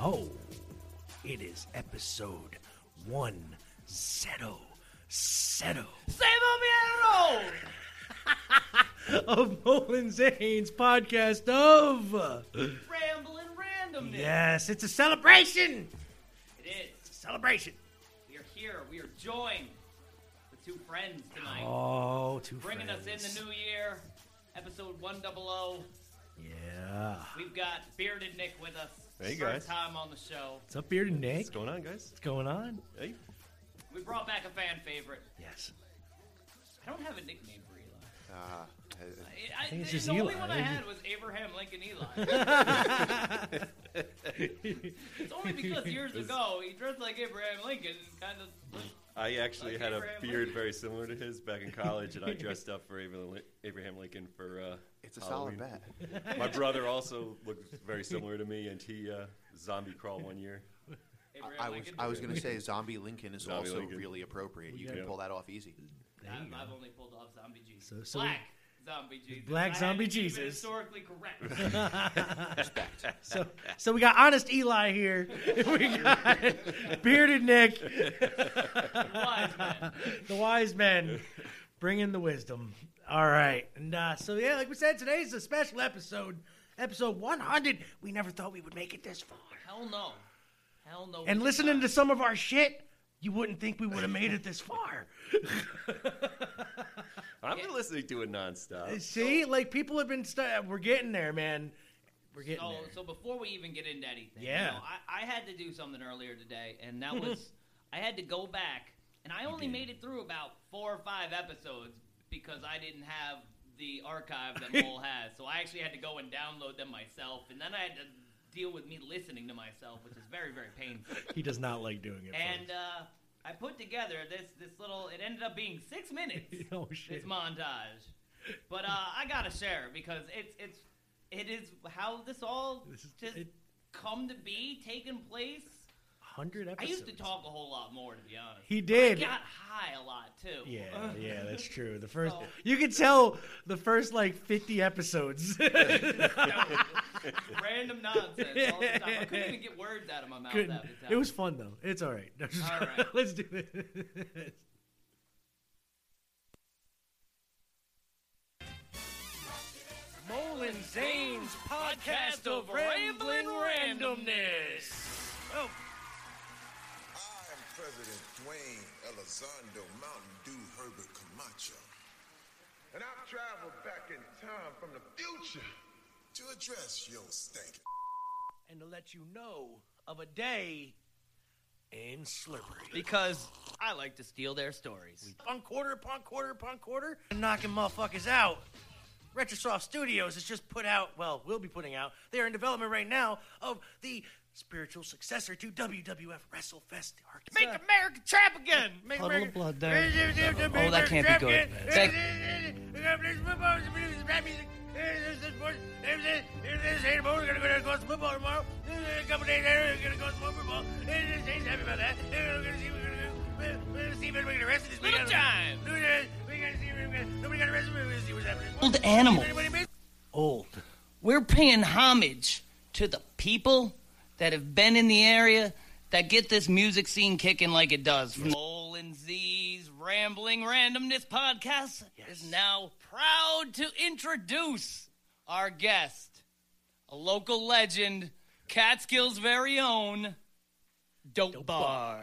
Oh, it is episode one zero zero of Mullins Zane's podcast of Rambling randomness. Yes, it's a celebration. It is. Celebration. We are here. We are joined with two friends tonight, Oh, two bringing friends. us in the new year, episode 100. Yeah. We've got Bearded Nick with us. Hey, guys. First time on the show. What's up, Beard and Nick? What's going on, guys? What's going on? Hey, We brought back a fan favorite. Yes. I don't have a nickname for Eli. Uh, ah, I, I, think it's the just only Eli. one I had was Abraham Lincoln Eli. it's only because years ago he dressed like Abraham Lincoln and kind of looked I actually Okay, had a Abraham beard Lincoln. very similar to his back in college, and I dressed up for Abraham Lin- Abraham Lincoln for. Uh, It's a Halloween. solid bet. My brother also looked very similar to me, and he uh, zombie crawled one year. Abraham I, I was Lincoln. I was gonna say zombie Lincoln is Zombie also Lincoln. really appropriate. You got can it. pull that off easy. There you I've, go. I've only pulled off zombie Jesus. So- so black zombie Jesus. Black I had to zombie keep it Jesus. Historically correct. So, so we got honest Eli here. We got bearded Nick, Wise man. the wise men, bringing the wisdom. All right, and uh, so yeah, like we said, today's a special episode, episode 100. We never thought we would make it this far. Hell no. Hell no. And we listening did to some of our shit, you wouldn't think we would have made it this far. I've been listening to it Uh, nonstop. See, like people have been, st- we're getting there, man. We're not. getting So, there. so before we even get into anything, you Yeah. know, I, I had to do something earlier today, and that was I had to go back, and I only made it through about four or five episodes because I didn't have the archive that Mole has. So I actually had to go and download them myself, and then I had to deal with me listening to myself, which is very, very painful. He does not like doing it. and uh, I put together this this little. It ended up being six minutes. folks. oh shit. this montage, but uh, I gotta share it because it's it's it is how this all This is- just it- come to be, taken place. Hundred I episodes. used to talk a whole lot more, to be honest. He did. I got high a lot too. Yeah, yeah, that's true. The first, So- you can tell the first like 50 episodes. Random nonsense all the time. I couldn't even get words out of my mouth. half Couldn't- the time. it was fun though. It's all right. All right. Let's do this. Molin Zane's podcast of rambling randomness. Oh, I am President Dwayne Elizondo Mountain Dew Herbert Camacho And I've traveled back in time from the future. to address your stinking. and to let you know of a day in slippery. because I like to steal their stories. upon quarter upon quarter upon quarter and knocking motherfuckers out. Retrosoft Studios has just put out, well, will be putting out, they are in development right now of the spiritual successor to WWF WrestleFest Arkansas. Make America trap again. Make Puddle America of blood there. Oh, that can't be good. That- Little John. Old animals. Old. We're paying homage to the people that have been in the area that get this music scene kicking like it does. Lowell and Z's Rambling Randomness podcast is now proud to introduce our guest, a local legend, Catskill's very own Dope, Bar.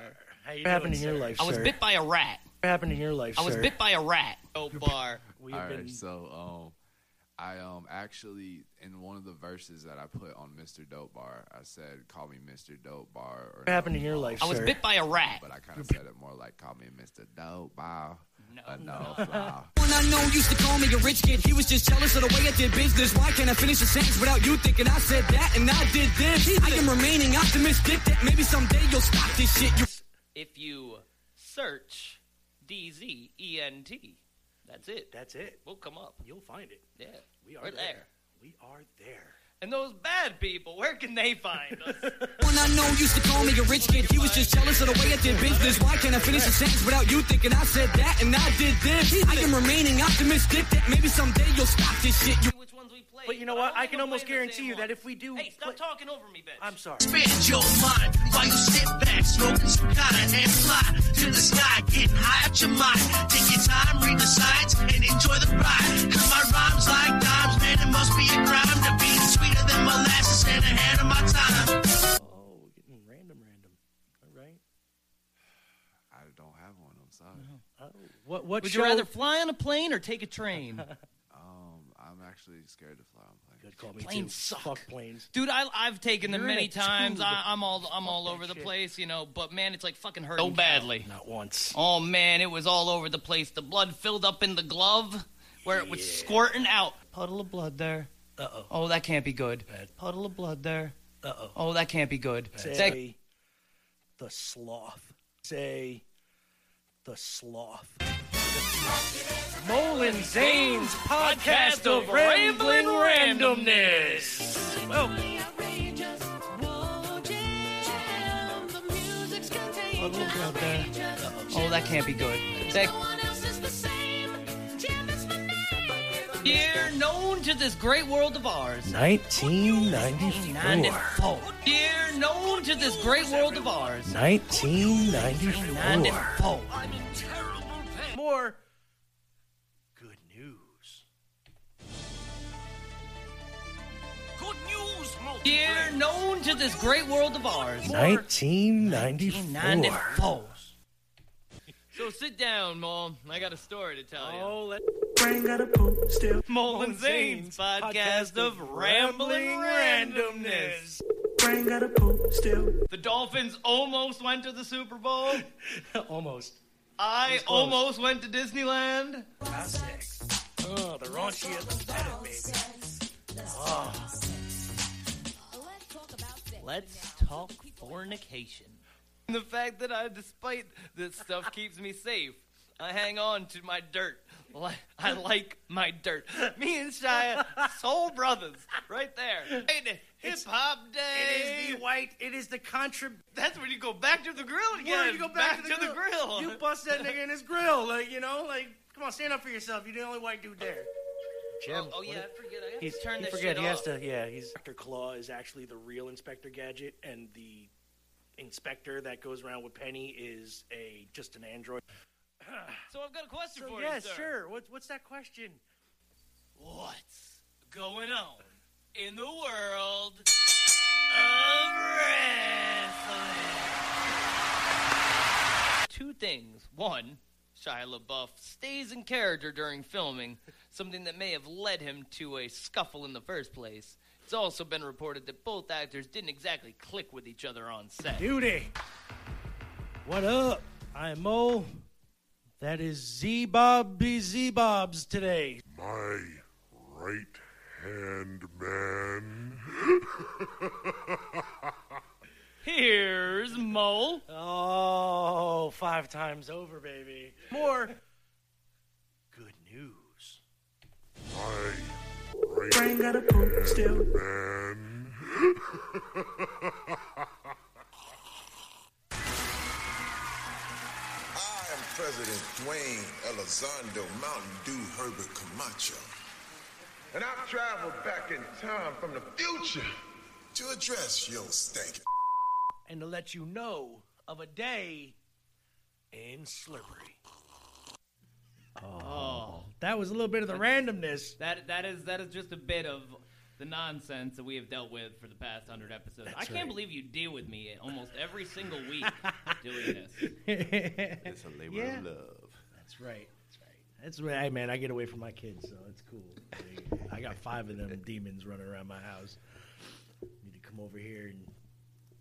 What happened in your life, I was bit by a rat. What happened in your life, I was bit by a rat. Dope Bar. We've All right, been so um, I um actually in one of the verses that I put on Mr. Dope Bar, I said, "Call me Mr. Dope Bar." Or What happened Dope in your Bar," life, I was sir? bit by a rat. But I kind of said it more like, "Call me Mr. Dope Bar." No, no, flower." One unknown used to call me a rich kid. He was just jealous of the way I did business. Why can't I finish a sentence without you thinking I said that and I did this? I am remaining optimistic that maybe someday you'll stop this shit. You if you search D Z E N T. That's it. That's it. We'll come up. You'll find it. Yeah. We are We're there. there. We are there. And those bad people, where can they find us? one unknown used to call me a rich kid. He was just jealous of the way I did business. Why can't I finish a sentence without you thinking I said that and I did this? I am remaining optimistic that maybe someday you'll stop this shit. You which ones we played. But you know what? don't I think can I'm almost playing the guarantee same you that one. if we do Hey, stop play- talking over me, bitch. I'm sorry. expand your mind while you sit back, smoking cicada and fly to the sky, getting high up your mind. Take your time, read the signs, and enjoy the ride. Cause my rhymes like dimes, man, it must be a crime to be sweeter than molasses and ahead of my time. Oh, we're getting random, random. All right. I don't have one. I'm sorry. Oh, what what Would show? you rather fly on a plane or take a train? Um, I'm actually scared to fly on planes. Good call me Planes too. suck. Fuck planes. Dude, I, I've taken them You're in many a times. tube. I, I'm all I'm all that over the shit. place, you know. But man, it's like fucking hurting so badly. Not once. Oh man, it was all over the place. The blood filled up in the glove where it was squirting out. Puddle of blood there. Uh oh. Oh, that can't be good. Bad. Puddle of blood there. Uh oh. Oh, that can't be good. That- Say the sloth. Say the sloth. Molin Zane's podcast of rambling randomness. Well, oh, that can't be good. That year known to this great world of ours. 1994. 94. Year known to this great world of ours. 1994. 94. More good news. Year known to this great world of ours. 1994. So sit down, Mom. I got a story to tell you. Oh, let Mullen Zane's podcast of rambling randomness. The Dolphins almost went to the Super Bowl. Almost. I close. almost went to Disneyland. Oh, the raunchiest edit, baby. Ah. Let's talk fornication. The fact that I, despite this stuff, keeps me safe. I hang on to my dirt. Li- I like my dirt. Me and Shia, soul brothers, right there. Hip hop day. It is the white. It is the contra. That's when you go back to the grill again. Where you go back, to, the, grill. You bust that nigga in his grill, like you know, like come on, stand up for yourself. You're the only white dude there. oh, oh, yeah, I forget. I have to turn he this forget. shit he off. has to. Yeah, he's Doctor Claw is actually the real Inspector Gadget, and the inspector that goes around with Penny is a just an android. So I've got a question So for yes, you, sir. sure. What's what's that question? What's going on in the world of wrestling? Two things. One, Shia LaBeouf stays in character during filming, something that may have led him to a scuffle in the first place. It's also been reported that both actors didn't exactly click with each other on set. Duty. What up? I'm Mo. That is Z Bobby Z Bobs today. My right hand man. Here's Mole. Oh, five times over, baby. More good news. My right hand man. I am President Dwayne Elizondo Mountain Dew Herbert Camacho And I've traveled back in time from the future. to address your stinking. And to let you know of a day in slippery. Oh, that was a little bit of the randomness. That that is that is just a bit of the nonsense that we have dealt with for the past hundred episodes. I can't believe you deal with me almost every single week doing this. That's It's a labor Yeah. of love. right. That's right. That's right. Hey, man, I get away from my kids, so it's cool. Like, I got five of them demons running around my house. Need to come over here and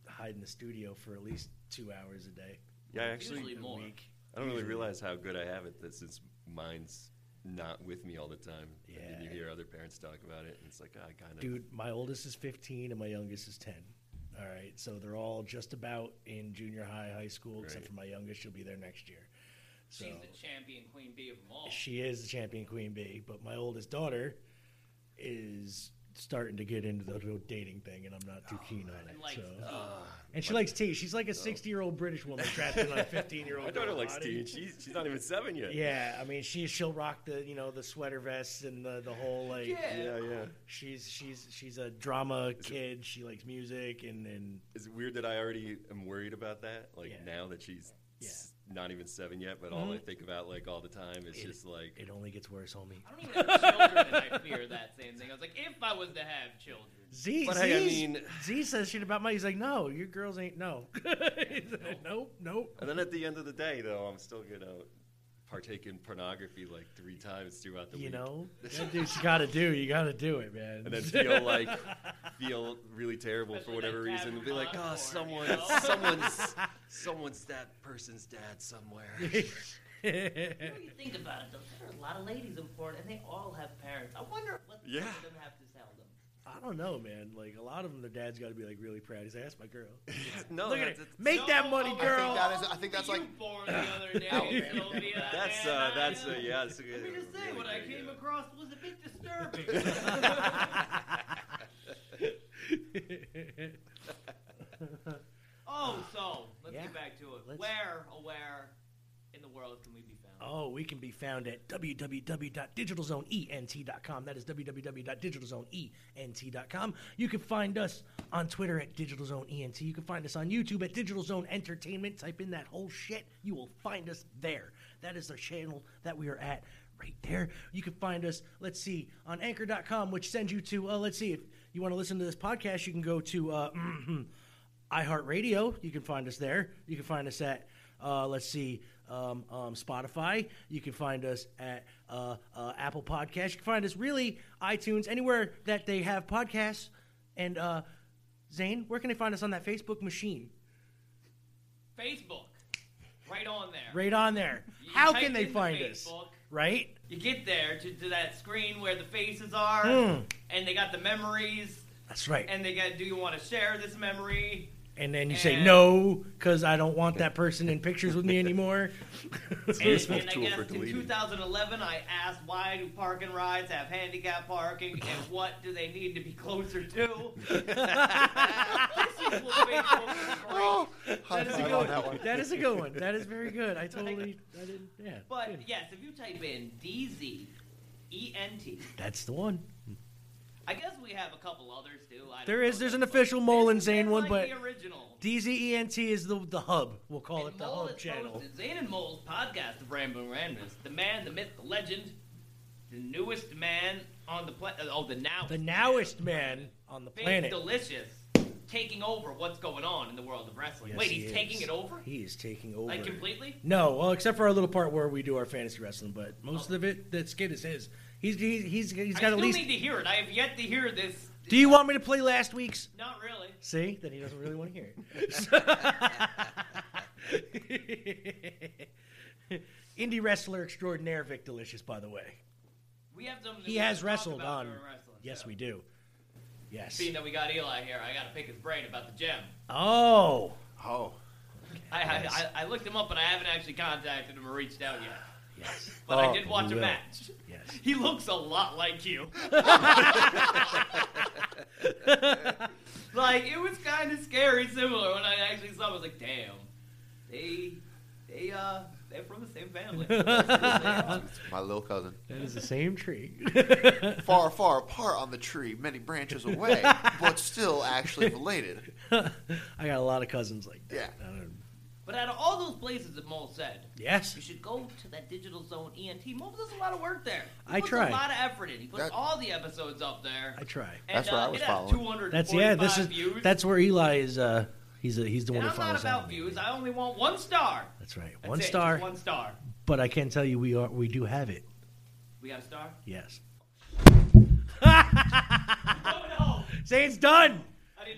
hide in the studio for at least two hours a day. Yeah, I actually, Usually more. I don't really realize how good I have it. That since mine's not with me all the time, And then you Yeah. hear other parents talk about it, and it's like "Ah, I kind of. Dude, my oldest is 15 and my youngest is 10. All right. So they're all just about in junior high, high school, except Right. for my youngest. She'll be there next year. So She's the champion queen bee of them all. she is the champion queen bee, but my oldest daughter is starting to get into the whole dating thing, and I'm not too keen on it. likes so. tea. Ah, and she likes tea. She's like a 60 year old British woman trapped in a 15 year old. My daughter likes tea. She's, she's not even seven yet. Yeah, I mean, she she'll rock the you know the sweater vests and the, the whole like Yeah. Yeah, yeah. She's she's she's a drama kid. She likes music and and Is it weird that I already am worried about that? Like now that she's s- not even seven yet, but all I Mhm. think about like all the time is It- just like it only gets worse, homie. I don't even have children, and I fear that same thing. I was like, if I was to have children, Z, But Z, hey, I mean- Z says shit about my. He's like, no, your girls ain't no. He's like, nope, nope. And then at the end of the day, though, I'm still gonna partake in pornography like three times throughout the You week. know, that dude's got to do. You got to do it, man. and then feel like feel really terrible for whatever reason and be like oh someone someone's someone's that person's dad somewhere You know, you think about it, though. There are a lot of ladies in Florida, and they all have parents. I wonder what the Yeah. fuck them have to tell them. I don't know, man. Like a lot of them, their dad's got to be like really proud. He's like, that's my girl. No, look at it. that's- Make that money, girl. I think that is. I think that's like. Born the other day, Alabama. Sylvia, that's and uh I- that's a yeah that's a good Let me just say, really what I good, came yeah. across was a bit disturbing. oh, so let's Yeah, get back to it. let's- Where, oh, where in the world can we be found? Oh, we can be found at www.digitalzoneent.com. That is www.digitalzoneent.com. You can find us on Twitter at digitalzoneent. You can find us on YouTube at Digital Zone Entertainment. Type in that whole shit. You will find us there. That is the channel that we are at right there. You can find us, let's see, on anchor.com, which sends you to, uh, let's see, if you want to listen to this podcast, you can go to uh, iHeartRadio. You can find us there. You can find us at, uh, let's see, um, um, Spotify. You can find us at uh, uh, Apple Podcasts. You can find us really iTunes, anywhere that they have podcasts. And uh, Zane, where can they find us on that Facebook machine? Facebook, right on there. Right on there. You How type can they into find us? Facebook, Right? You get there to, to that screen where the faces are, Mm. and they got the memories. That's right. And they got, do you want to share this memory? And then you say no because I don't want that person in pictures with me anymore. And, and I guess in 2011, I asked why do parking rides have handicap parking, and what do they need to be closer to? this is what Facebook is great. Oh. that is a good one. That is a good one. That is very good. I totally, I didn't, yeah. But yes, if you type in DZ ENT, That's the one. I guess we have a couple others too. I don't There know is, there's them, an official Molin Zane one, like but the original. DZENT is the the hub. We'll call it the Mole hub is channel. posted. Zane and Mole's podcast of Rambling Randomness, the man, the myth, the legend, the newest man on the planet. Oh, the now The nowest man on the Big planet. Delicious taking over what's going on in the world of wrestling. Yes, Wait, he he's is. taking it over? He is taking over. Like completely? No, well, except for our little part where we do our fantasy wrestling, but most of it, that skit is his. He's he's he's, he's Oh. I got at still least. need to hear it. I have yet to hear this. Do you want me to play last week's? Not really. See, then he doesn't really want to hear it. Indie wrestler extraordinaire Vic Delicious, by the way. We have something. that He we has can talk wrestled about on. during wrestling. Yes, we do. Yes. Being that we got Eli here, I got to pick his brain about the gem. Oh. Oh. I, Yes. I, I, I looked him up, but I haven't actually contacted him or reached out yet. Yes. But Oh, I did you watch a will. match. Yes. He looks a lot like you. like it was kind of scary, similar when I actually saw. Him. I was like, damn, they, they, uh, they're from the same family. My little cousin. That is the same tree. far, far apart on the tree, many branches away, but still actually related. I got a lot of cousins like that. Yeah. But out of all those places that Mole said, Yes. you should go to that digital zone E ENT. Mole does a lot of work there. He I puts try. a lot of effort in. He puts That- all the episodes up there. I try. And, uh, it has 245 That's yeah. This is views. that's where Eli is. Uh, he's a, he's the and one who I'm not follows that. about views. I only want one star. That's right. That's one it, just star. One star. But I can tell you we are we do have it. We got a star. Yes. Zane's done.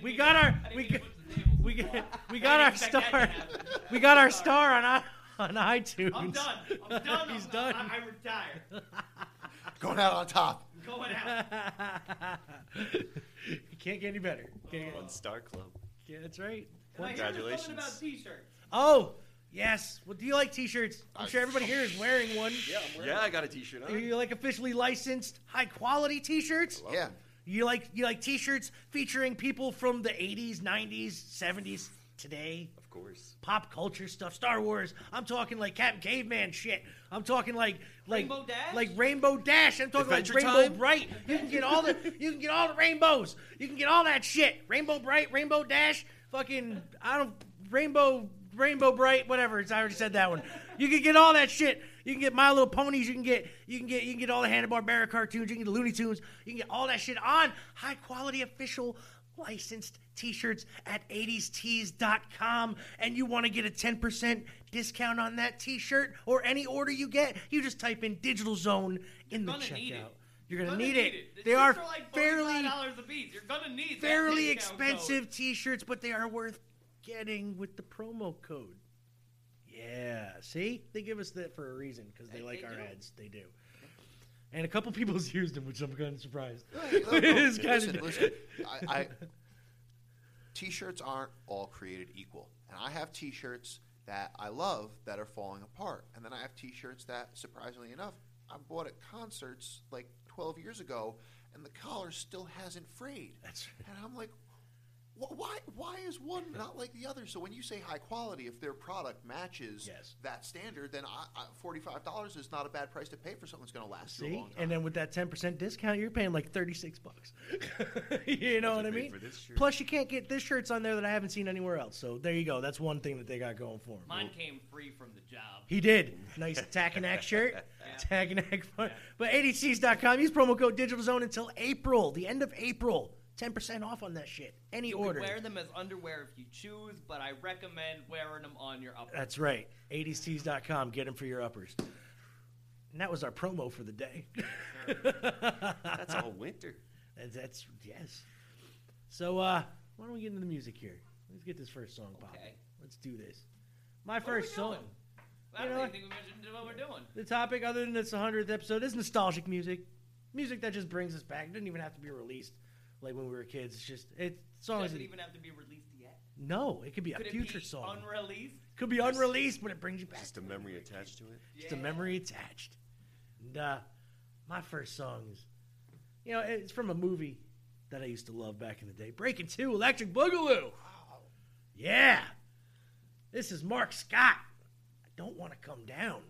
We got our we got we got we got our star. We got our star on i- on iTunes. I'm done. I'm done. He's I'm, done. I, I retire. Going out on top. Going out. You can't get any better. Can't get- one star club Yeah, that's right. And I hear there's something congratulations about t-shirts. Oh, yes. Well, do you like t-shirts? I'm I- sure everybody here is wearing one. yeah i got a t-shirt Do on you like officially licensed, high quality t-shirts? Yeah. You like you like t-shirts featuring people from the 80s, 90s, 70s, today. Of course. Pop culture stuff, Star Wars. I'm talking like Captain Caveman shit. I'm talking like like Rainbow Dash? like Rainbow Dash. I'm talking Adventure like Rainbow Time? Bright. You can get all the you can get all the rainbows. You can get all that shit. Rainbow Bright, Rainbow Dash, fucking I don't Rainbow Rainbow Bright, whatever. It's, I already said that one. You can get all that shit. You can get My Little Ponies. You can get you can get you can get all the Hanna Barbera cartoons. You can get the Looney Tunes. You can get all that shit on high quality official licensed t-shirts at 80stees.com and you want to get a 10% discount on that t-shirt or any order you get you just type in digital zone in the gonna need checkout it. you're gonna, Gonna need, it, The they shirts are like fairly $45 a piece. You're gonna need that fairly discount code. expensive t-shirts but they are worth getting with the promo code yeah see they give us that for a reason because they, like they our do. ads they do and a couple people's used them which i'm kind of surprised No, no, It's kinda- listen, listen. I, I, t-shirts aren't all created equal, and I have t-shirts that I love that are falling apart, and then I have t-shirts that, surprisingly enough, I bought at concerts like 12 years ago, and the collar still hasn't frayed. That's right. And I'm like, "Wh- why? Why is one not like the other? So when you say high quality, if their product matches that standard, then I, I, $45 is not a bad price to pay for something that's going to last you a See, long time. and then with that ten percent discount, you're paying like thirty six bucks. you know what I paid mean? for this shirt. Plus, you can't get this shirts on there that I haven't seen anywhere else. So there you go. That's one thing that they got going for him. Mine came free from the job. He did. Nice tack and act shirt. Tack and act. fun. But ADCs.com. Use promo code Digital Zone until April, the end of April. Ten percent off on that shit. Any you order. Can wear them as underwear if you choose, but I recommend wearing them on your upper. That's right. ADCs.com. Get them for your uppers. And that was our promo for the day. That's all winter. That's, that's yes. So uh, why don't we get into the music here? Let's get this first song popping. Let's do this. My are we first song. doing? I You don't know think we mentioned what we're doing. The topic, other than it's the hundredth episode, is nostalgic music. Music that just brings us back. It doesn't even have to be released like when we were kids. It's just it's songs. Doesn't that- even have to be released yet. no, it could be Could a it future be song. Unreleased. could be unreleased, but it brings you back. Just a memory attached to it. Just a memory attached. And uh, my first song is, you know, it's from a movie that I used to love back in the day, Breaking Two, Electric Boogaloo. Yeah, this is Mark Scott. I don't want to come down.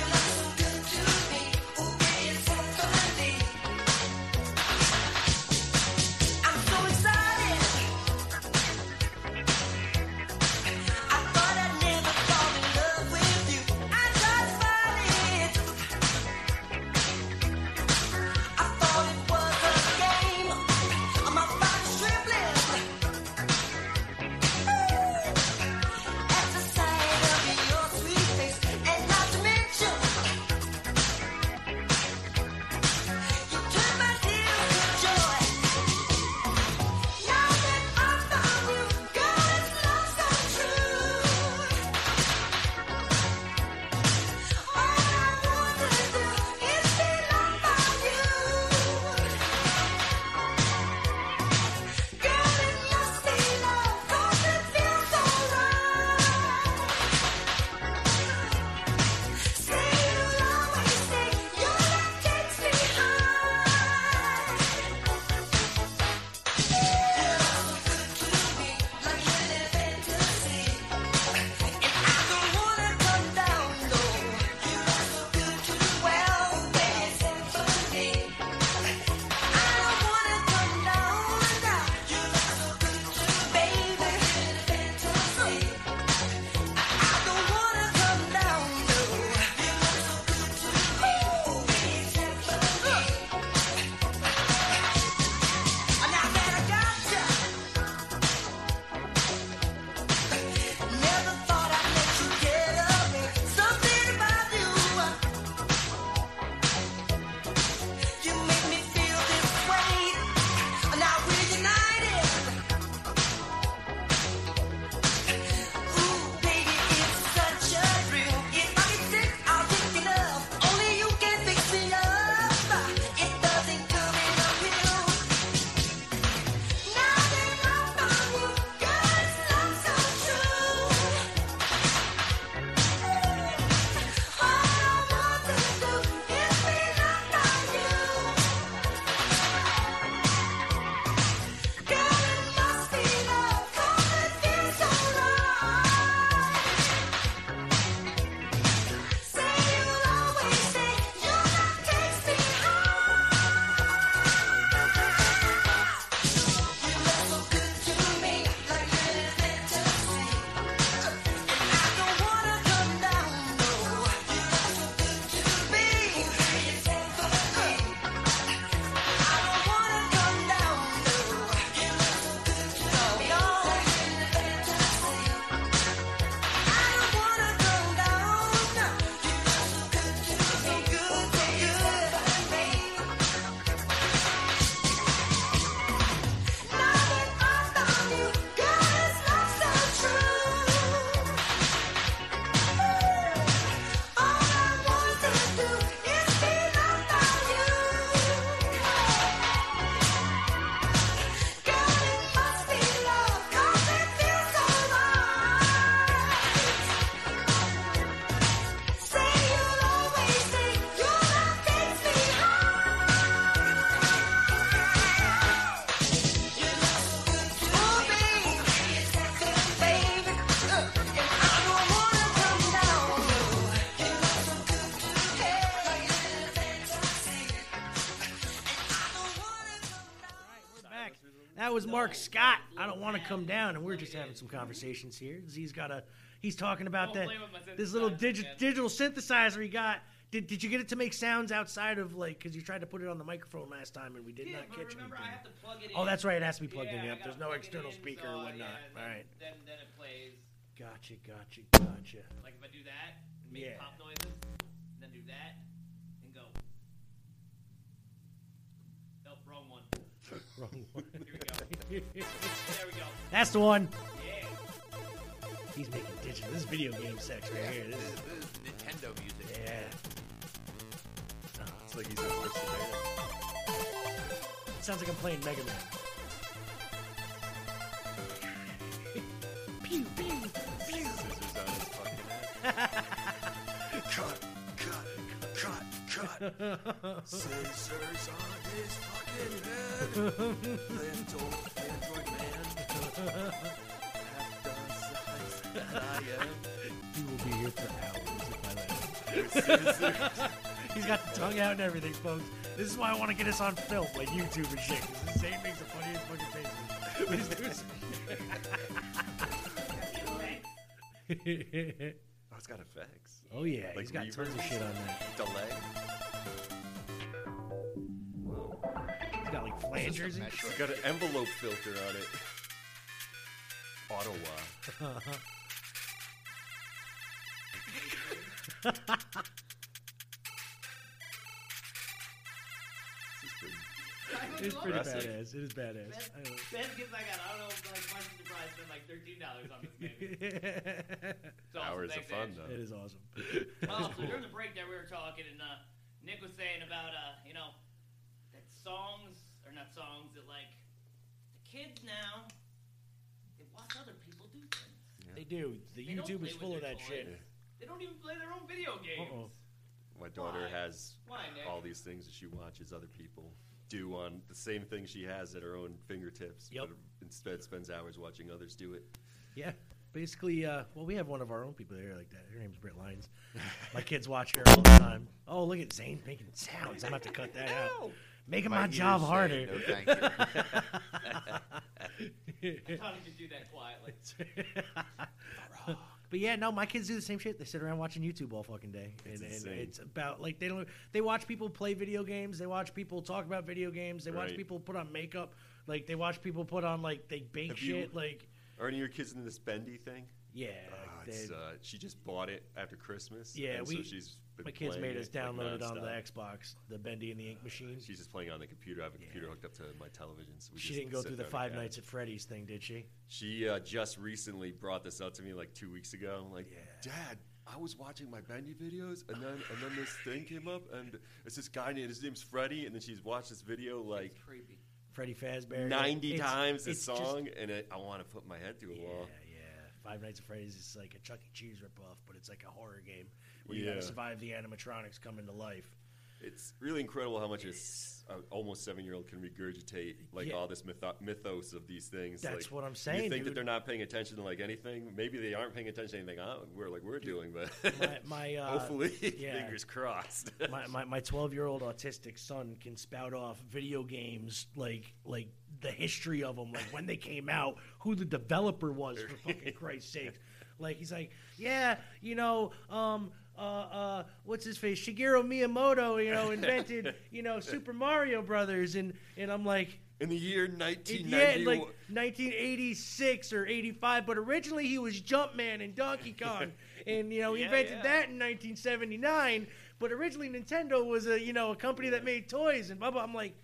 Thank that was Mark Scott. I don't want to come down, and we're just having some conversations here. Z's got a. He's talking about that this little digi- digital synthesizer he got. Did, did you get it to make sounds outside of like because you tried to put it on the microphone last time and we did not catch anything? oh, that's right. It has to be plugged in. Yep. There's no external speaker or whatnot. All right. Then, then it plays. Gotcha. Gotcha. Gotcha. Like if I do that and make Yeah. pop noises, then do that and go. Nope, wrong one. Wrong one. Here we go. there we go. That's the one. Yeah. He's making digital. This is video game sex right here. This is, Nintendo music. yeah. Oh, It's like he's a horse today. Sounds like I'm playing Mega Man. Pew, pew, pew. Scissors on his fucking head. Cut, cut, cut, cut. Scissors on his fucking head. Little Android man. Half done size I He will be here for hours Your if I let him. scissors. He's got the tongue out and everything, folks. This is why I want to get us on film, like YouTube and shit. 'cause This Zane makes the funniest fucking faces. When he's doing some- Oh, it's got effects. oh yeah, he's got tons of reverb, shit on that. Delay. He's got like flangers and It's shit. got an envelope filter on it. Ottawa. This is pretty- It's pretty Classic. badass. It is badass. I don't know. Best gift I got. I don't know. Like my surprise spent like thirteen dollars on this game. It's awesome. Hours of Thanks, fun Ange. though. It is awesome. Well, so during the break there, we were talking, and uh, Nick was saying about, uh, you know, that songs, or not songs, that like the kids now, they watch other people do things. They do. The They don't YouTube play with is full of their that shit. toys. They don't even play their own video games. Uh-oh. My daughter Why? has Why, Nick? all these things that she watches other people do on the same thing she has at her own fingertips, Yep. but instead spends hours watching others do it. Yeah. Basically, uh, well, we have one of our own people here like that. Her name's Britt Lyons. My kids watch her all the time. Oh, look at Zane making sounds. I'm going to have to cut that out. Making my, My job ears say harder. no thank you. I thought I could do that quietly. but yeah, no, my kids do the same shit. They sit around watching YouTube all fucking day, and, It's and insane. it's about like they don't. They watch people play video games. They watch people talk about video games. They watch Right. people put on makeup. Like they watch people put on like they bake Have you- shit. Like Are any of your kids into this bendy thing? yeah, Ah, like, it's, they- uh, she just bought it after Christmas. Yeah, and we- so she's been my kids playing made us it, like, download it on the nonstop. Xbox, the Bendy and the Ink machine. She's just playing on the computer. I have a computer hooked up to my television. So we She just didn't go sit through the there on Five couch. Nights at Freddy's thing, did she? She uh, just recently brought this up to me like two weeks ago. I'm like, Dad, I was watching my Bendy videos, and then and then this thing came up, and it's this guy named his name's Freddy, and then she's watched this video like Creepy. Freddy Fazbear. ninety It's- times this it's just- song, and I, I want to put my head through a Yeah, wall. yeah. Five Nights at Freddy's is like a Chuck E. Cheese ripoff, but it's like a horror game where you gotta Yeah. survive the animatronics coming to life. It's really incredible how much a s- a almost seven year old can regurgitate like Yeah. all this mytho- mythos of these things. That's like, what I'm You saying, think dude. that they're not paying attention to like anything? Maybe they aren't paying attention to anything I, we're like we're doing, but My, my uh, hopefully, yeah. fingers crossed. my my my twelve year old autistic son can spout off video games like like the history of them, like when they came out, who the developer was for fucking Christ's sake. Like he's like, yeah, you know, um, uh, uh, what's his face, Shigeru Miyamoto, you know, invented you know Super Mario Brothers, and and I'm like. In the year it- Yeah, 1991. like 1986 or 85, but originally he was Jumpman and Donkey Kong, and you know he Yeah, invented yeah. that in 1979. But originally Nintendo was a you know a company that made toys and blah blah. I'm like,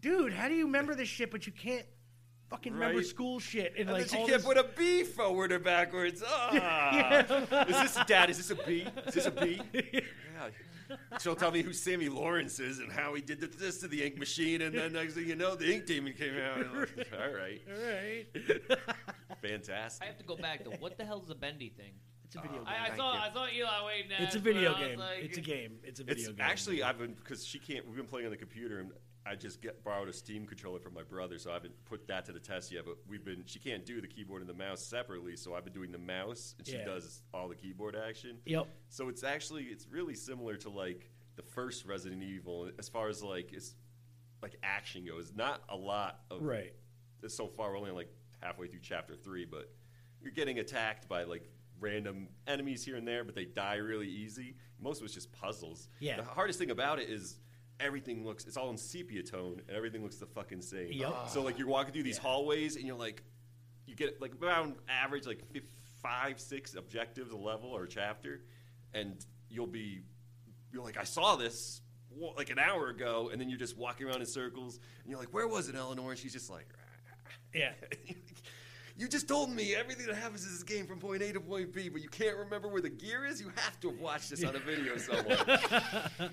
dude, how do you remember this shit? But you can't fucking remember Right. school shit and Unless like you all can't this- put a B forward or backwards. Ah. Is this dad? Is this a B? Is this a B? yeah. She'll tell me who Sammy Lawrence is and how he did this to the ink machine, and then next thing you know, the ink demon came out. And I'm like, All right, All right, I fantastic. have to go back to what the hell's the bendy thing? it's a video game. Uh, I, I Thank saw you. I saw Eli Wade. it's a video game. it's a game. It's a It's video game. actually I've been because she can't. We've been playing on the computer, and I just get, borrowed a Steam controller from my brother, so I haven't put that to the test yet. But we've been she can't do the keyboard and the mouse separately, so I've been doing the mouse, and she Yeah. does all the keyboard action. Yep. So it's actually it's really similar to like the first Resident Evil as far as like it's like action goes. Not a lot of Right. so far we're only like halfway through chapter three, but you're getting attacked by like random enemies here and there, but they die really easy. Most of it's just puzzles. Yeah. The hardest thing about it is everything looks it's all in sepia tone and everything looks the fucking same. Yup. So like you're walking through these hallways and you're like you get like around average like fif- five, six objectives a level or chapter, and you'll be you're like, I saw this wa- like an hour ago, and then you're just walking around in circles, and you're like, Where was it, Eleanor? And she's just like, Yeah. You just told me everything that happens in this game from point A to point B, but you can't remember where the gear is. You have to have watched this on a video somewhere.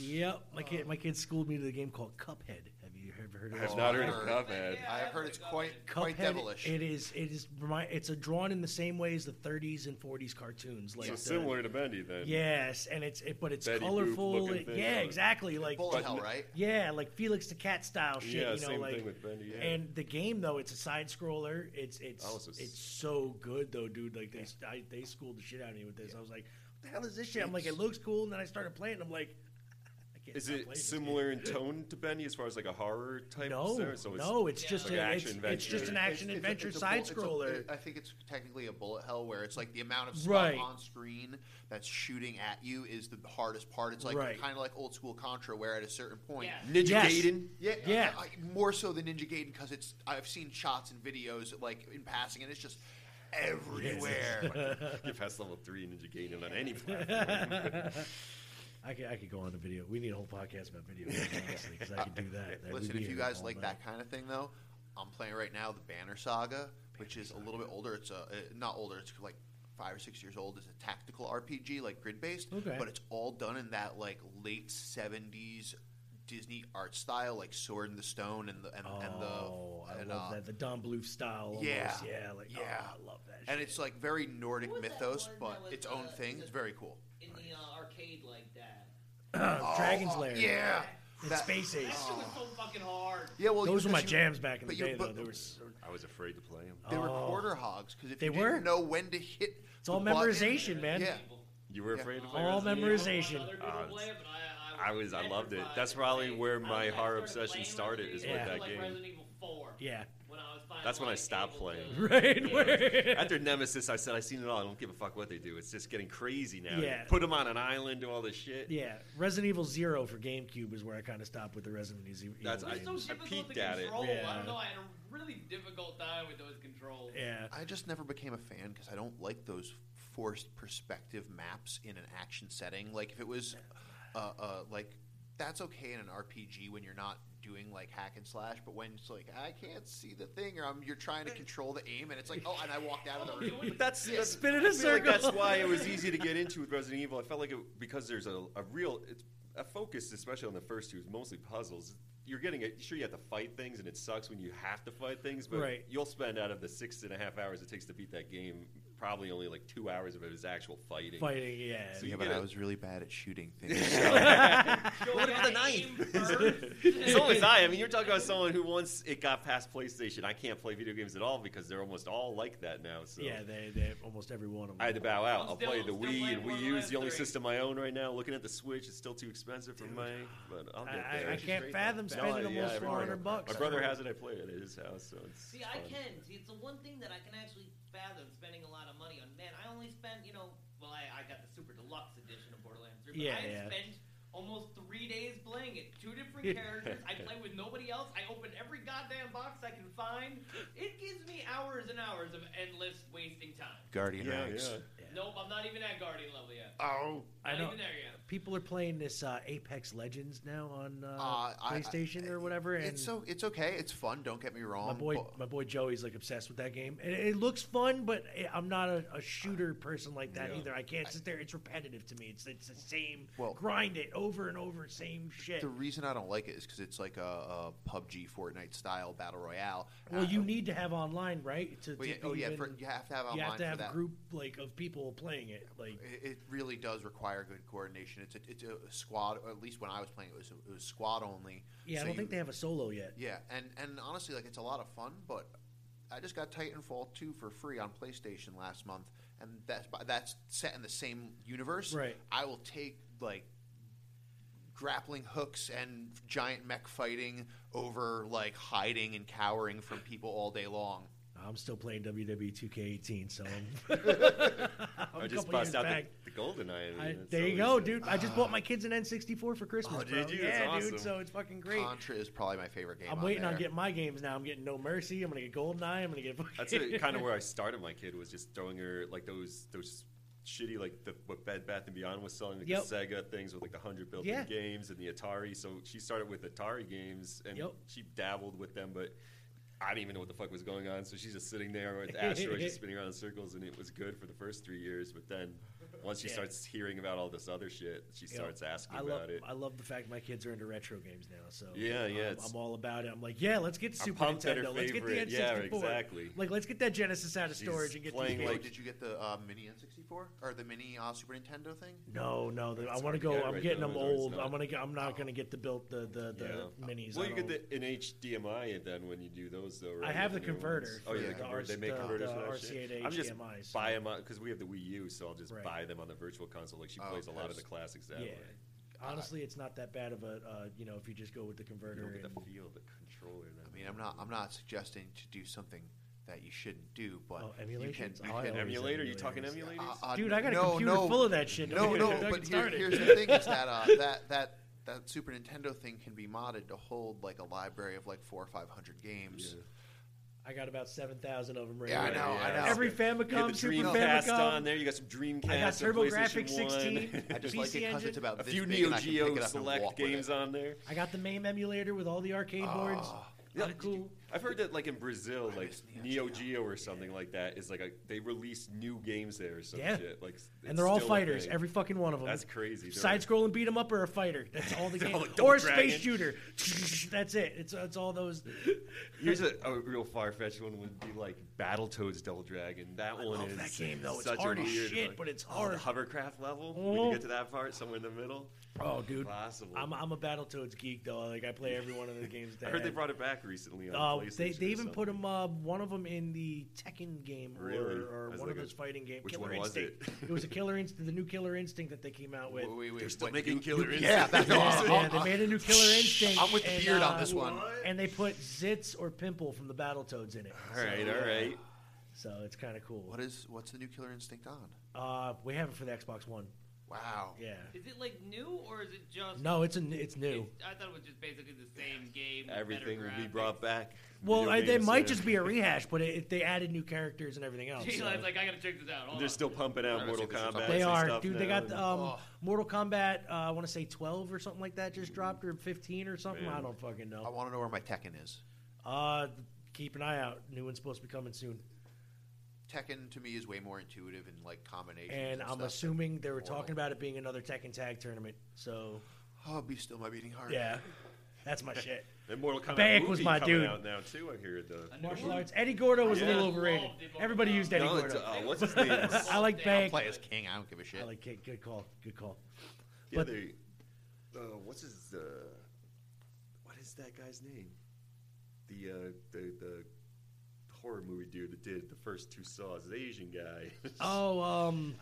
Yep, my kid, my kid schooled me to the game called Cuphead. Have you ever heard Oh. of? I this have not game? heard of Cuphead. I have heard it's quite Cuphead, quite devilish. It is. It is. Remind, it's a drawn in the same way as the 30s and 40s cartoons, like so the- similar to Bendy then. Yes, and it's it, but it's Betty Boop colorful. looking It- thing, yeah, uh, exactly. Like bullet But hell, n- right? Yeah, like Felix the Cat style shit. Yeah, you know, same like, thing with Bendy, yeah. And the game though, it's a side scroller. It's it's Oh, so s- it's so good though, dude. Like they I, they schooled the shit out of me with this. I was like, what the hell is this shit? I'm like, it looks cool, and then I started playing. And I'm like, I can't. Is stop playing it this similar in tone to Bendy as far as like a horror type? No, scenario? so it's, no, it's just like an a- it's- action it's just an adventure. action adventure it's a side bull- it's a- scroller. I think it's technically a bullet hell where it's like the amount of stuff Right. on screen that's shooting at you is the hardest part. It's like Right. kind of like old school Contra, where at a certain point, Ninja Yes. Gaiden. Yeah, Yeah. I- I- more so than Ninja Gaiden because it's I've seen shots and videos like in passing, and it's just everywhere. Get past level three in Ninja Gaiden on any platform. I could I could go on a video. We need a whole podcast about video games, honestly, because I could do that. That- we'd Listen, be if you here guys all like night. that kind of thing, though, I'm playing right now the Banner Saga, which is a little bit older. It's a uh, not older. It's like five or six years old. It's a tactical RPG, like grid based, Okay. but it's all done in that like late '70s Disney art style, like Sword in the Stone and the and, and the Oh, I and, love uh, that the Don Bluth style. Almost. Yeah, yeah, like oh, yeah. I love that. And shit. it's like very Nordic What was that mythos, one but that was, its own uh, thing. the- It's very cool. in the uh, arcade like that. Uh, Dragon's Lair. Oh, Yeah. It's That- Space That Ace. shit was so fucking hard. Yeah, well, Those were my because you- jams back in the but you- day, though. but- They were so, I was afraid to play him. They were Oh. quarter hogs because if They you were? didn't know when to hit, it's all memorization, man. Yeah. You were afraid to play. All Resident Evil? memorization. Other people Ah, play it, but I, I was, I loved it. That's probably where my I horror started obsession playing started. Is Resident with Evil Yeah. that like game. Resident Evil 4. Yeah. When I was finally, That's when I like, stopped able playing. to- Right. After Nemesis, I said I've seen it all. I don't give a fuck what they do. It's just getting crazy now. Yeah. Put them on an island, do all this shit. yeah. Resident Evil Zero for GameCube is where I kind of stopped with the Resident Evil. That's- It was games. so I difficult to peeked at it. control. I Yeah. don't know. I had a really difficult time with those controls. yeah. I just never became a fan because I don't like those forced perspective maps in an action setting. Like if it was, uh, uh, like that's okay in an RPG when you're not doing like hack and slash, but when it's like I can't see the thing or I'm you're trying to control the aim and it's like oh and I walked out of the room. But that's, that's Spin in a I feel like circle. that's why it was easy to get into with Resident Evil. I felt like it because there's a, a real it's a focus, especially on the first two, is mostly puzzles. You're getting it. Sure, you have to fight things, and it sucks when you have to fight things. But Right. you'll spend out of the six and a half hours it takes to beat that game, probably only like two hours of it is actual fighting. Fighting. Yeah. Uh, So you get a- really bad at shooting things. What about the so was I. I mean, you're talking about someone who once it got past PlayStation. I can't play video games at all because they're almost all like that now. So yeah. They, they almost every one of them. I had to bow out. I'm I'll still- play I'm the still Wii playing and Wii U is the oh only Borderlands three. system I own right now. Looking at the Switch, it's still too expensive for my. But I'll get I- there. I can't fathom No, spending yeah, almost everybody- 400 bucks. My brother has it. I play it at his house, so it's See, I fun. can. See, it's the one thing that I can actually fathom spending a lot of money on. Man, I only spent, you know, well, I, I got the super deluxe edition of Borderlands 3, but Yeah, I yeah. spent almost three days playing it. Two different characters. I play with nobody else. I open every goddamn box I can find. It gives me hours and hours of endless wasting time. Guardian Yeah, ranks. yeah. Yeah. Nope, I'm not even at Guardian level yet. Oh, I not know. even there yet. People are playing this uh, Apex Legends now on uh, Uh, I- PlayStation I- or whatever. And it's so it's okay. It's fun. Don't get me wrong. my boy, but- my boy Joey's like obsessed with that game. It, it looks fun, but i I'm not a, a shooter person like that Yeah. either. I can't sit there; it's repetitive to me. It's it's the same Well- grind it over and over, same shit. The reason I don't like it is because it's like a, a PUBG Fortnite style battle royale. well, Uh, you need to have online, right? To, well, to yeah, oh be yeah, for, even- you have to have you online have to for have a that. group like of people playing it. Like, It, it really does require good coordination. It's a, it's a squad. Or at least when I was playing, it was it was squad only. yeah, So I don't you- think they have a solo yet. Yeah, and and honestly, like it's a lot of fun, but. I just got Titanfall 2 for free on PlayStation last month, and that's that's set in the same universe. Right. I will take like grappling hooks and giant mech fighting over like hiding and cowering from people all day long. I'm still playing E WWE 2K18, so I'm, I a just couple bust years out the- back. The golden eye. I- there you go, dude. I just bought my kids an N64 for Christmas. Oh, did bro. you? That's Yeah, awesome. dude. So it's fucking great. Contra is probably my favorite game. I'm on waiting on there. getting my games now. I'm getting No Mercy. I'm gonna get Goldeneye. I'm gonna get. fucking- That's it, kind of where I started. My kid was just throwing her like those those shitty like the, what Bed Bath and Beyond was selling like Yep. the Sega things with like the hundred built-in Yeah. games and the Atari. So she started with Atari games and Yep. she dabbled with them, but. I didn't even know what the fuck was going on, so she's just sitting there with asteroids just spinning around in circles, and it was good for the first three years. But then, once she Yeah. starts hearing about all this other shit, she Yep. starts asking I about love, it. I love the fact my kids are into retro games now. So Yeah, I'm- yeah, I'm, it's- all about it. I'm like, yeah, let's get I'm Super pumped that her Nintendo. Let's get the favorite- N64. yeah, exactly. Like, let's get that Genesis out of storage and get these games. did you get the uh, mini N64 or the mini uh, Super Nintendo thing? No, no. The, I It's want to hard to go. get I'm right getting now, them no, it's old. not. I'm gonna. Get, I'm not gonna get the built the the, the Yeah. minis. Well, I you don't- get the an HDMI it then when you do those though. I Right? have the new ones. converter Oh yeah, for the the converter. RC They make the- converters the for that RCA shit. to I'm just HDMI, so- buy them because we have the Wii U, so I'll just Right. buy them on the virtual console. Like she Oh, plays a lot of that's- the classics that yeah. way. Honestly, it's not that bad of a. Uh, you know, if you just go with the You converter. don't get and- the feel of the controller. Then. I mean, I'm not. I'm not suggesting to do something that you shouldn't do, but Oh, you can. emulations? You Oh, I can always Emulator? You talking emulators? Uh, uh, Dude, I got a no, computer no. full of that shit. No, Don't no, get me but here, started. here's the thing: is that uh, that that that Super Nintendo thing can be modded to hold like a library of like four or five hundred games. I got about seven thousand of them. Right Yeah, I now. know, I know. Every Yeah, the Famicom, Super Dreamcast Famicom. on there. You got some Dreamcast. I got some PlayStation TurboGrafx 1. 16. a few Neo Geo Select games on there. I got the MAME emulator with all the arcade Ah, boards. Yeah, I'm did cool. I've heard that like in Brazil, like Neo Geo or something like that is like a, they release new games there or some Yeah. shit. Like, it's and they're all still a fighters, thing. every fucking one of them. That's crazy. They're- Side scrolling beat 'em up or a fighter. That's all the They're game. all like Double or a Dragon. space shooter. That's it. It's it's all those. Here's a, a real far fetched one would be like Battletoads Double Dragon. That one love is that game, though. It's such a hard as weird, shit, like- but it's Oh, hard. the hovercraft level. When Oh. you get to that part, somewhere in the middle. Oh, dude. Possible. I'm I'm a Battletoads geek though. Like I play every one of the games. I That heard they brought it back recently on Oh, PlayStation. they, they or even something. put them. Uh, one of them in the Tekken game, or- Really? or, I was one of like, those fighting games. which Killer one was Instinct. it? was a Killer Instinct, the new Killer Instinct that they came out with. They're still making Killer Instinct. Yeah, that's awesome. Yeah, they made a new Killer Instinct. I'm with the and, beard on uh, this one. And they put Zitz or Pimple from the Battletoads in it. All right, all right. So it's kind of cool. uh, What is what's the new Killer Instinct on? Uh, we have it for the Xbox One. Wow. Yeah. Is it like new or is it just? No, it's a n- it's new. It's, I thought it was just basically the same game. with Everything better will be graphics. brought back. Well, Video I, they games might soon. just be a rehash, but it, it- they added new characters and everything else. She's so. like, I gotta check this out. Hold They're on. still pumping out Mortal Kombat. They and are, stuff dude. They now, got and- um, Mortal Kombat. Uh, I want to say twelve or something like that just dropped, or fifteen or something. I Man. don't fucking know. I want to know where my Tekken is. Uh, keep an eye out. New one's supposed to be coming soon. Tekken to me is way more intuitive and like combinations. And And, I'm stuff. assuming they were talking about it being another Tekken Tag tournament. So, oh, be still my beating heart. Yeah, that's my shit. And Mortal Kombat Bayek movie was my coming dude. out now too. I hear the Martial arts. Eddie Gordo was a Yeah. little overrated. Everybody used Eddie No, it's, Gordo. uh, what's his name? I like I'll Bang. play as King. I don't give a shit. I like King. Good call. Good call. Yeah, But- they. Uh, what's his? Uh, what is that guy's name? The uh, the the horror movie dude that did the first two Saws, the Asian guy. Oh, um,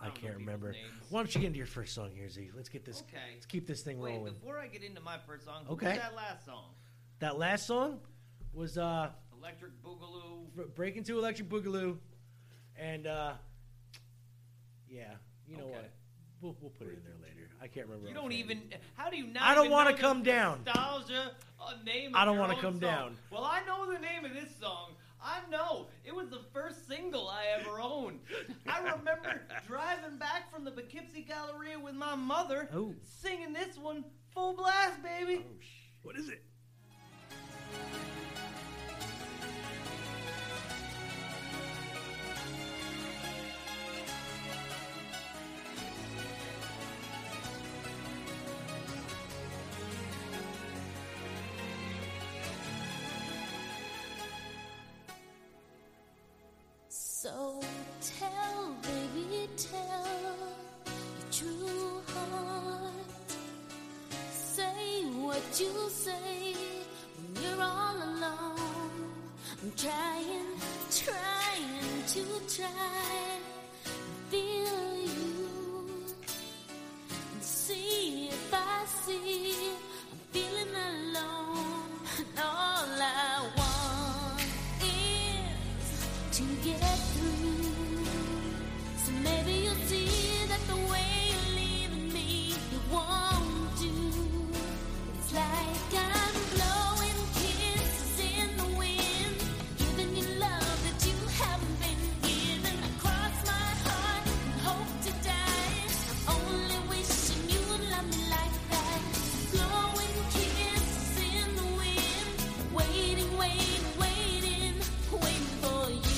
I, can't remember. Why don't you get into your first song here, Z? Let's get this. Okay. Let's keep this thing Wait, rolling. before I get into my first song, who Okay. was that last song? That last song was uh, Electric Boogaloo. Br- Break into Electric Boogaloo, and uh, yeah, you know Okay. what? We'll, we'll put it in there later. I can't remember. You offhand. don't even. How do you not? I don't even wanna know the come down. Nostalgia. A name. I of don't your wanna own come song. down. Well, I know the name of this song. I know it was the first single I ever owned. I remember driving back from the Poughkeepsie Galleria with my mother, Oh. singing this one full blast, baby. What is it? So tell, baby, tell your true heart. Say what you say when you're all alone. I'm trying, trying to try. Feel you and see if I see. see I'm feeling alone, and all I want is to get through. So maybe you'll see that the way you're leaving me, it won't do. It's like I'm blowing kisses in the wind, giving you love that you haven't been given. I cross my heart and hope to die. I'm only wishing you would love me like that. Blowing kisses in the wind, waiting, waiting, waiting, waiting for you.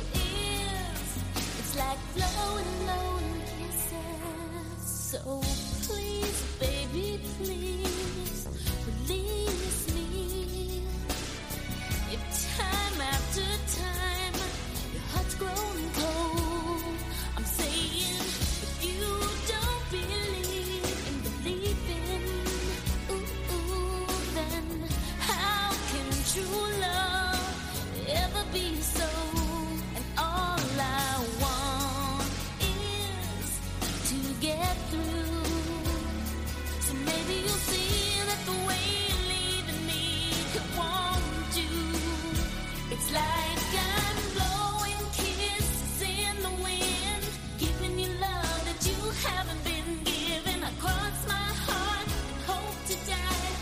Is it's like blowing, blowing kisses. So please, baby, please release me. If time after time your heart's grown cold, I'm saying if you don't believe in believing, ooh, ooh, then how can true love ever be so? And all I want is to get through. So maybe you'll see that the way you're leaving me it won't do. It's like I'm blowing kisses in the wind, giving you love that you haven't been given. I cross my heart, hope to die.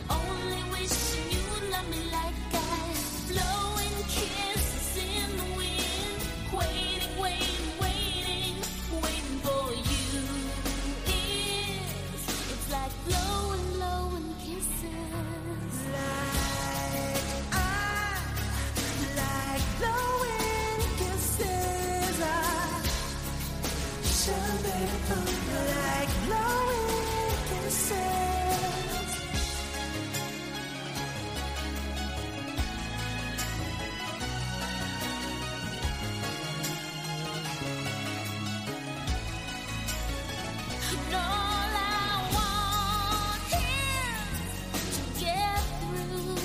I'm only wishing you would love me like I. Blowing kisses in the wind, waiting, waiting, waiting, waiting for you. Is it's like blowing, blowing kisses. Like I, like blowing kisses. I shall be like blowing kisses. And all I want is to get through.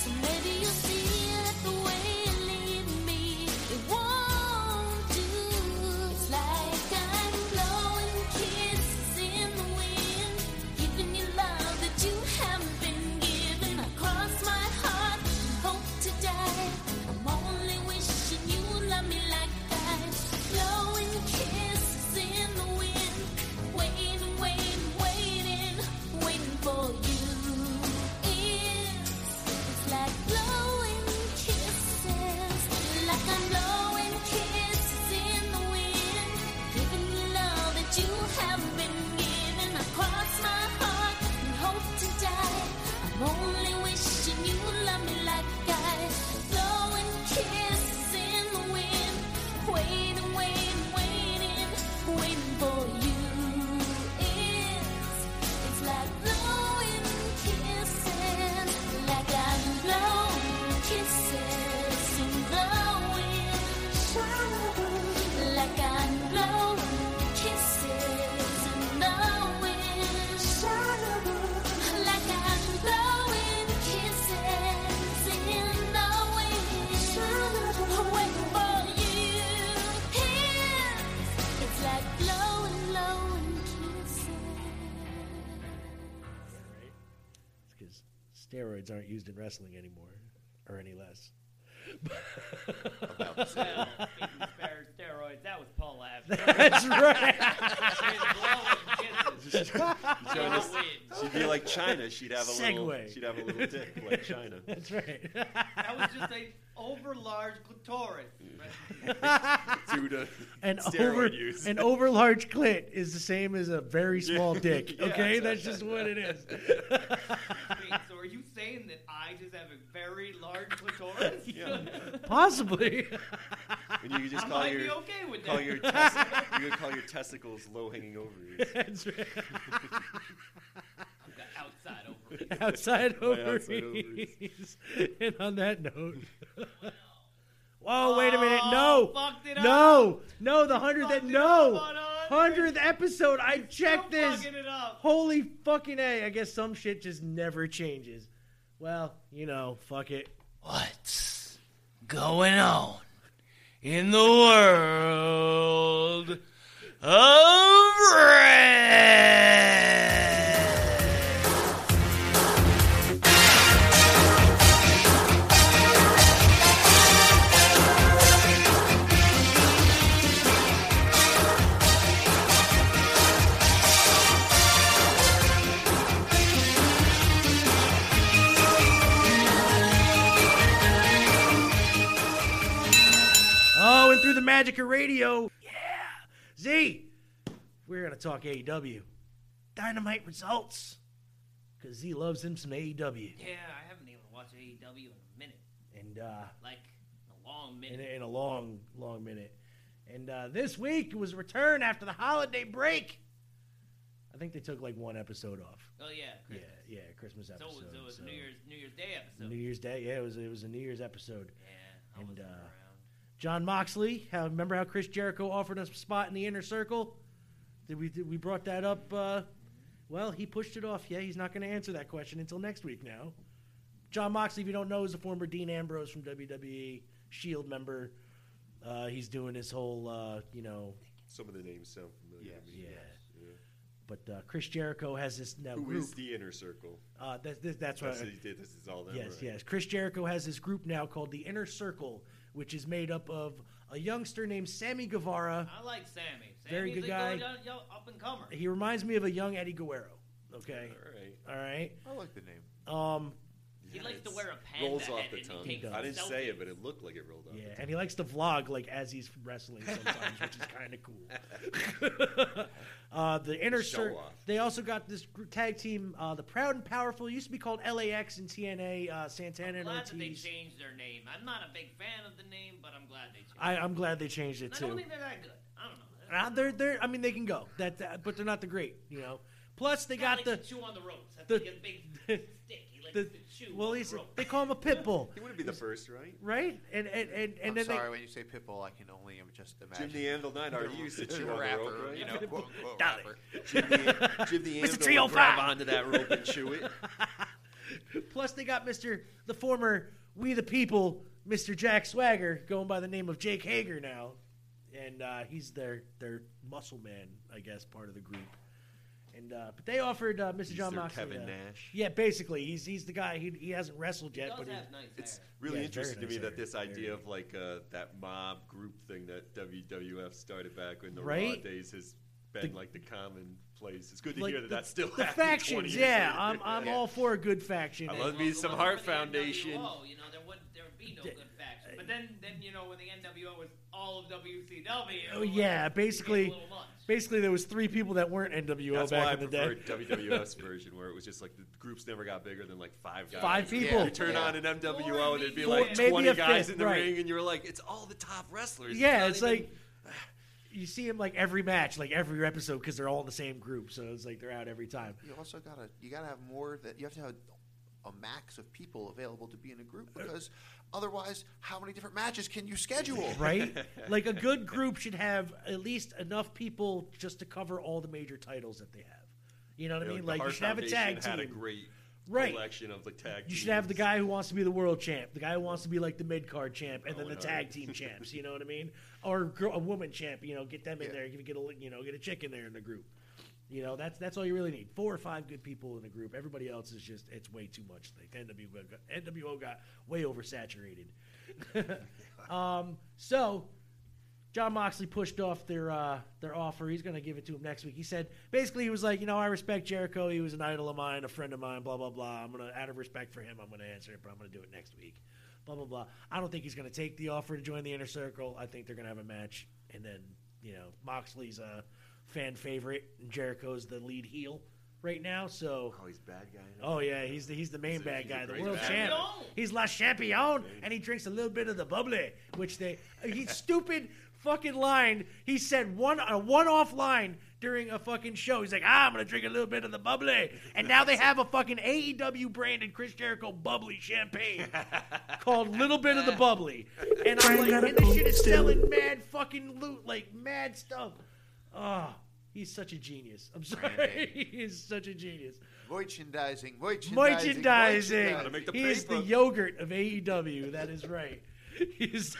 So maybe you'll see that the way you leave me, it won't do. It's like I'm blowing kisses in the wind, giving you love that you haven't been given. I cross my heart and hope to die. I'm only wishing you would love me like that. Blowing kisses in the wind, waiting, waiting, waiting, waiting for you. Is it's like blowing kisses, like I'm blowing kisses in the wind, giving you love that you haven't been given. I cross my heart and hope to die. I'm only wishing you would love me like I. Blowing kisses in the wind, waiting, waiting, waiting, waiting for you. Is it's like blowing kisses, like I'm blowing kisses and blowing, like I'm blowing kisses and blowing, like I'm blowing kisses and blowing, waiting for you. It's like blowing, blowing kisses. because steroids aren't used in wrestling anymore, or any less. Well, Oh, speaking of spare steroids, that was Paul Abner. That's right. With blowing kisses. China- Blowing. she'd be like China. She'd have a little. Segway. She'd have a little dick like China. That's right. That was just a overlarge clitoris. Due to An steroid over use. an overlarge clit is the same as a very Yeah. small dick. Yeah. Okay, that's just what it is. Wait, so are you saying that I just have a very large clitoris? Possibly. And you could just I call might your be okay with call that. your tes- you could call your testicles low hanging ovaries. That's right. I've got outside ovaries. Outside My ovaries. outside and on that note. Whoa, wait a minute. No. Oh, fucked it no. No, the 100th no. 100th episode. I checked this. fucking it up. Holy fucking A. I guess some shit just never changes. Well, you know, fuck it. What's going on in the world of wrestling? Oh, Magica Radio. Yeah. Z, we're going to talk AEW. Dynamite results. Because Z loves him some E AEW. Yeah, I haven't even watched AEW in a minute. And, uh, Like, a long in, minute. in a long, long minute. And uh, this week it was a return after the holiday break. I think they took like one episode off. Oh, yeah. Christmas. Yeah, yeah, Christmas So it was, episode. it was so- a New Year's, New Year's Day episode. New Year's Day. Yeah, it was it was a New Year's episode. Yeah, and uh, John Moxley. How remember how Chris Jericho offered us a spot in the inner circle? Did we did we brought that up? Uh, well, he pushed it off. Yeah, he's not going to answer that question until next week. Now, John Moxley, if you don't know, is a former Dean Ambrose from WWE Shield member. Uh, he's doing his whole, uh, you know, Some of the names sound familiar to me. Yeah. but uh, Chris Jericho has this now Who group. is the inner circle? Uh, that's that's, that's what he did. This is all them. Yes, right? yes. Chris Jericho has this group now called the Inner Circle, which is made up of a youngster named Sammy Guevara. I like Sammy. Sammy's Very good a guy. Young, young, up and Ah. comer. He reminds me of a young Eddie Guerrero. Okay. All right. All right. I like the name. Um, He likes to wear a panda Rolls off head the and he tongue. takes I didn't selfies. say it, but it looked like it rolled off. yeah, and he likes to vlog like as he's wrestling sometimes, which is kind of cool. uh, the Inner Show Circle. off. They also got this gr- tag team, uh, the Proud and Powerful. It used to be called LAX and TNA. Uh, Santana I'm and glad that they Ortiz. changed their name. I'm not a big fan of the name, but I'm glad they changed. I, I'm glad they changed it And I too. don't think they're that good. I don't know. Uh, they're they're. I mean, they can go. That, that- but they're not the great. You know. Plus, they got likes the to chew on the ropes. That's the- like a big stick. He likes the. to chew. Well, on he's the rope. they call him a pit bull, He wouldn't be the first, right? right? And and and, and I'm then sorry, they. when you say Pitbull, I can only im- just imagine. Jim the Anvil Knight already used to chew on the rapper, rope, right? you know, quote, unquote Dolly. rapper. Jim the, Jim the Mr. Anvil would 305. grab onto that rope and chew it. Plus, they got Mister the former We the People, Mister Jack Swagger, going by the name of Jake Hager now, and uh, he's their their muscle man, I guess, part of the group. And uh, but they offered uh, Mr. He's John their Moxley. Kevin uh, Nash. Yeah, basically, he's he's the guy. He, he hasn't wrestled yet, does but have nice It's hair. really Yeah, it's very interesting to me nice that this idea of like uh, that mob group thing that WWF started back in the Raw Right? days has been The- like the common place. It's good to Like, hear that the- that's still the happening 20 factions. years Yeah, later. I'm I'm all for a good faction. I And- love me some Heart Foundation. Oh, you know there would there would be no good faction. But then then you know when the NWO was all of WCW. Oh it was yeah, like, it became a basically, little much. basically there was three people that weren't NWO That's back why I in the day. preferred WWF's version, where it was just like the groups never got bigger than like five guys. Five people. You turn Yeah. on an MWO, Or and it'd be maybe- like Or maybe a twenty guys fifth, in the right. ring, and you were like, "It's all the top wrestlers." yeah, not it's even- like you see him like every match, like every episode, because they're all in the same group, so it's like they're out every time. You also gotta you gotta have more that you have to have a max of people available to be in a group because otherwise, how many different matches can you schedule? Right? like a good group should have at least enough people just to cover all the major titles that they have. You know what You know, I mean? the Like you Hart should have a Foundation tag Had a team. great Right. collection of the tag. You should have the teams. guy who wants to be the world champ, the guy who wants to be like the mid card champ, and then the Owen tag Hart. team champs. You know what I mean? Or girl, a woman champ. You know, get them in there. Get, get a you know get a chick in there in the group. You know that's that's all you really need. Four or five good people in the group. Everybody else is just it's way too much. Like NWO got, NWO got way oversaturated. um, so John Moxley pushed off their uh, their offer. He's going to give it to him next week. He said basically he was like, you know, I respect Jericho. He was an idol of mine, a friend of mine. Blah blah blah. I'm gonna out of respect for him, I'm gonna answer it, but I'm gonna do it next week. Blah blah blah. I don't think he's gonna take the offer to join the inner circle. I think they're gonna have a match, and then you know Moxley's uh, a fan favorite, and Jericho's the lead heel right now. So oh, he's bad guy. Oh yeah, he's the he's the main bad guy, the great world bad champ. guy. He's La Champion, and he drinks a little bit of the bubbly, which they he stupid fucking line. He said one a one off line during a fucking show. He's like, ah, I'm gonna drink a little bit of the bubbly, and now they have a fucking AEW branded Chris Jericho bubbly champagne called Little Bit of the Bubbly, and I'm like, and this shit is selling mad fucking loot, like mad stuff. Oh, he's such a genius. I'm sorry, Branding. he is such a genius. Merchandising, merchandising, Merchandising. merchandising. He is the yogurt of AEW. That is right. He's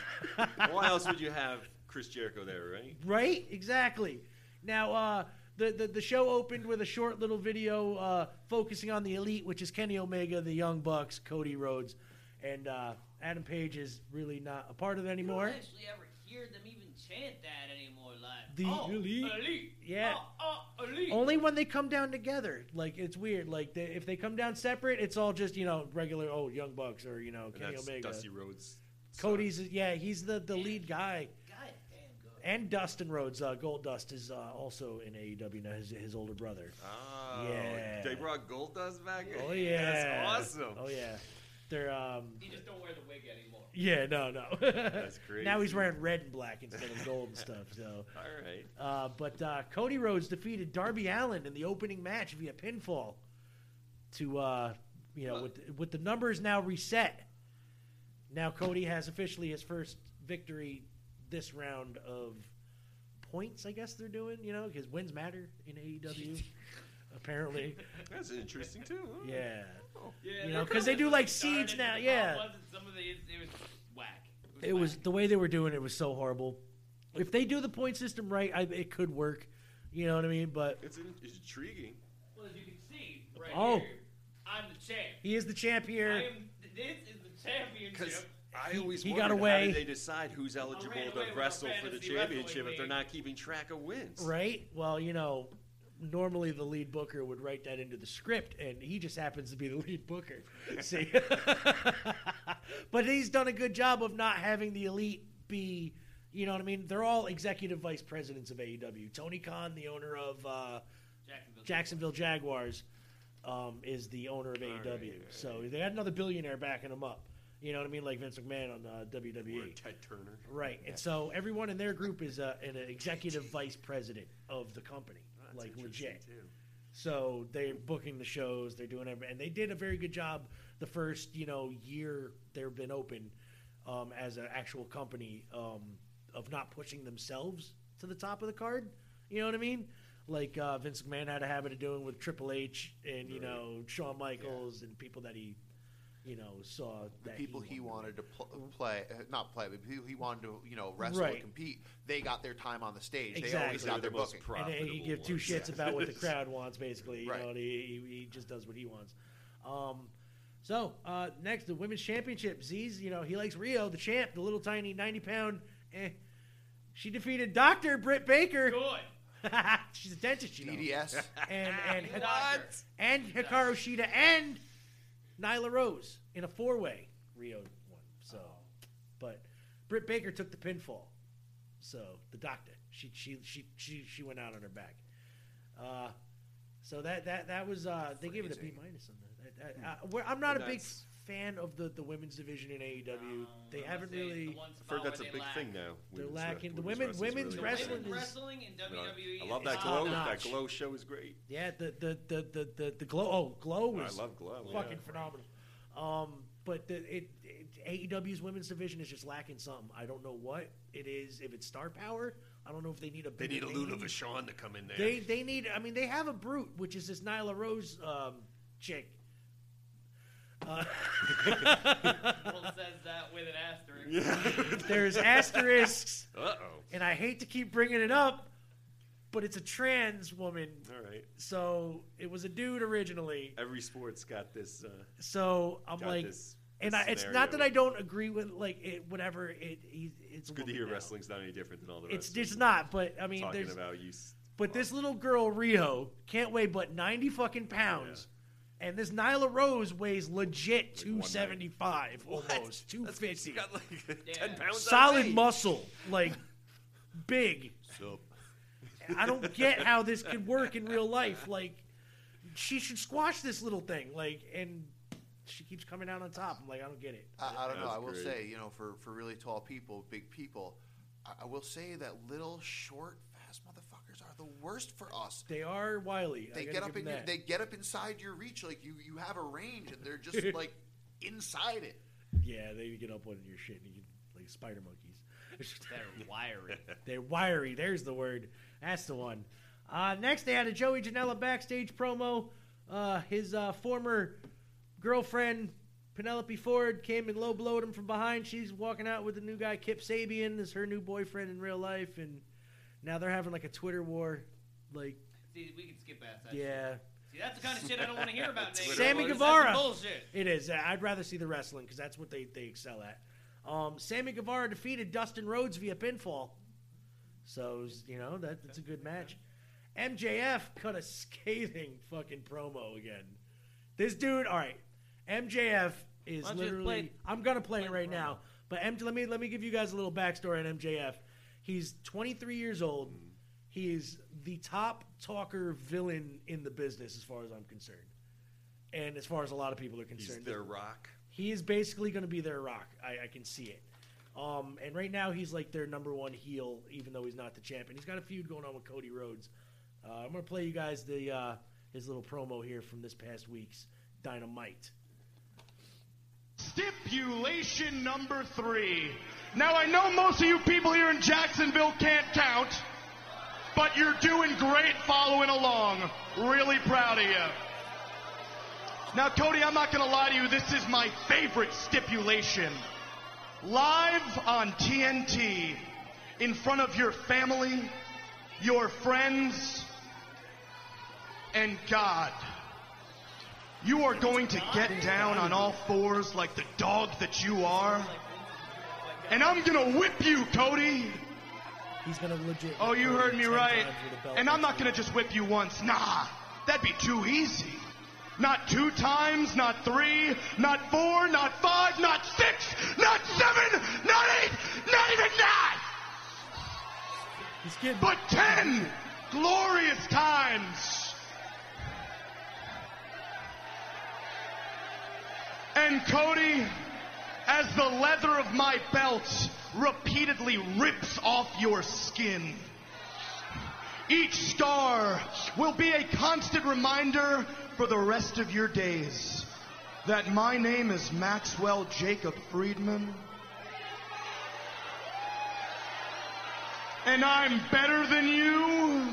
Why else would you have Chris Jericho there, right? right? Exactly. Now, uh, the, the the show opened with a short little video uh, focusing on the elite, which is Kenny Omega, the Young Bucks, Cody Rhodes, and uh, Adam Page is really not a part of it I anymore. don't actually ever hear them even chant that anymore live. The oh, elite. elite. Yeah. Oh, oh, elite. Only when they come down together, like it's weird. Like they, if they come down separate, it's all just you know regular oh Young Bucks or you know And Kenny that's Omega. Dusty Rhodes. Cody's yeah, he's the, the lead guy. God damn. and Dustin Rhodes, uh, Gold Dust is uh, also in AEW now. His, his older brother. Oh, yeah. They brought Gold Dust back. Oh yeah. that's awesome. Oh yeah. They're um. You just don't wear the wig anymore. Yeah, no, no. That's crazy. now he's wearing red and black instead of gold and stuff. So. All right. Uh, but uh, Cody Rhodes defeated Darby Allen in the opening match via pinfall. To uh, you know, with with the numbers now reset. Now Cody has officially his first victory this round of points. I guess they're doing you know because wins matter in AEW. apparently, That's interesting too. huh? yeah. Yeah, you they're know, because they do like seeds Started, now. the Yeah. problem was that Some of the it was whack. It was the way they were doing it was so horrible. If they do the point system right, I, it could work. You know what I mean? But It's, in, it's intriguing. Well, as you can see right Oh. here, I'm the champ. he is the champ I here. am, this is the championship. I always he wondered, got How away. do they decide who's eligible Oh, away with to our wrestle for the fantasy championship wrestling if they're league. not keeping track of wins? Right? Well, you know, normally the lead booker would write that into the script, and he just happens to be the lead booker. See? but he's done a good job of not having the elite be, you know what I mean? They're all executive vice presidents of AEW. Tony Khan, the owner of uh, Jacksonville. Jacksonville Jaguars, um, is the owner of AEW. So they had another billionaire backing them up. You know what I mean? Like Vince McMahon on uh, WWE. Or Ted Turner. Right, and so everyone in their group is uh, an executive vice president of the company, like legit. So they're booking the shows, they're doing everything, and they did a very good job the first you know year they've been open um, as an actual company um, of not pushing themselves to the top of the card. You know what I mean? Like uh, Vince McMahon had a habit of doing with Triple H and you know Shawn Michaels and people that he you know saw the that people he wanted. wanted to pl- play, uh, not play, but people he wanted to, you know, wrestle Right. and compete. They got their time on the stage. They Exactly. always got their booking. And he- he give two shits about what the crowd wants, basically. You Right. know, and he, he, he just does what he wants. Um, so uh, next, the women's championship. Z's, you know, he likes Rio, the champ, the little tiny ninety pound. Eh. She defeated Doctor Britt Baker. Good. She's a dentist, you know. DDS. And and What? Hikaru- and Hikaru Shida and Nyla Rose in a four way Rio one. So, but Britt Baker took the pinfall. So the doctor, she she she she she went out on her back. Uh, so that that that was uh, they gave it a B minus on that. that, that uh, where- I'm not a big That's- fan of the the women's division in AEW. they haven't really. I've heard that's a big thing now. They're Women's lacking- wrest- the women's women- wrestling's women's really wrestling big. is- Wrestling in WWE. I love that is glow. top That notch. glow show is great. Yeah, the the the the the, the glow. Oh, glow I was love Glow, yeah. Fucking phenomenal. Um, but the, it, it AEW's women's division is just lacking something. I don't know what it is. If it's star power, I don't know if they need a. They need bigger a name. Luna Vachon to come in there. They they need. I mean, they have a brute, which is this Nyla Rose um, chick. Uh, Well, it says that with an asterisk. there's asterisks, Uh and I hate to keep bringing it up, but it's a trans woman. oh. All right. So it was a dude originally. Every sport's got this. Uh, So I'm got like, this- and this I, it's scenario. not that I don't agree with like it, whatever it. He, It's it's a good to woman hear now. wrestling's not any different than all the rest. It's of it's it. not, but I mean, talking there's about you. s- but this little girl Rio can't weigh but ninety fucking pounds, and this Nyla Rose weighs legit two seventy five almost two She fifty. got like ten pounds. Solid muscle, like big. So I don't get how this could work in real life. Like, she should squash this little thing. Like, and she keeps coming out on top. I'm like, I don't get it. I, I don't know. That's I will great. say, you know, for, for really tall people, big people, I, I will say that little, short, fast motherfuckers are the worst for us. They are wily. I They gotta get give up in them your, that. they get up inside your reach. Like you, you have a range, and they're just like inside it. Yeah, they get up on your shit and you like spider monkeys. They're wiry. They're wiry. There's the word. That's the one. Uh, next, they had a Joey Janela backstage promo. Uh, his uh, former girlfriend, Penelope Ford, came and low blowed him from behind. She's walking out with the new guy, Kip Sabian, is her new boyfriend in real life. And now they're having like a Twitter war. Like, See, we can skip past that. yeah. See, that's the kind of shit I don't want to hear about. Nate. Sammy That's Guevara. Bullshit. It is. Uh, I'd rather see the wrestling because that's what they, they excel at. Um, Sammy Guevara defeated Dustin Rhodes via pinfall. So, you know, that, that's a good match. MJF cut a scathing fucking promo again. This dude, all right. MJF is Why don't you literally. play- I'm gonna play play it the right promo. now, but M- let me let me give you guys a little backstory on MJF. He's 23 years old. He is the top talker villain in the business, as far as I'm concerned, and as far as a lot of people are concerned. their rock. He is basically going to be their rock. I, I can see it. Um, and right now he's like their number one heel, even though he's not the champ. And he's got a feud going on with Cody Rhodes. Uh, I'm going to play you guys the uh, his little promo here from this past week's Dynamite. Stipulation number three. Now, I know most of you people here in Jacksonville can't count, but you're doing great following along. Really proud of you. Now, Cody, I'm not going to lie to you. This is my favorite stipulation. Live on TNT, in front of your family, your friends, and God. You are going to get down on all fours like the dog that you are. And I'm going to whip you, Cody. He's going to legit. Oh, you heard me right. times with a belt. And I'm not going to just whip you once. Nah, that'd be too easy. Not two times, not three, not four, not five, not six, not seven, not eight, not even nine. But ten glorious times. And Cody, as the leather of my belt repeatedly rips off your skin, each scar will be a constant reminder for the rest of your days that my name is Maxwell Jacob Friedman. And I'm better than you.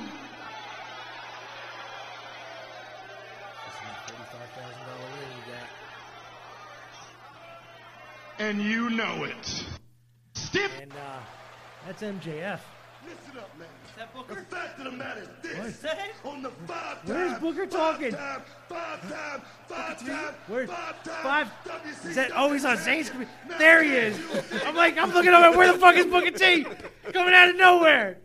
And you know it. Stiff. And uh, that's MJF. Listen up, man. The fact of the matter is What? this. On the five Where's time, Booker five talking? Time, five time, five time, Where's five time. five? WCW Is that always on champion. Zane's? screen? There he is. I'm like, I'm looking over. Where the fuck is Booker T? Coming out of nowhere.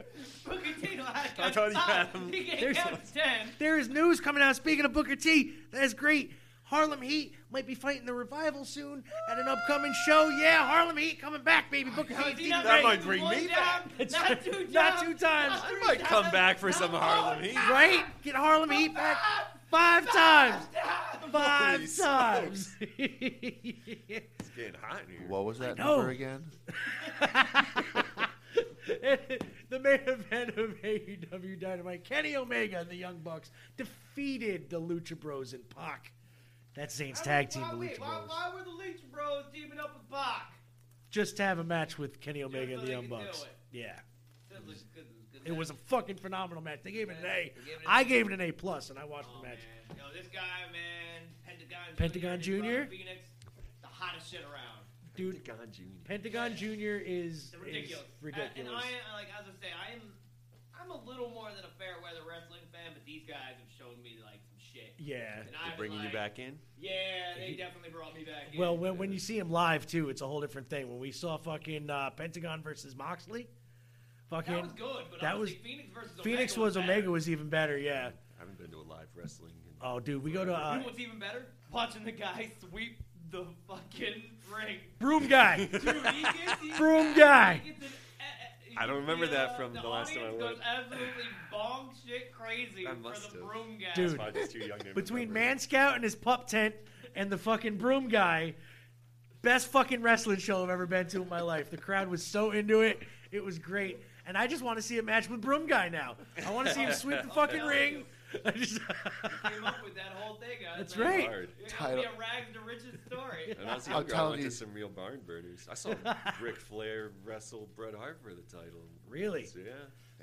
I told you, Adam. He gave There's- out 10. There is news coming out. Speaking of Booker T, that's great. Harlem Heat might be fighting the revival soon at an upcoming show. Yeah, Harlem Heat coming back, baby. Booker T. Is he T- not Ray. right? One down, not two down, Not two times. not three down, Come back for some Harlem Heat. Right? Get Harlem Heat back five times. Holy Five smokes. times. It's getting hot in here. What was that know. number again? the main event of AEW Dynamite, Kenny Omega and the Young Bucks defeated the Lucha Bros and Pac. That's Zane's tag team, the Lucha Wait, why, Bros. why were the Leech Bros teaming up with Pac? Just to have a match with Kenny so Omega and the they Young could do Bucks. it. Yeah. That looks good. that looks good. It was a fucking phenomenal match. They gave it an A. They gave it an I A. Oh, gave it an A plus, and I watched the match. Yo, this guy, man, Pentagon. Pentagon Jr. and his Jr.? brother Phoenix, the hottest shit around. Dude, Pentagon Jr. Pentagon Junior is They're ridiculous. Is ridiculous. And I, I- like, as I say, I'm, I'm a little more than a fair weather wrestling fan, but these guys have shown me like some shit. Yeah. And They're I've been bringing you like, back in. Yeah, they definitely brought me back. in. well, when, when you see him live too, it's a whole different thing. When we saw fucking uh, Pentagon versus Moxley, fucking that was good, but that honestly, was- Phoenix versus Phoenix Omega was better. Omega was even better. Yeah. I haven't been to a Uh, live wrestling. in- Oh, dude, we go to You uh, know what's even better? Watching the guy sweep the fucking ring. Broom Guy. Dude, he gets- he- Broom Guy. he gets an- a- a- I don't remember that from the, the last time I audience went. goes absolutely bong shit crazy I for must the have. broom guy. Dude. I'm just too young to between remember. Man Scout and his pup tent and the fucking broom guy, best fucking wrestling show I've ever been to in my life. The crowd was so into it. It was great. And I just want to see a match with Broom Guy now. I want to see him sweep the I'm fucking telling ring. you. I just- Came up with that whole thing. I was That's like, right. Hard. It's gonna Title- be a rags to riches story. When I was I'm younger, I telling went you. to some real barn burners. I saw Ric Flair wrestle Bret Hart for the title. Really? So, yeah.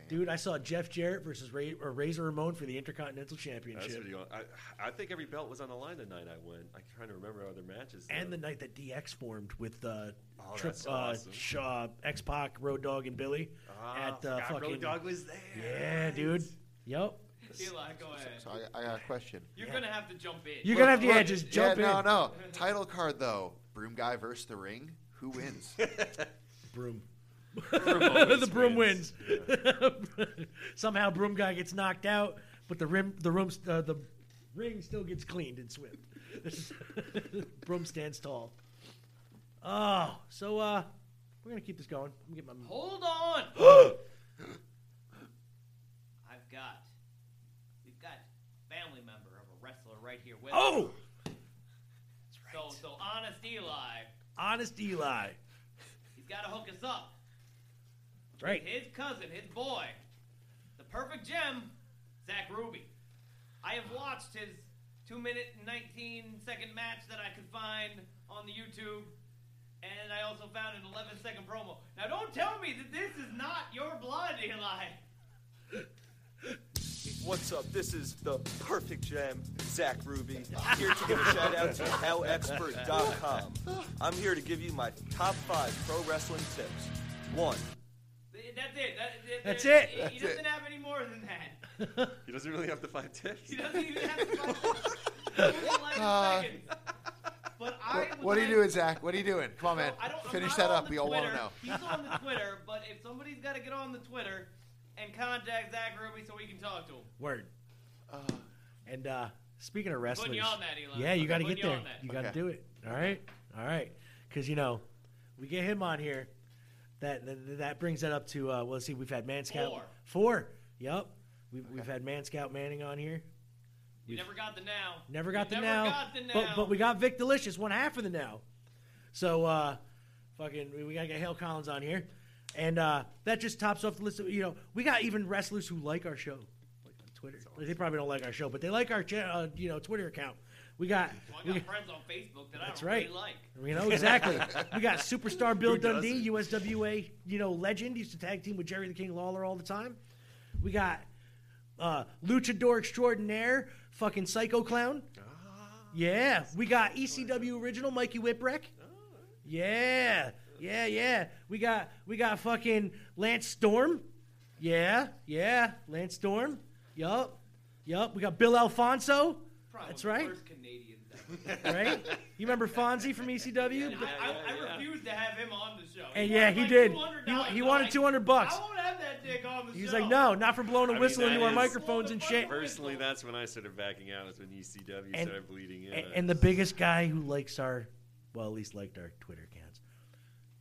Dude, I saw Jeff Jarrett versus Ray, or Razor Ramon for the Intercontinental That's Championship. pretty cool. I, I think every belt was on the line the night I went. I'm trying to remember other matches. And though. the night that DX formed with uh, Oh, Trip, that's uh, awesome. Sh- uh, X Pac, Road Dog, and Billy Ah, at uh, forgot Road fucking. Dogg was there. Yeah, dude. Yep. Eli, go ahead. So I, I got a question. You're gonna have to jump in. You're gonna have to yeah, Look, just jump yeah, in. No, no. Title card though. Broom guy versus the ring. Who wins? Broom. Broom always the broom wins. wins. Somehow, broom guy gets knocked out, but the rim, the room, uh, the ring still gets cleaned and swept. broom stands tall. Oh, so uh, We're gonna keep this going. I'm gonna get my Hold on. I've got. We've got a family member of a wrestler right here with us. Oh! So, so honest Eli, honest Eli. he's got to hook us up. That's right. His cousin, his boy, the perfect gem, Zach Ruby. I have watched his two minute and 19 second match that I could find on the YouTube, and I also found an 11 second promo. Now, don't tell me that this is not your blood, Eli. What's up? This is the perfect gem, Zach Ruby, here to give a shout out to LExpert.com. I'm here to give you my top five pro wrestling tips. One, That's it. That- that- That's that- it. He, That's he it. doesn't have any more than that. He doesn't really have the five tips. He doesn't even have five Uh, seconds. But I What, would what are you like- doing, Zach? What are you doing? Come on, man. I don't, I'm Finish not that on up. the We all want to Twitter. know. He's on the Twitter, but if somebody's got to get on the Twitter and contact Zach Ruby so we can talk to him. Word. and uh, speaking of wrestlers, putting you on that, Eli. yeah, you I'm got to putting get you there. on that. You got to Okay. do it. All right, all right, because you know, we get him on here. That that, that brings that up to uh, well, let's see, we've had Man Scout Four. four. Yep, we've we've had Man Scout Manning on here. You never got the now. Never got You the never now, got the but now. but we got Vic Delicious, one half of the now. So uh, fucking, we, we gotta get Hale Collins on here, and uh, that just tops off the list. Of, you know, we got even wrestlers who like our show, like on Twitter. They probably don't like our show, but they like our cha- uh, you know Twitter account. We got, Well, I we got got- friends on Facebook that That's I don't right. really like. you know exactly. we got superstar Bill Who doesn't? Dundee, USWA, you know legend. He used to tag team with Jerry the King Lawler all the time. We got uh, luchador extraordinaire, fucking psycho clown. Ah. Yeah, we got ECW original Mikey Whipwreck. Yeah, yeah, yeah. We got we got fucking Lance Storm. Yeah, yeah, Lance Storm. Yup, yup. We got Bill Alfonso. Probably That's right, First Canadian. right. You remember Fonzie from E ECW? And I, I, I refused to have him on the show. And yeah, wanted he like did. $200. He, wa- he I'm wanted like, two hundred bucks. I won't have that dick on the show. He's like, no, not for blowing a whistle into that our is- microphones and shit. Personally, that's when I started backing out. Is when ECW And- started bleeding in. A- And, the biggest guy who likes our, well, at least liked our Twitter accounts,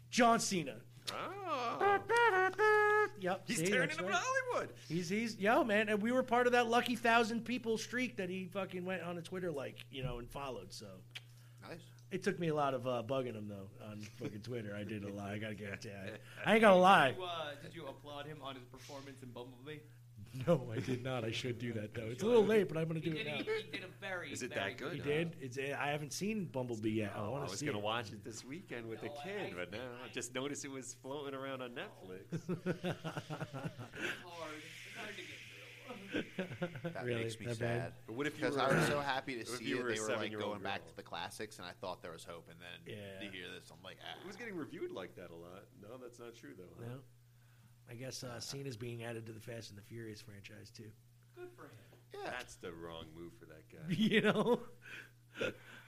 John Cena. Yep, Oh. He's see, tearing it that's up in right. Hollywood. He's he's yo man, and we were part of that lucky thousand people streak that he fucking went on a Twitter like you know and followed. So nice. It took me a lot of uh, bugging him though on fucking Twitter. I did a lot. I gotta get it. I ain't gonna lie. Did you, uh, did you applaud him on his performance in Bumblebee? No, I did not. I should do that though. It's a little late, but I'm gonna He do it did- now. he- he did a very, Is it very that good He good? did. It's, eh, I haven't seen Bumblebee yet. I Oh, I want to was see. gonna it. watch it this weekend with the kid, but now I just noticed it was floating around on Netflix. That Really? makes me That sad. bad? But what if you because were- I was so happy to what if see you that were a they were like seven-year-old going back to the classics, and I thought there was hope. And then to hear this, I'm like, ah. It was getting reviewed like that a lot. No, that's not true though. huh? No. I guess uh, Cena's being added to the Fast and the Furious franchise too. That's the wrong move for that guy. you know,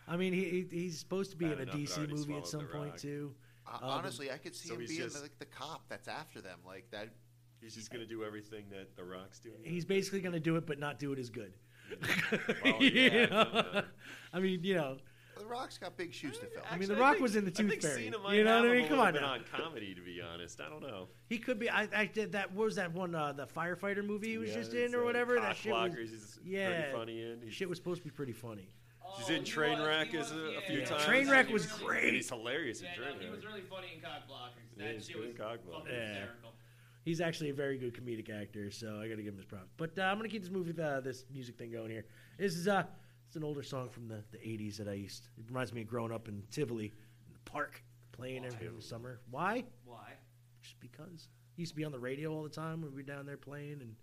I mean, he, he he's supposed to be Bad in a enough it DC already movie swallowed at the some point rock. too. Uh, Um, honestly, I could see so him he's being just- the, like the cop that's after them. Like that. He's just gonna do everything that The Rock's doing. he's basically going to do it, but not do it as good. Well, You yeah, know? no, I mean, you know, The Rock's got big shoes to fill. I mean, The Rock was in the I Tooth think Fairy. Cena might You know have what I him a mean? Come little on bit on now. comedy, to be honest. I don't know. He could be. I, I did that. What was that one? Uh, the firefighter movie he was Yeah, just in, it's, or uh, whatever. That Cock shit was. Blockers is pretty yeah, funny in. He's- shit was supposed to be pretty funny. He's in Trainwreck as a, a few Yeah. times. Trainwreck was And great. He's hilarious Yeah, in no, Trainwreck. he was really funny in Cock Blockers. Yeah, That he's shit good in was Cock fucking Blockers. Yeah. hysterical. He's actually a very good comedic actor, so I got to give him his props. But uh, I'm gonna keep this movie, uh, this music thing going here. This is uh, it's an older song from the, the '80s that I used. It reminds me of growing up in Tivoli, in the park, playing every in the summer. Why? Why? Just because. It used to be on the radio all the time when we were down there playing, and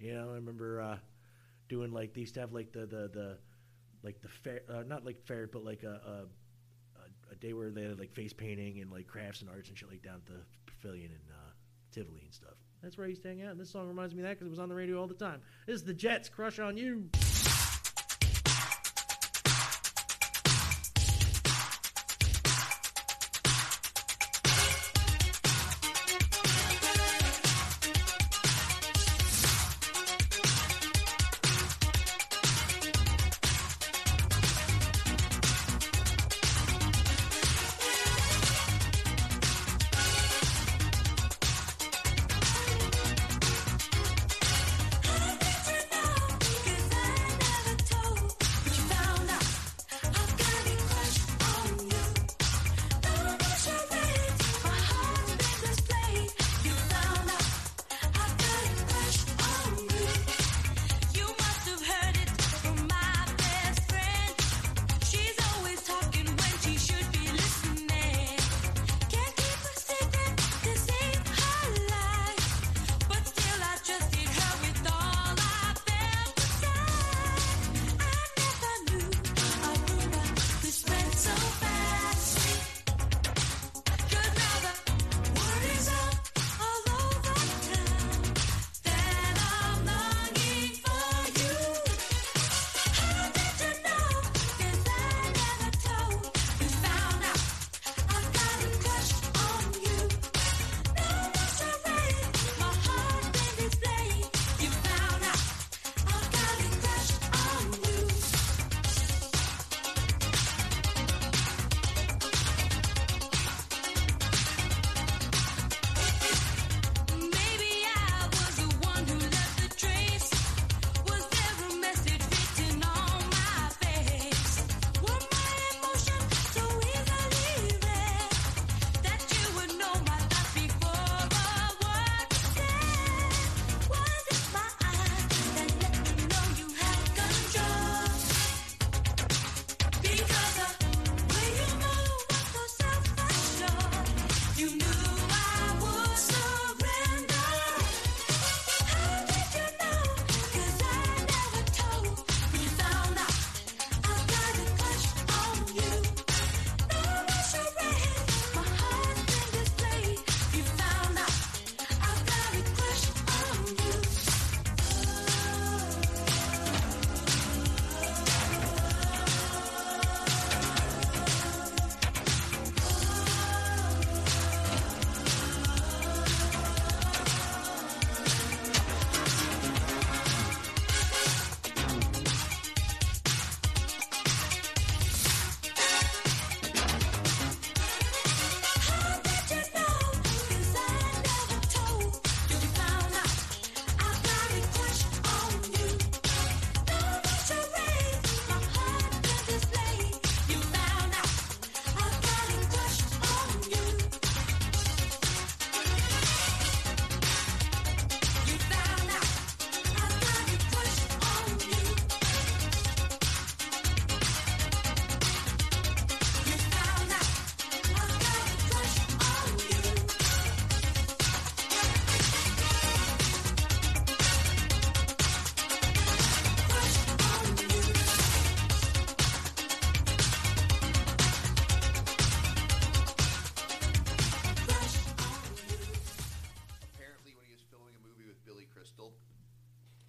you know, I remember uh, doing like they used to have like the the the like the fair, uh, not like fair, but like a, a a day where they had like face painting and like crafts and arts and shit like down at the pavilion in uh, Tivoli and stuff. That's where I used to hang out. And this song reminds me of that because it was on the radio all the time. This is the Jets' "Crush on You." Crush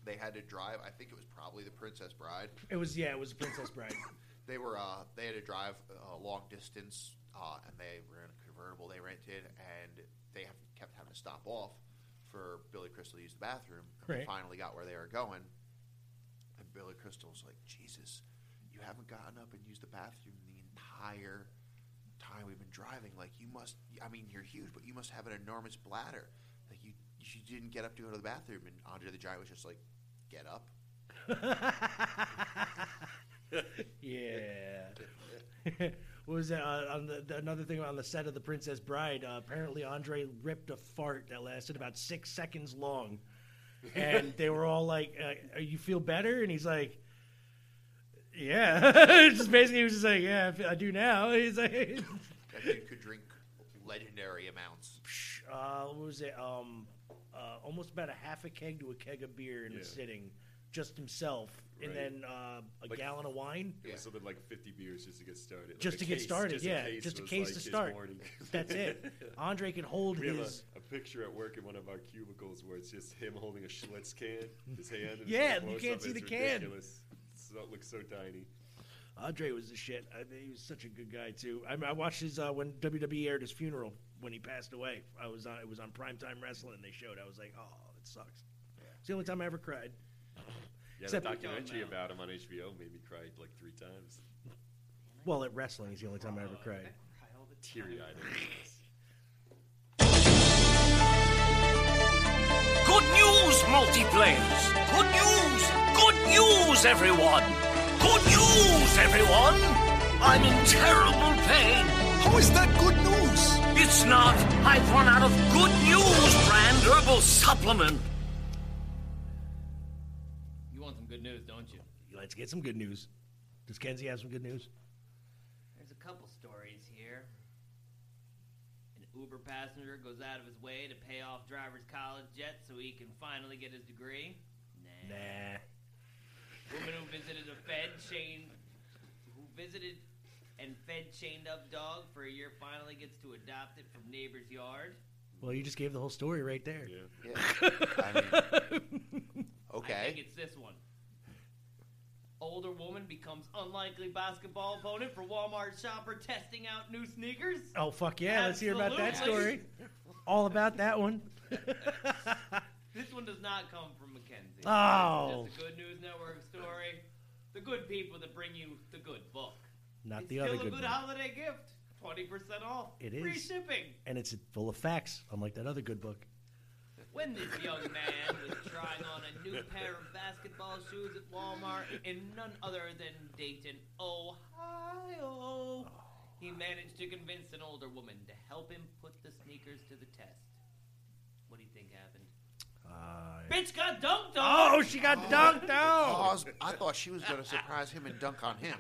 they had to drive. I think it was probably the Princess Bride. It was yeah, it was Princess Bride. They were uh, they had to drive a long distance, uh, and they were in a convertible they rented, and they have, kept having to stop off for Billy Crystal to use the bathroom. And They Right. finally got where they were going, and Billy Crystal was like, "Jesus, you haven't gotten up and used the bathroom the entire time we've been driving. Like you must. I mean, you're huge, but you must have an enormous bladder. Like you, you didn't get up to go to the bathroom." And Andre the Giant was just like, "Get up." yeah. what was that uh, on the, the- another thing on the set of the Princess Bride? Uh, apparently, Andre ripped a fart that lasted about six seconds long, and they were all like, uh, "Are you feel better?" And he's like. Yeah, just basically, he was just like, yeah, I feel- I do now. He's like, That dude could drink legendary amounts. uh, what was it? Um, uh, almost about a half a keg to a keg of beer in Yeah. a sitting, just himself, and Right. then uh, a Like- gallon of wine. It was something like 50 beers just to get started. Like just a to get case- started, just yeah, just a was case like to his start. morning. That's it. Andre could hold we his- Have a, a picture at work in one of our cubicles where it's just him holding a Schlitz can, his hand. and Yeah, it's a you close-up, can't see it's the can. ridiculous. So, it looks so tiny. Andre was the shit. I, think he was such a good guy too. I, I watched his uh, when WWE aired his funeral when he passed away. I was on it was on primetime wrestling. They showed. I was like, oh, that sucks. It's the only time I ever cried. Yeah, Except- the documentary about him on HBO made me cry like three times. Well, at wrestling is the only time I Oh, ever cried. Teary eyed. Good news, multiplayers! Good news! Good news, everyone! Good news, everyone! I'm in terrible pain. How is that good news? It's not. I've run out of good news brand herbal supplement. You want some good news, don't you? Let's get some good news. Does Kenzie have some good news? There's a couple stories here. An Uber passenger goes out of his way to pay off driver's college debt so he can finally get his degree. Nah. Woman who visited a fed chained, who visited and fed chained up dog for a year finally gets to adopt it from neighbor's yard. Well, you just gave the whole story right there. Yeah. I I think Okay. it's this one. Older woman becomes unlikely basketball opponent for Walmart shopper testing out new sneakers. oh fuck yeah! Let's hear about that story. Absolutely. All about that one. This one does not come from Mackenzie. Oh. It's just a Good News Network story. The good people that bring you the good book. Not It's the other still a good good one. holiday gift. 20% off. It is Free shipping. and it's full of facts, unlike that other good book. When this young man was trying on a new pair of basketball shoes at Walmart in none other than Dayton, Ohio, he managed to convince an older woman to help him put the sneakers to the test. What do you think happened? Uh, Bitch got dunked on! Oh, she got dunked on! on. I, was- I thought she was going to surprise him and dunk on him.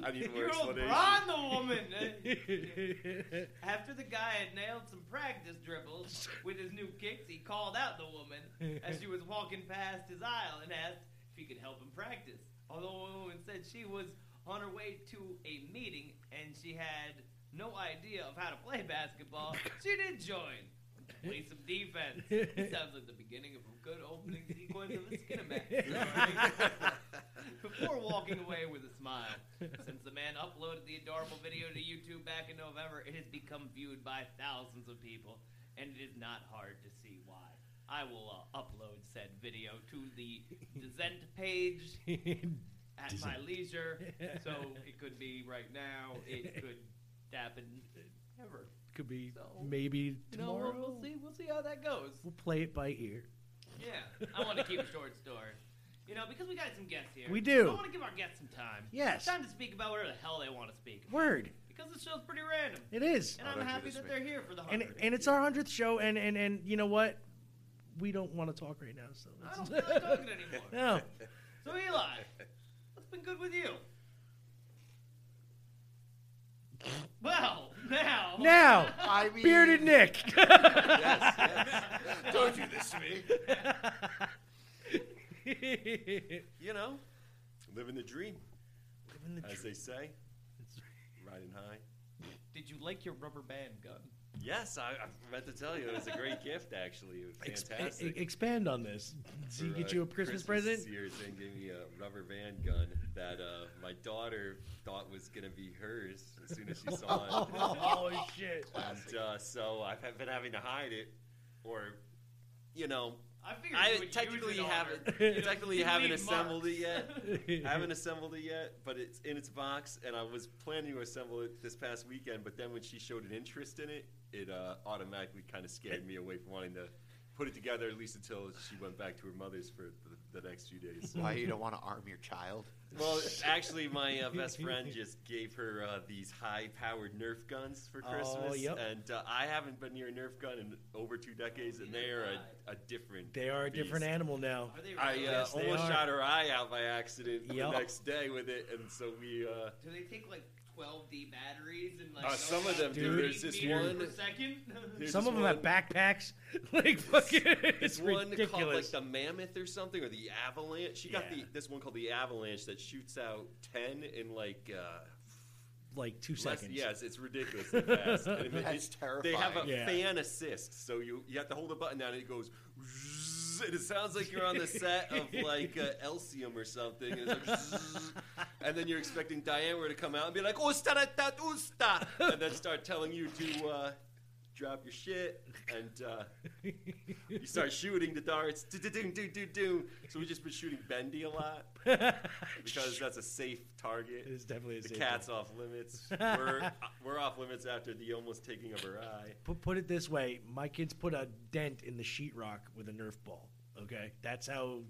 I need You LeBron the woman. After the guy had nailed some practice dribbles with his new kicks, he called out the woman as she was walking past his aisle and asked if he could help him practice. Although the woman said she was on her way to a meeting and she had no idea of how to play basketball, she did join. Play some defense. This sounds like the beginning of a good opening sequence of a Skinamax. Before walking away with a smile, since the man uploaded the adorable video to YouTube back in November, it has become viewed by thousands of people, and it is not hard to see why. I will uh, upload said video to the Dissent page at my Dissent. leisure, so it could be right now, it could happen ever. Could be So, maybe You know, tomorrow. we'll, we'll see. We'll see how that goes. We'll play it by ear. Yeah, I want to keep a short story. You know, because we got some guests here. We do. I want to give our guests some time. Yes. Time to speak about whatever the hell they want to speak. about. Word. Because the show's pretty random. It is. And I'm happy that they're here for the And, hundred. and it's our hundredth show, and, and and you know what? We don't want to talk right now, so. I it's- don't feel like talking anymore. No. So Eli, what's been good with you? Well, now. Now, I mean- bearded Nick. Yes, yes. Don't do this to me. you know, Living the dream. Living the As they say. Riding high. Did you like your rubber band gun? Yes, I, I meant to tell you, it was a great gift, actually. It was E- fantastic. e- expand on this. Does he for, get uh, you a Christmas, present? this year, Zane gave me a rubber band gun that uh, my daughter thought was gonna be hers as soon as she saw it. Oh, shit. And uh, so I've ha- been having to hide it, or you know, I figured you I would use technically it on haven't her. You know, technically you haven't leave assembled it marks. yet. I haven't assembled it yet, but it's in its box, and I was planning to assemble it this past weekend. But then when she showed an interest in it, it uh, automatically kind of scared me away from wanting to. Put it together at least until she went back to her mother's for the, the next few days. Why you don't want to arm your child? Well, actually, my uh, best friend just gave her uh, these high-powered Nerf guns for Oh, Christmas, yep. and uh, I haven't been near a Nerf gun in over two decades, and they are a, a different. They are a different beast. animal now. I uh, Yes, they almost are. shot her eye out by accident Yep. the next day with it, and so we. Uh, Do they take like 12D batteries and like Uh, some of them do. There's this one- per second? there's Some this of them have one- backpacks. like fucking, it's this one called like ridiculous. the mammoth or something, or the avalanche. She got the this one called the avalanche that shoots out ten in like. Uh, Like two Less- seconds. Yes, it's ridiculous. and fast. And it- That's it- They have a terrifying. Yeah. fan assist, so you you have to hold a button down, and it goes. zzz, And it sounds like you're on the set of like uh, Elsium or something, and, it's like, zzz, and then you're expecting Diane were to come out and be like "Usta da da usta," and then start telling you to uh, drop your shit, and uh, you start shooting the darts. Do-do-do, do-do-do. So we've just been shooting Bendy a lot because that's a safe target. It's definitely a the safe cat's off limits. We're uh, we're off limits after the almost taking of her eye. Put, put it this way, my kids put a dent in the sheetrock with a Nerf ball. Okay, that's how.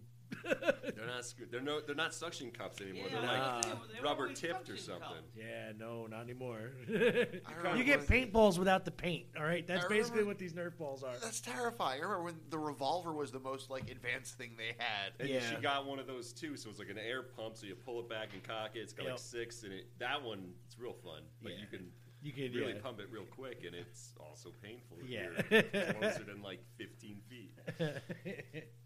They're not screw- they're no they're not suction cups anymore. Yeah, they're I like was gonna say, they were rubber always tipped or something. Yeah, no, oh, not anymore. remember you get paintballs without the paint. All right, that's I basically remember- what these Nerf balls are. That's terrifying. I remember when the revolver was the most like advanced thing they had. And she got one of those too, so it's like an air pump. So you pull it back and cock it. It's got Yep. like six in it. That one, it's real fun. Like Yeah. you can, You can, really yeah. pump it real quick, and it's also painful. if Yeah. you're closer than like fifteen feet.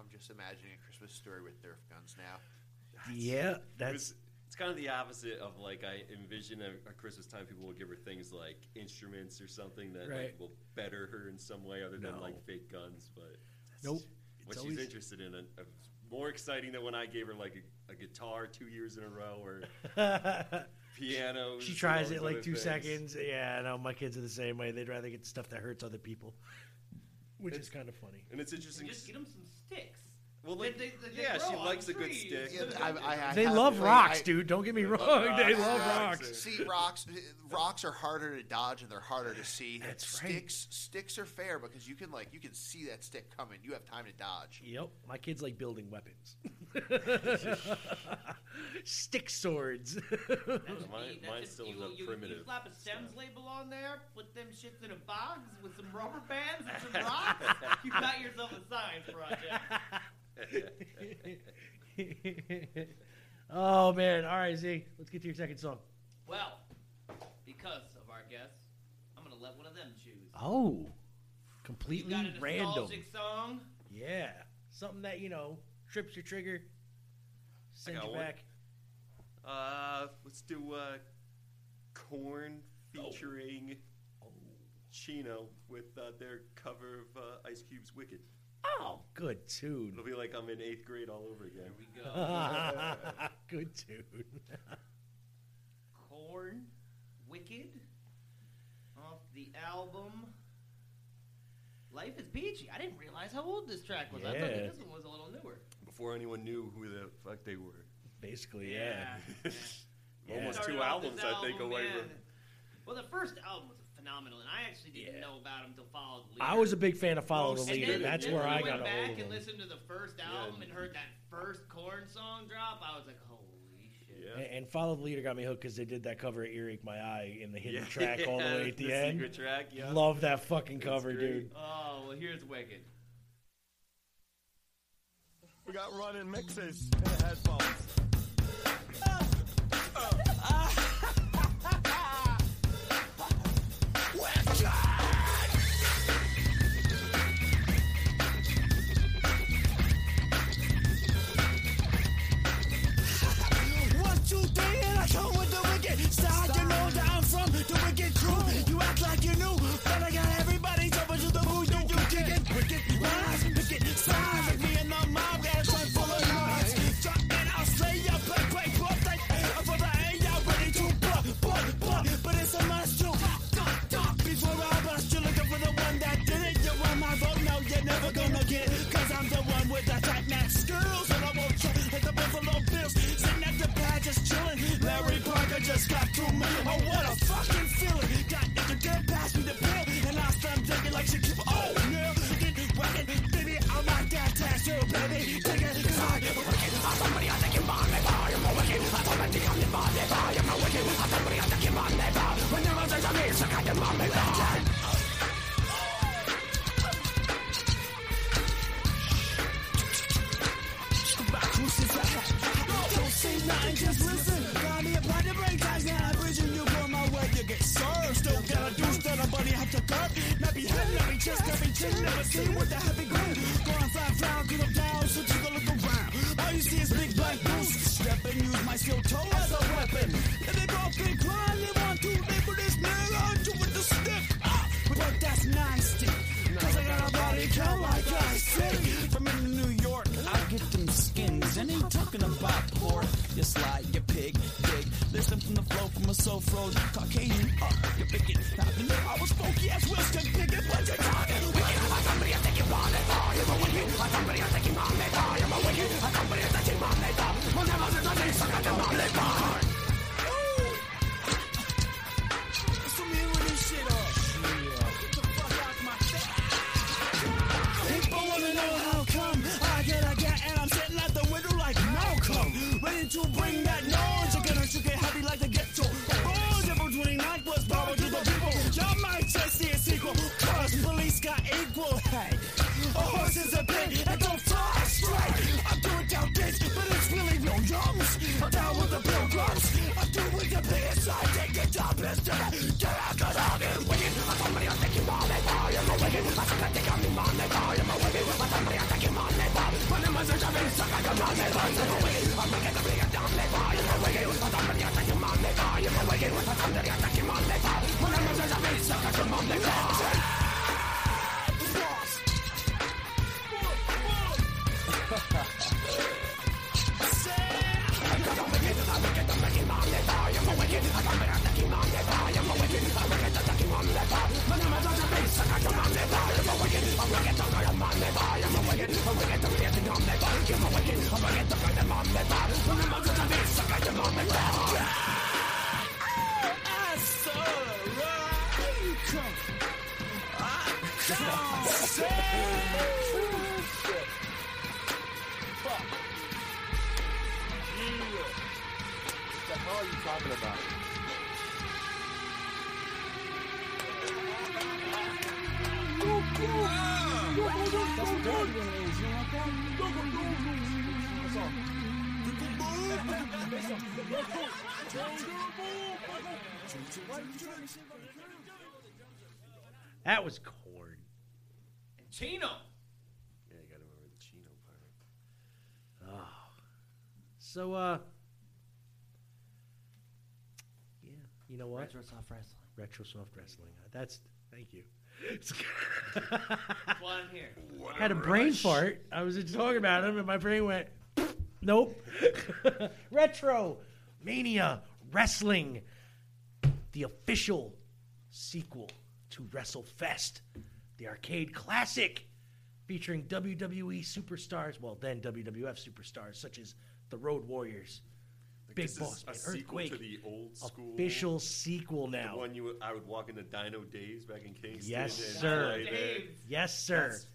I'm just imagining a Christmas story with Nerf guns now. Yeah, that's It's, it's kind of the opposite of like I envision at at Christmas time people will give her things like instruments or something that Right. like will better her in some way other than No. like fake guns. But Nope. what she's It's always- interested in uh, is more exciting than when I gave her like a, a guitar two years in a row or pianos. She and tries all it these like other two things. seconds. Yeah, no, my kids are the same way. They'd rather get stuff that hurts other people, which is kind of funny. And it's interesting. Just get them some sticks. Well, like, yeah, she likes a good stick. They love rocks, dude. Don't get me wrong. they love rocks. See, rocks, rocks are harder to dodge and they're harder to see. sticks, sticks are fair because you can like you can see that stick coming. You have time to dodge. Yep, my kids like building weapons. Stick swords. Mine, mine's still in the You, you primitive. slap a stems label on there, put them shits in a box with some rubber bands and some rocks. you got yourself a science project. oh man! All right, Z, let's get to your second song. well, because of our guests, I'm gonna let one of them choose. Oh, You completely got a random. nostalgic song. Yeah, something that you know trips your trigger, sends got you one. back. Uh, let's do uh, Corn Oh. featuring Chino with uh, their cover of uh, Ice Cube's "Wicked." Oh, good tune. It'll be like I'm in eighth grade all over again. Here Good tune. Corn, Wicked, off the album Life is Peachy. I didn't realize how old this track was. I thought Yeah. that this one was a little newer. Before anyone knew who the fuck they were. Basically, yeah. Yeah. Almost Started two off albums, this I think, album, away yeah. from. Well, the first album was phenomenal, and I actually didn't know about him until Follow the Leader. I was a big fan of Follow And the then- Leader. That's then where when I we got went a hold back of and him. listened to the first album and heard that first Corn song drop. I was like, holy shit. And, and Follow the Leader got me hooked because they did that cover of Earache My Eye in the hidden track all the Yeah, way at the, the end. secret track, yeah. Love that fucking It's cover, great. dude. Oh, well, here's Wicked. We got running mixes in the headphones. One, two, three, and I come with the wicked side. You know that I'm from the wicked crew. You act like you knew, but I got Oh, oh, Don't say nothing, just listen. Got me a plan to break ties now. Bridging you on my way, you get served. Still gotta do stuff, nobody have to curb. Not be head, not be chest, not be chin, never seen with a heavy grin. Going fly, fly, cause I'm down, so take a look around. All you see is big black goose. Step and use my steel toe as a weapon. If they go big crying, they want to label this nigga, I'll do with the stick. Ah, but that's nasty. Cause I got a body count like I say. From in New York, I get them skins. And ain't talking about pork. You slide, you pig, pig. Listen from the flow from a soul froze. Caucasian Uh, up, you bigot. Now, you know I was funky as Wilson Pickett, but you're talking wicked. Like somebody else taking on it. Oh, you're a wicked. Like somebody else taking on it. Oh, you're a wicked. Like somebody else taking on it. Oh, well, never did I think so. I don't want it. So me with this shit up. Get the fuck out my face. People wanna know how come I get, I get, and I'm sitting at the window like Malcolm. Ready to bring that noise. You're gonna shoot it happy like the ghetto. Bones, April 29th was power to the people. Y'all might just see a sequel. Cause police got equal hey. A horse is a pig and don't fly straight. I do it down this, but it's really no yums. I'm down with the pilgrims. I do it the biggest side. Take your job, mister. Get out, cause I'll be wicked. I'm somebody I think you want it. I am a wicked. I think I think I'm the man. I am a wicked. I'm somebody I think you want it. When I'm a such a bitch, I got money. I'm a wicked. I'm making the big down. I am a wicked. I'm somebody I think you want it. I am a wicked. I'm somebody I think you want it. When I'm a such a bitch, I got your money. What the hell are you talking about? That was corn. Chino. Yeah, you gotta remember the Chino part. Oh. So, uh, yeah, you know what? Retro soft wrestling. Retro soft wrestling. Uh, That's thank you. That's why I'm here. Had a brain fart. I was just talking about him, and my brain went, nope. Retro Mania Wrestling, the official sequel to WrestleFest, the arcade classic featuring WWE superstars, well, then WWF superstars such as the Road Warriors, Big this is Boss, a Man, sequel Earthquake. to the old school. official sequel now. The one you, I would walk into Dino Days back in Kingston. Yes, and sir. play that. Yes, sir. That's-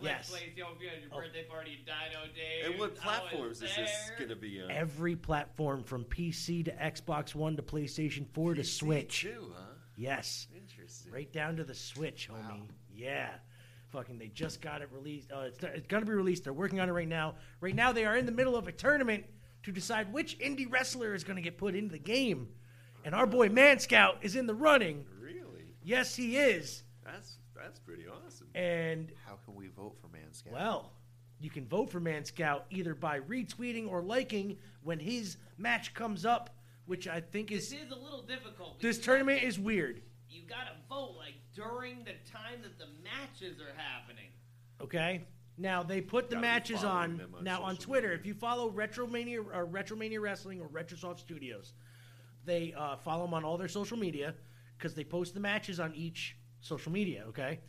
yes. Oh. Place, you know, if you had your birthday party, Dino Day. And what I was platforms is this there. gonna be on? Every platform from PC to Xbox One to PlayStation 4 to Switch. Two, huh? Yes. Interesting. Right down to the Switch, homie. Yeah. Fucking, they just got it released. Uh, it's, it's going to be released. They're working on it right now. Right now, they are in the middle of a tournament to decide which indie wrestler is going to get put into the game. And our boy Man Scout is in the running. Really? Yes, he is. That's that's pretty awesome. And How can we vote for Manscaped? Well, you can vote for Man Scout either by retweeting or liking when his match comes up, which I think This is is a little difficult. this because tournament is weird. You gotta vote like during the time that the matches are happening. Okay. Now they put the matches following on, them on now on social Twitter. If you follow Retromania or Retromania Wrestling or Retrosoft Studios, they uh, follow them on all their social media because they post the matches on each social media. Okay,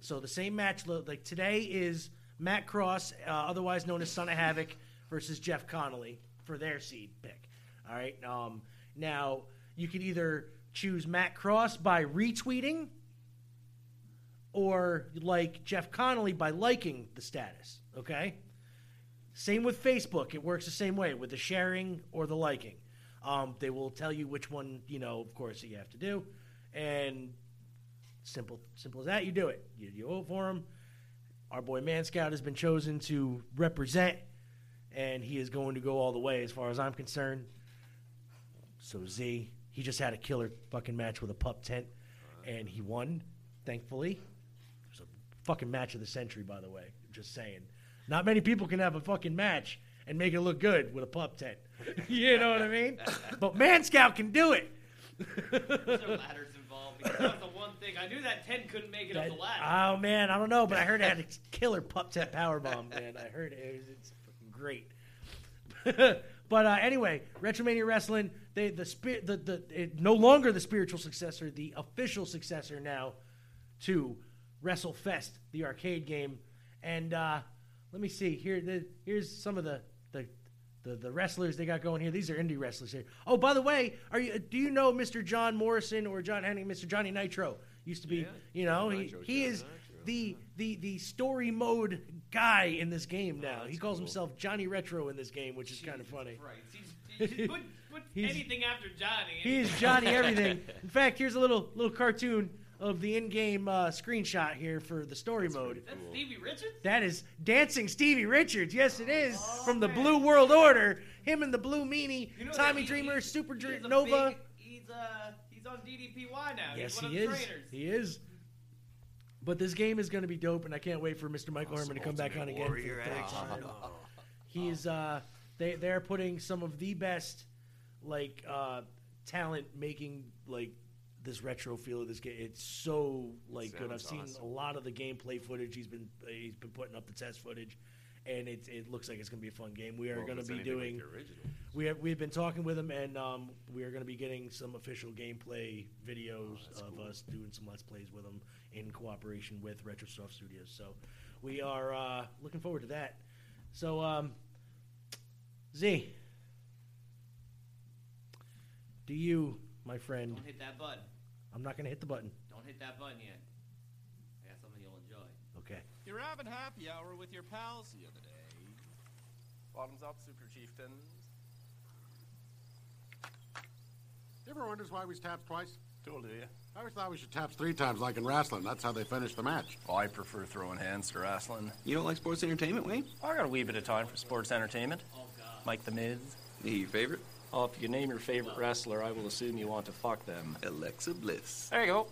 so the same match lo- like today is Matt Cross, uh, otherwise known as Son of Havoc, versus Jeff Connolly for their seed pick. All right. Um, now you can either choose Matt Cross by retweeting or like Jeff Connolly by liking the status. Okay. Same with Facebook. It works the same way with the sharing or the liking. Um, they will tell you which one, you know, of course, that you have to do. And simple, simple as that. You do it. You, you vote for him. Our boy Man Scout has been chosen to represent, and he is going to go all the way, as far as I'm concerned. So Z, he just had a killer fucking match with a pup tent, and he won, thankfully. It was a fucking match of the century, by the way. Just saying, not many people can have a fucking match and make it look good with a pup tent. you know what I mean? But Man Scout can do it. Was there ladders involved? Because that was the one thing I knew that ten couldn't make it up the ladder. Oh man, I don't know, but I heard it had a killer pup tent power bomb. Man, I heard it. it was, it's fucking great. but uh, anyway, Retromania Wrestling, they the spirit, the the it, no longer the spiritual successor, the official successor now to WrestleFest, the arcade game. And uh, let me see here. The, here's some of the, the the the wrestlers they got going here. These are indie wrestlers here. Oh, by the way, are you do you know Mr. John Morrison or John Henning, Mr. Johnny Nitro? Used to be, you know, he, Nitro, he Johnny is the the the story mode guy in this Oh, game now. he calls himself Johnny Retro in this game, which is kind of funny. He's- he's- Put, put He's- anything after Johnny. He is Johnny everything. In fact, here's a little little cartoon of the in-game uh, screenshot here for the story mode. That's Stevie Richards. That is dancing Stevie Richards. Yes, it is from the Blue World Order. Him and the Blue Meanie, Oh, You know Tommy that he- Dreamer, Super he is Dream a Nova. big- he's uh he's on DDPY now. Yes, he's one he of the is. Trainers. He is. But this game is going to be dope, and I can't wait for Mr. Michael Herman to come back on Ultimate again. For the Warrior third action. time. He is. Uh, they they are putting some of the best, like, uh, talent making like this retro feel of this game. It's so like good. I've Sounds seen awesome. a lot of the gameplay footage. He's been he's been putting up the test footage, and it it looks like it's going to be a fun game. We are Well, if going to it's be anything like doing. the original. We have we've been talking with him, and um, we are going to be getting some official gameplay Oh, videos of us doing some let's plays with him in cooperation with RetroSoft Studios. So we are uh, looking forward to that. So um, Z, do you, my friend? Don't hit that button. I'm not going to hit the button. Don't hit that button yet. I got something you'll enjoy. Okay. You were having happy hour with your pals the other day. Bottoms up, Super Chieftains. You ever wonders why we was tapped twice? Told you. I always thought we should Taps three times like in wrestling. That's how they finish the match. Well, I prefer throwing hands to wrestling. You don't like sports entertainment, Wayne? I got a wee bit of time for sports entertainment. Oh, God. Mike the Miz. Your favorite? Oh, if you name your favorite wrestler, I will assume you want to fuck them. Alexa Bliss. There you go.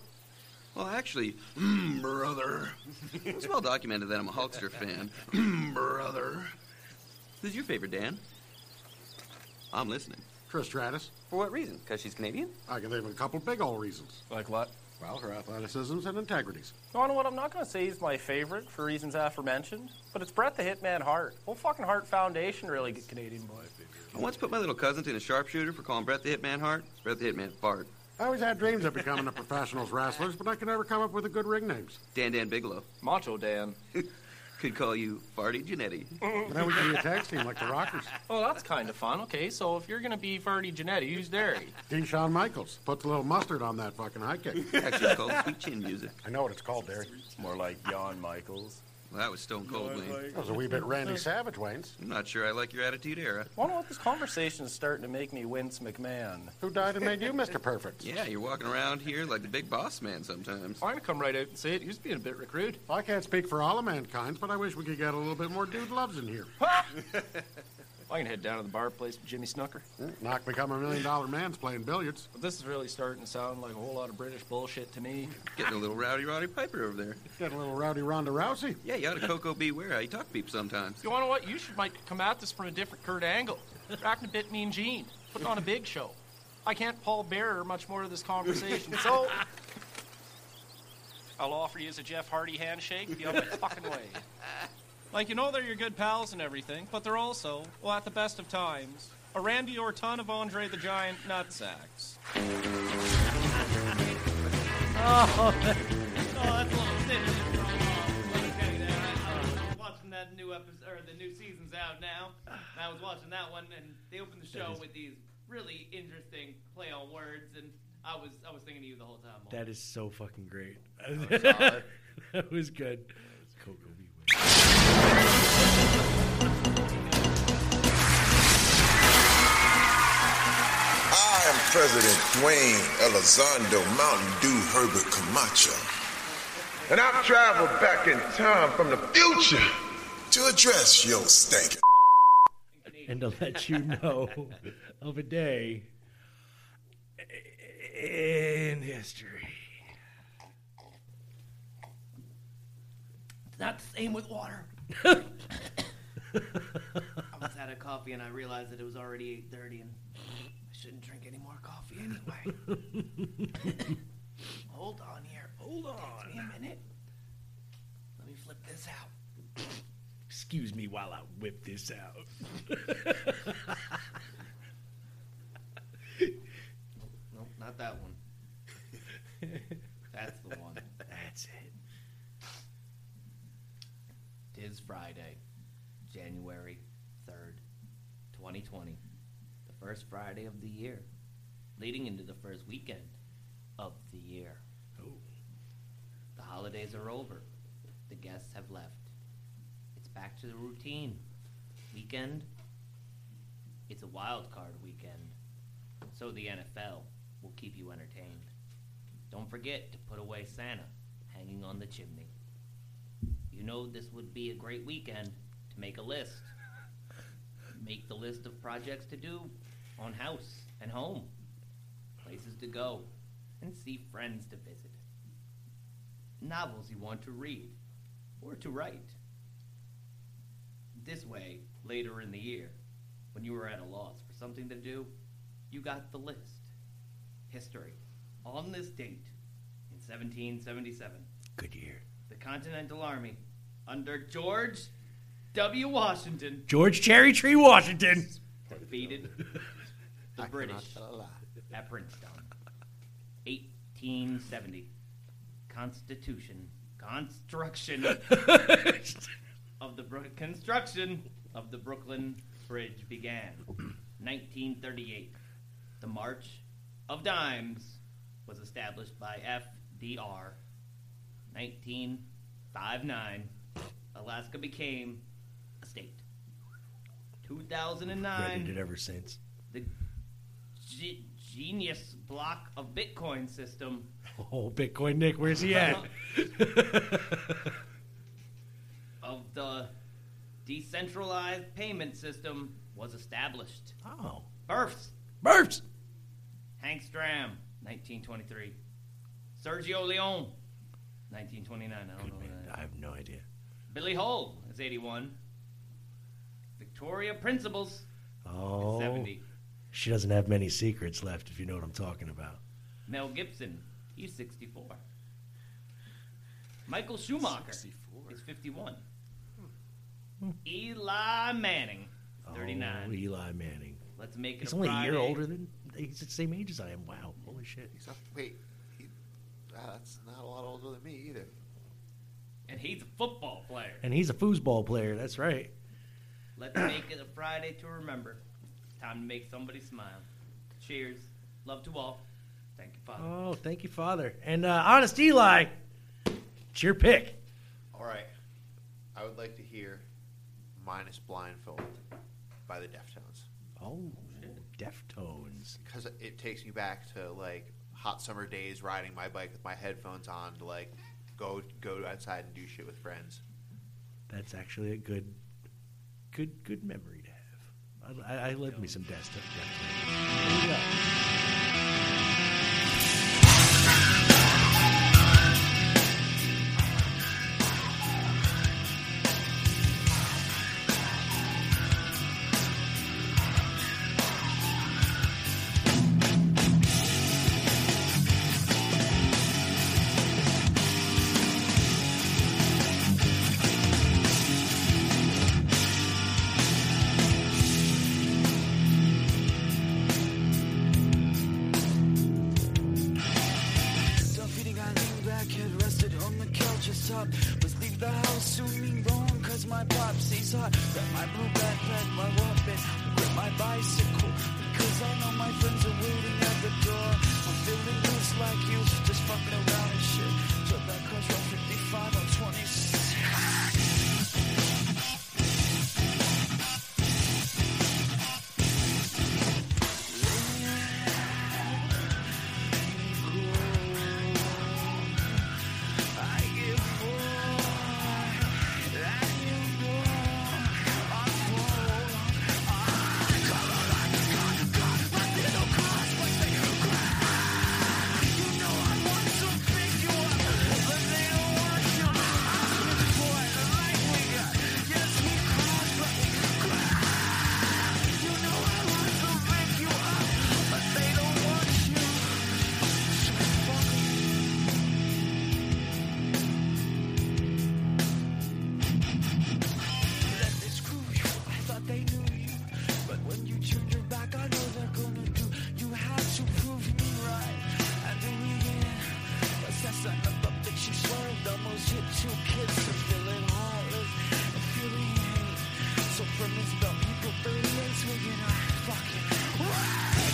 Well, actually, mm, brother. it's well documented that I'm a Hulkster fan. Mm, brother. Who's your favorite, Dan? I'm listening. Trish Stratus. For what reason? Because she's Canadian? I can think of a couple big old reasons. Like what? Well, her athleticisms and integrities. You wanna know what? I'm not going to say he's my favorite for reasons aforementioned, but it's Brett the Hitman Hart. Whole fucking Hart Foundation really good Canadian boy. I once put my little cousin in a sharpshooter for calling Brett the Hitman Hart. It's Brett the Hitman Fart. I always had dreams of becoming a professional wrestler, but I could never come up with a good ring names. Dan Dan Bigelow. Macho Dan. Could call you Farty Janetti. But then we could be a tag team like the Rockers. Oh, that's kind of fun. Okay, so if you're going to be Verdi Janetti, who's Derry? King Shawn Michaels puts a little mustard on that fucking high kick. Actually, it's called sweet chin music. I know what it's called, Derry. More like Jan Michaels. Well, that was Stone Cold Wayne. That was a wee bit Randy Savage, Wayne's. I'm not sure I like your attitude era. Wonder what this conversation is starting to make me wince McMahon. Who died and made you Mr. Perfect? Yeah, you're walking around here like the big boss man sometimes. I'm gonna come right out and say it. He was being a bit recrude. I can't speak for all of mankind, but I wish we could get a little bit more dude loves in here. I can head down to the bar place with Jimmy Snooker. Knock become a million dollar man's playing billiards. But this is really starting to sound like a whole lot of British bullshit to me. Getting a little rowdy Roddy Piper over there. Get a little rowdy Ronda Rousey. Yeah, you ought to Coco Beware how you talk peep sometimes. You wanna know what? You should might come at this from a different Kurt angle. Acting a bit mean Gene. Put on a big show. I can't Paul Bearer much more to this conversation, so I'll offer you as a Jeff Hardy handshake the other fucking way. Like, you know, they're your good pals and everything, but they're also, well, at the best of times, a Randy Orton of Andre the Giant nutsacks. Oh, that's a little cynical from uh, let me tell you that. I, uh, was watching that new episode, or the new season's out now. And I was watching that one, and they opened the show with these really interesting play on words, and I was I was thinking of you the whole time. That is so fucking great. was solid. that was good. Coco Beware. I'm President Dwayne Elizondo Mountain Dew Herbert Camacho. And I've traveled back in time from the future to address your stinking. and to let you know of a day in history. Not the same with water. I was out of coffee and I realized that it was already 8.30 and I shouldn't drink any more coffee anyway. Hold on here. Hold on. Takes me a minute. Let me flip this out. Excuse me while I whip this out. Nope, not that one. That's the one. That's it. Tis Friday, January 3rd, 2020. The first Friday of the year, leading into the first weekend of the year. Oh. The holidays are over. The guests have left. It's back to the routine. Weekend. It's a wild card weekend. So the NFL will keep you entertained. Don't forget to put away Santa hanging on the chimney. You know this would be a great weekend to make a list. Make the list of projects to do on house and home, places to go, and see friends to visit, novels you want to read or to write. This way, later in the year, when you are at a loss for something to do, you got the list. History. On this date, in 1777. Good year. The Continental Army, under George W. Washington, George Cherry Tree Washington. defeated the British at Princeton. 1870. Constitution. Construction of the Bro- construction of the Brooklyn Bridge began. 1938. The March of Dimes was established by FDR. 1959. Alaska became a state. 2009. Read it ever since. The ge- genius block of Bitcoin system. Oh, Bitcoin Nick, where's he at? of the decentralized payment system was established. Oh. Births. Burps. Hank Stram, 1923. Sergio Leone, 1929. I don't know. who that is. I have no idea. Billy Hole is 81. Victoria Principles, Oh. 70. She doesn't have many secrets left, if you know what I'm talking about. Mel Gibson, he's 64. Michael Schumacher, he's 51. Hmm. Eli Manning, 39. Oh, Eli Manning. Let's make it He's a only a year Friday. older than. He's the same age as I am. Wow. Holy shit. He's not, wait, he, ah, that's not a lot older than me either. And he's a football player. And he's a foosball player. That's right. Let's make it a Friday to remember. Time to make somebody smile. Cheers. Love to all. Thank you, Father. Oh, thank you, Father. And uh, honest Eli, it's your pick. All right. I would like to hear Minus Blindfold by the Deftones. Oh, Deftones. Because it takes me back to like hot summer days riding my bike with my headphones on to like go go outside and do shit with friends. That's actually a good, good, good memory to have. I, I, I love me some Dest- Deftones. Here we go. Stuff eating, I lean back, head rested on the couch, it's up. Let's leave the house, zooming wrong, cause my pops, he's hot. Grab my blue backpack, my weapon, grab my bicycle, because I know my friends are waiting at the door. I'm feeling loose like you, just fucking around and shit. Drop that crush, roll 55, I'm 26. two kids are feeling heartless, and feeling hate. So premise the people feeling ways we get our fucking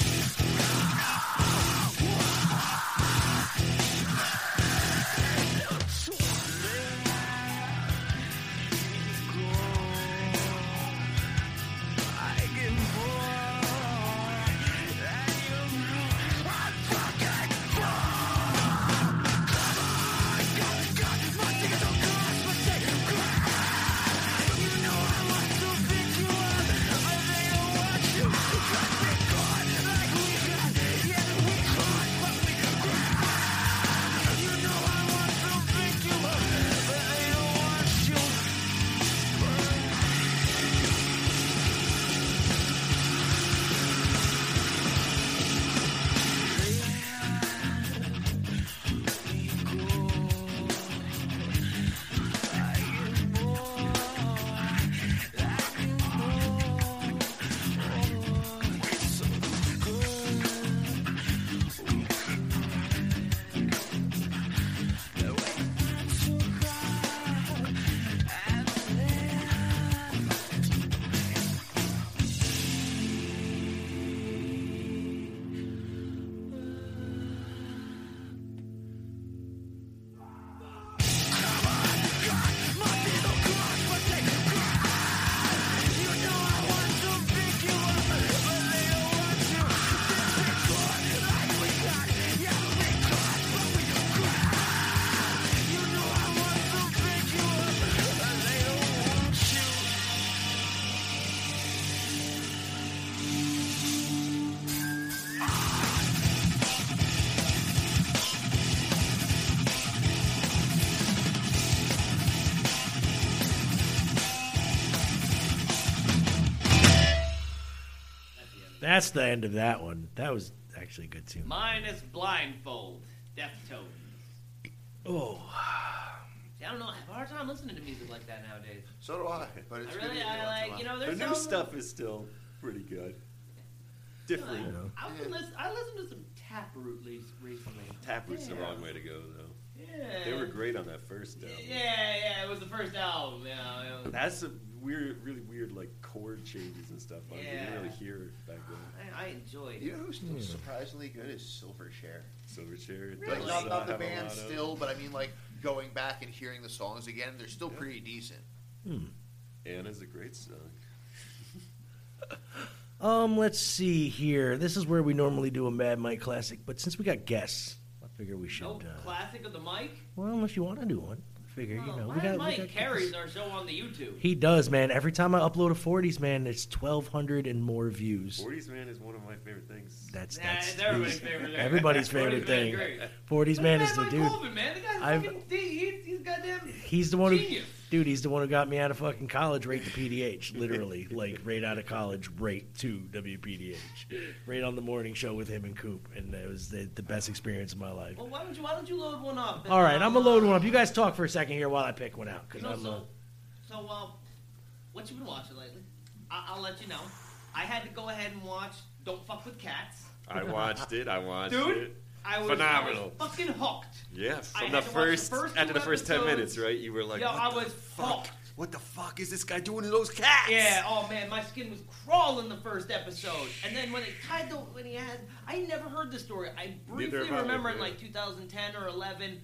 That's the end of that one. That was actually good too. Minus blindfold. Deftones. Oh, I don't know. I have a hard time listening to music like that nowadays. So do I. But it's I really, I like. You know, the there's new some, stuff is still pretty good. Different. I, was listen, I listened to some Taproot leads recently. Taproot's the Yeah. wrong way to go, though. Yeah. They were great on that first album. Yeah, yeah. It was the first album. Yeah. yeah. That's a weird, really weird, like chord changes and stuff. I Yeah. didn't really hear it back then. I, I enjoyed. You know who's still Hmm. surprisingly good is Silverchair. Silverchair. Like, does uh, not, not the have a band lot of- still, but I mean like going back and hearing the songs again, they're still pretty decent. Hmm. Anna's a great song. Um, let's see here. This is where we normally do a Mad Mike classic, but since we got guests, I figure we should. No Uh, classic of the mic. well, unless you want to do one, I figure you know Oh, we Mad got. we Mike got carries guests. our show on the YouTube. He does, man. Every time I upload a 40s, man, it's 1,200 and more views. 40s Man is one of my favorite things. That's Yeah, that's it's everybody's the- favorite thing. everybody's 40s favorite man thing. great. 40s man is the Mike dude. Colvin, man. The guy's I've- fucking. D- he, he's goddamn. He's the one Genius. who, dude. He's the one who got me out of fucking college, right to PDH, literally, like right out of college, right to WPDH, right on the morning show with him and Coop, and it was the, the best experience of my life. Well, why don't you why don't you load one up? All right, I'm gonna load one up. You guys talk for a second here while I pick one out, because You know, I'm. Uh, So, uh, what you been watching lately? I- I'll let you know. I had to go ahead and watch Don't Fuck with Cats. I watched it. I watched Dude, it. I was, phenomenal. I was fucking hooked. Yeah, I had from the to watch the first, first after two the first ten episodes. minutes, right? You were like, Yo, what I the was fuck? hooked. What the fuck is this guy doing to those cats? Yeah. Oh man, my skin was crawling the first episode, and then when they tied the when he had, I never heard the story. I briefly have I, remember in yeah. like 2010 or 11,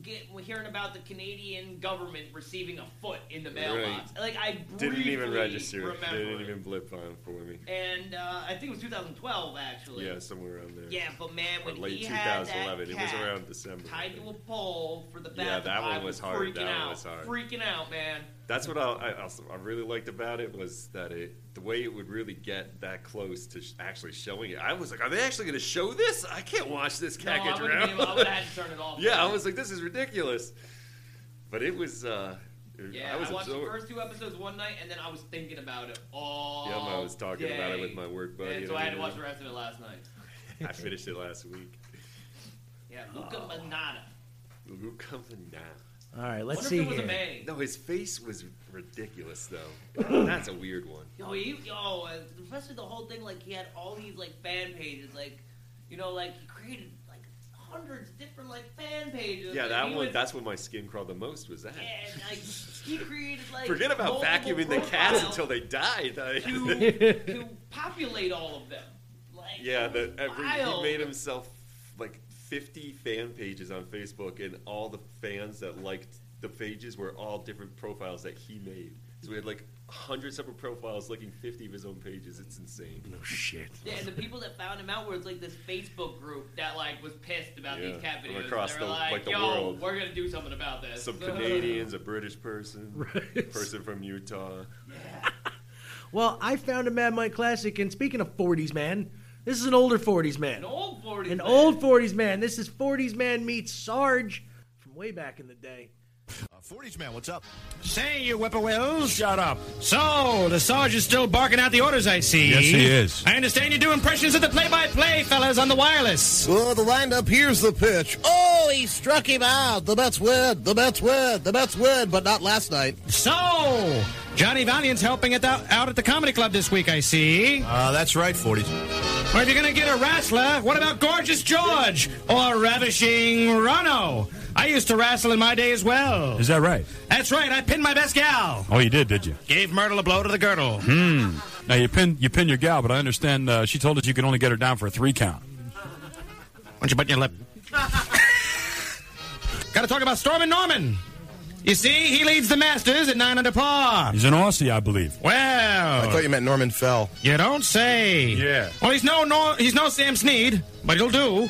get hearing about the Canadian government receiving a foot in the Right. mailbox. Like I Didn't even briefly register. They Remember it. didn't even blip on for me. And uh, I think it was 2012 actually. Yeah, somewhere around there. Yeah, but man, Or when late he had that 2011. It was cat around December. tied to a pole for the bathroom, Yeah, that one I was was hard. Freaking That one out, was hard. freaking out, man. That's what I, I also I really liked about it was that it the way it would really get that close to sh- actually showing it. I was like, are they actually going to show this? I can't watch this No, cat I get wouldn't be drowned. able- I would have had to turn it off. yeah, I was like, this is ridiculous. But it was. Uh, it- Yeah, I was watched absorbed. the first two episodes one night, and then I was thinking about it all. Yeah, I was talking about it day. with my work buddy. And and so I had to everything. watch the rest of it last night. I finished it last week. Yeah, Luca Manada. Luke Cavanagh. All right, let's Wonder if see it was a here. man. No, his face was ridiculous though. That's a weird one. Yo, he, yo, uh, especially the whole thing. Like he had all these like fan pages, like you know, like he created like hundreds of different like fan pages. Yeah, and that he one. was- That's what my skin crawled the most. Was that? And like he created like Forget about multiple vacuuming the cats profiles until they died. to, to populate all of them. Like yeah, that every he wild. made himself like 50 fan pages on Facebook, and all the fans that liked the pages were all different profiles that he made. So we had like hundred separate profiles liking 50 of his own pages. It's insane. No shit. Yeah, and the people that found him out were like this Facebook group that like was pissed about Yeah, these cat from videos. across and they were the- like, like the Yo, world. we're gonna do something about this. Some Canadians, a British person, person from Utah. Well, I found a Mad Mike classic, and speaking of 40s man, this is an older 40s man. An old 40s An man. old 40s man. This is 40s man meets Sarge from way back in the day. 40s man, what's up? Say, you whippoorwills, shut up. So, the Sarge is still barking out the orders, I see. Yes, he is. I understand you do impressions of the play-by-play, fellas, on the wireless. Oh, the windup. Here's the pitch. Oh, he struck him out. The Mets win. The Mets win. The Mets win, but not last night. So, Johnny Valiant's helping at the, out at the comedy club this week, I see. Uh, that's right, 40s. Or if you're going to get a wrestler, what about Gorgeous George or Ravishing Rono? I used to wrestle in my day as well. Is that right? That's right, I pinned my best gal. Oh, you did, did you? Gave Myrtle a blow to the girdle. Hmm. Now you pin you pin your gal, but I understand uh, she told us you could only get her down for a three count. Why don't you button your lip? Got to talk about Storm and Norman. You see, he leads the Masters at nine under par. He's an Aussie, I believe. Well, I thought you meant Norman Fell. You don't say. Yeah. Well, he's no, no he's no Sam Snead, but he'll do.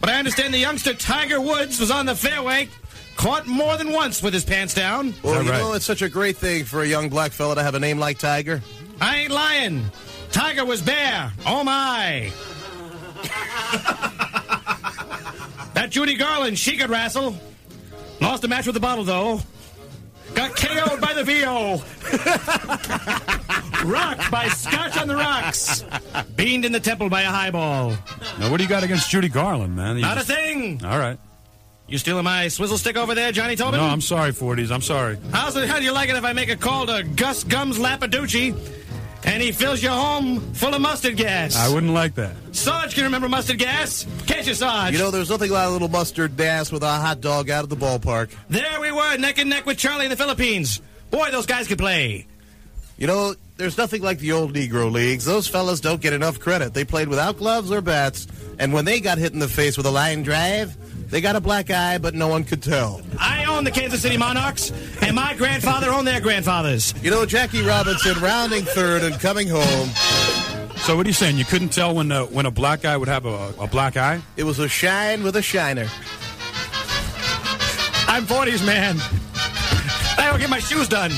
But I understand the youngster Tiger Woods was on the fairway, caught more than once with his pants down. Well, you know, it's such a great thing for a young black fella to have a name like Tiger. I ain't lying. Tiger was bare. Oh my. that Judy Garland, she could wrestle. Lost a match with the bottle though. Got KO'd by the VO. Rocked by Scotch on the Rocks. Beamed in the temple by a highball. Now what do you got against Judy Garland, man? You Not a just- thing. All right. You stealing my swizzle stick over there, Johnny Tobin? No, I'm sorry, 40s. I'm sorry. How's the hell do you like it if I make a call to Gus Gums Lapaducci and he fills your home full of mustard gas? I wouldn't like that. Sarge can remember mustard gas. Catch you, Sarge. You know, there's nothing like a little mustard gas with a hot dog out of the ballpark. there we were, neck and neck with Charlie in the Philippines. Boy, those guys could play. You know, there's nothing like the old Negro leagues. Those fellas don't get enough credit. They played without gloves or bats, and when they got hit in the face with a line drive, they got a black eye, but no one could tell. I own the Kansas City Monarchs, and my grandfather owned their grandfathers. You know, Jackie Robinson rounding third and coming home. So what are you saying? You couldn't tell when uh, when a black guy would have a, a black eye? It was a shine with a shiner. I'm 40s, man. I don't get my shoes done.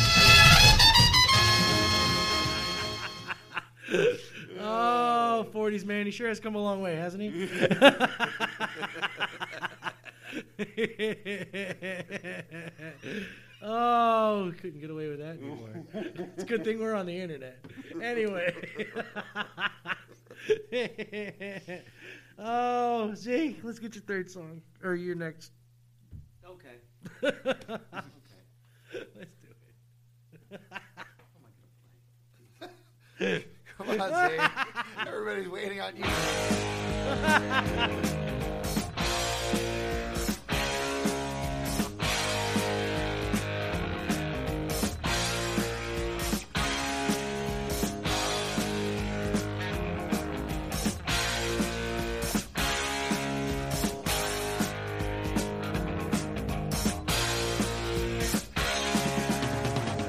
Oh, 40s man. He sure has come a long way, hasn't he? oh, couldn't get away with that anymore. it's a good thing we're on the internet. Anyway. oh, Jake, let's get your third song. Or your next. Okay. Let's do it. Come on, Zane. Everybody's waiting on you.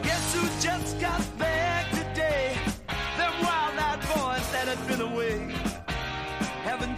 Guess who just got back today? Them wild-eyed boys that had been away haven't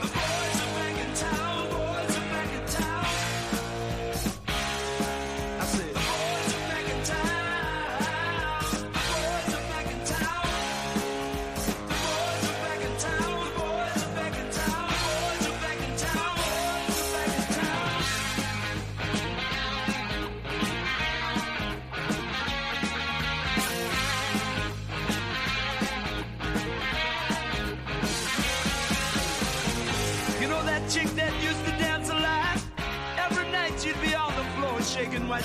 The boys are back in town, boys are back in town. I said, the boys are back in town. The boys are back in town. The boys are back in town. The boys are back in town. The boys are back in town. Boys are back in town. she'd be on the floor shaking what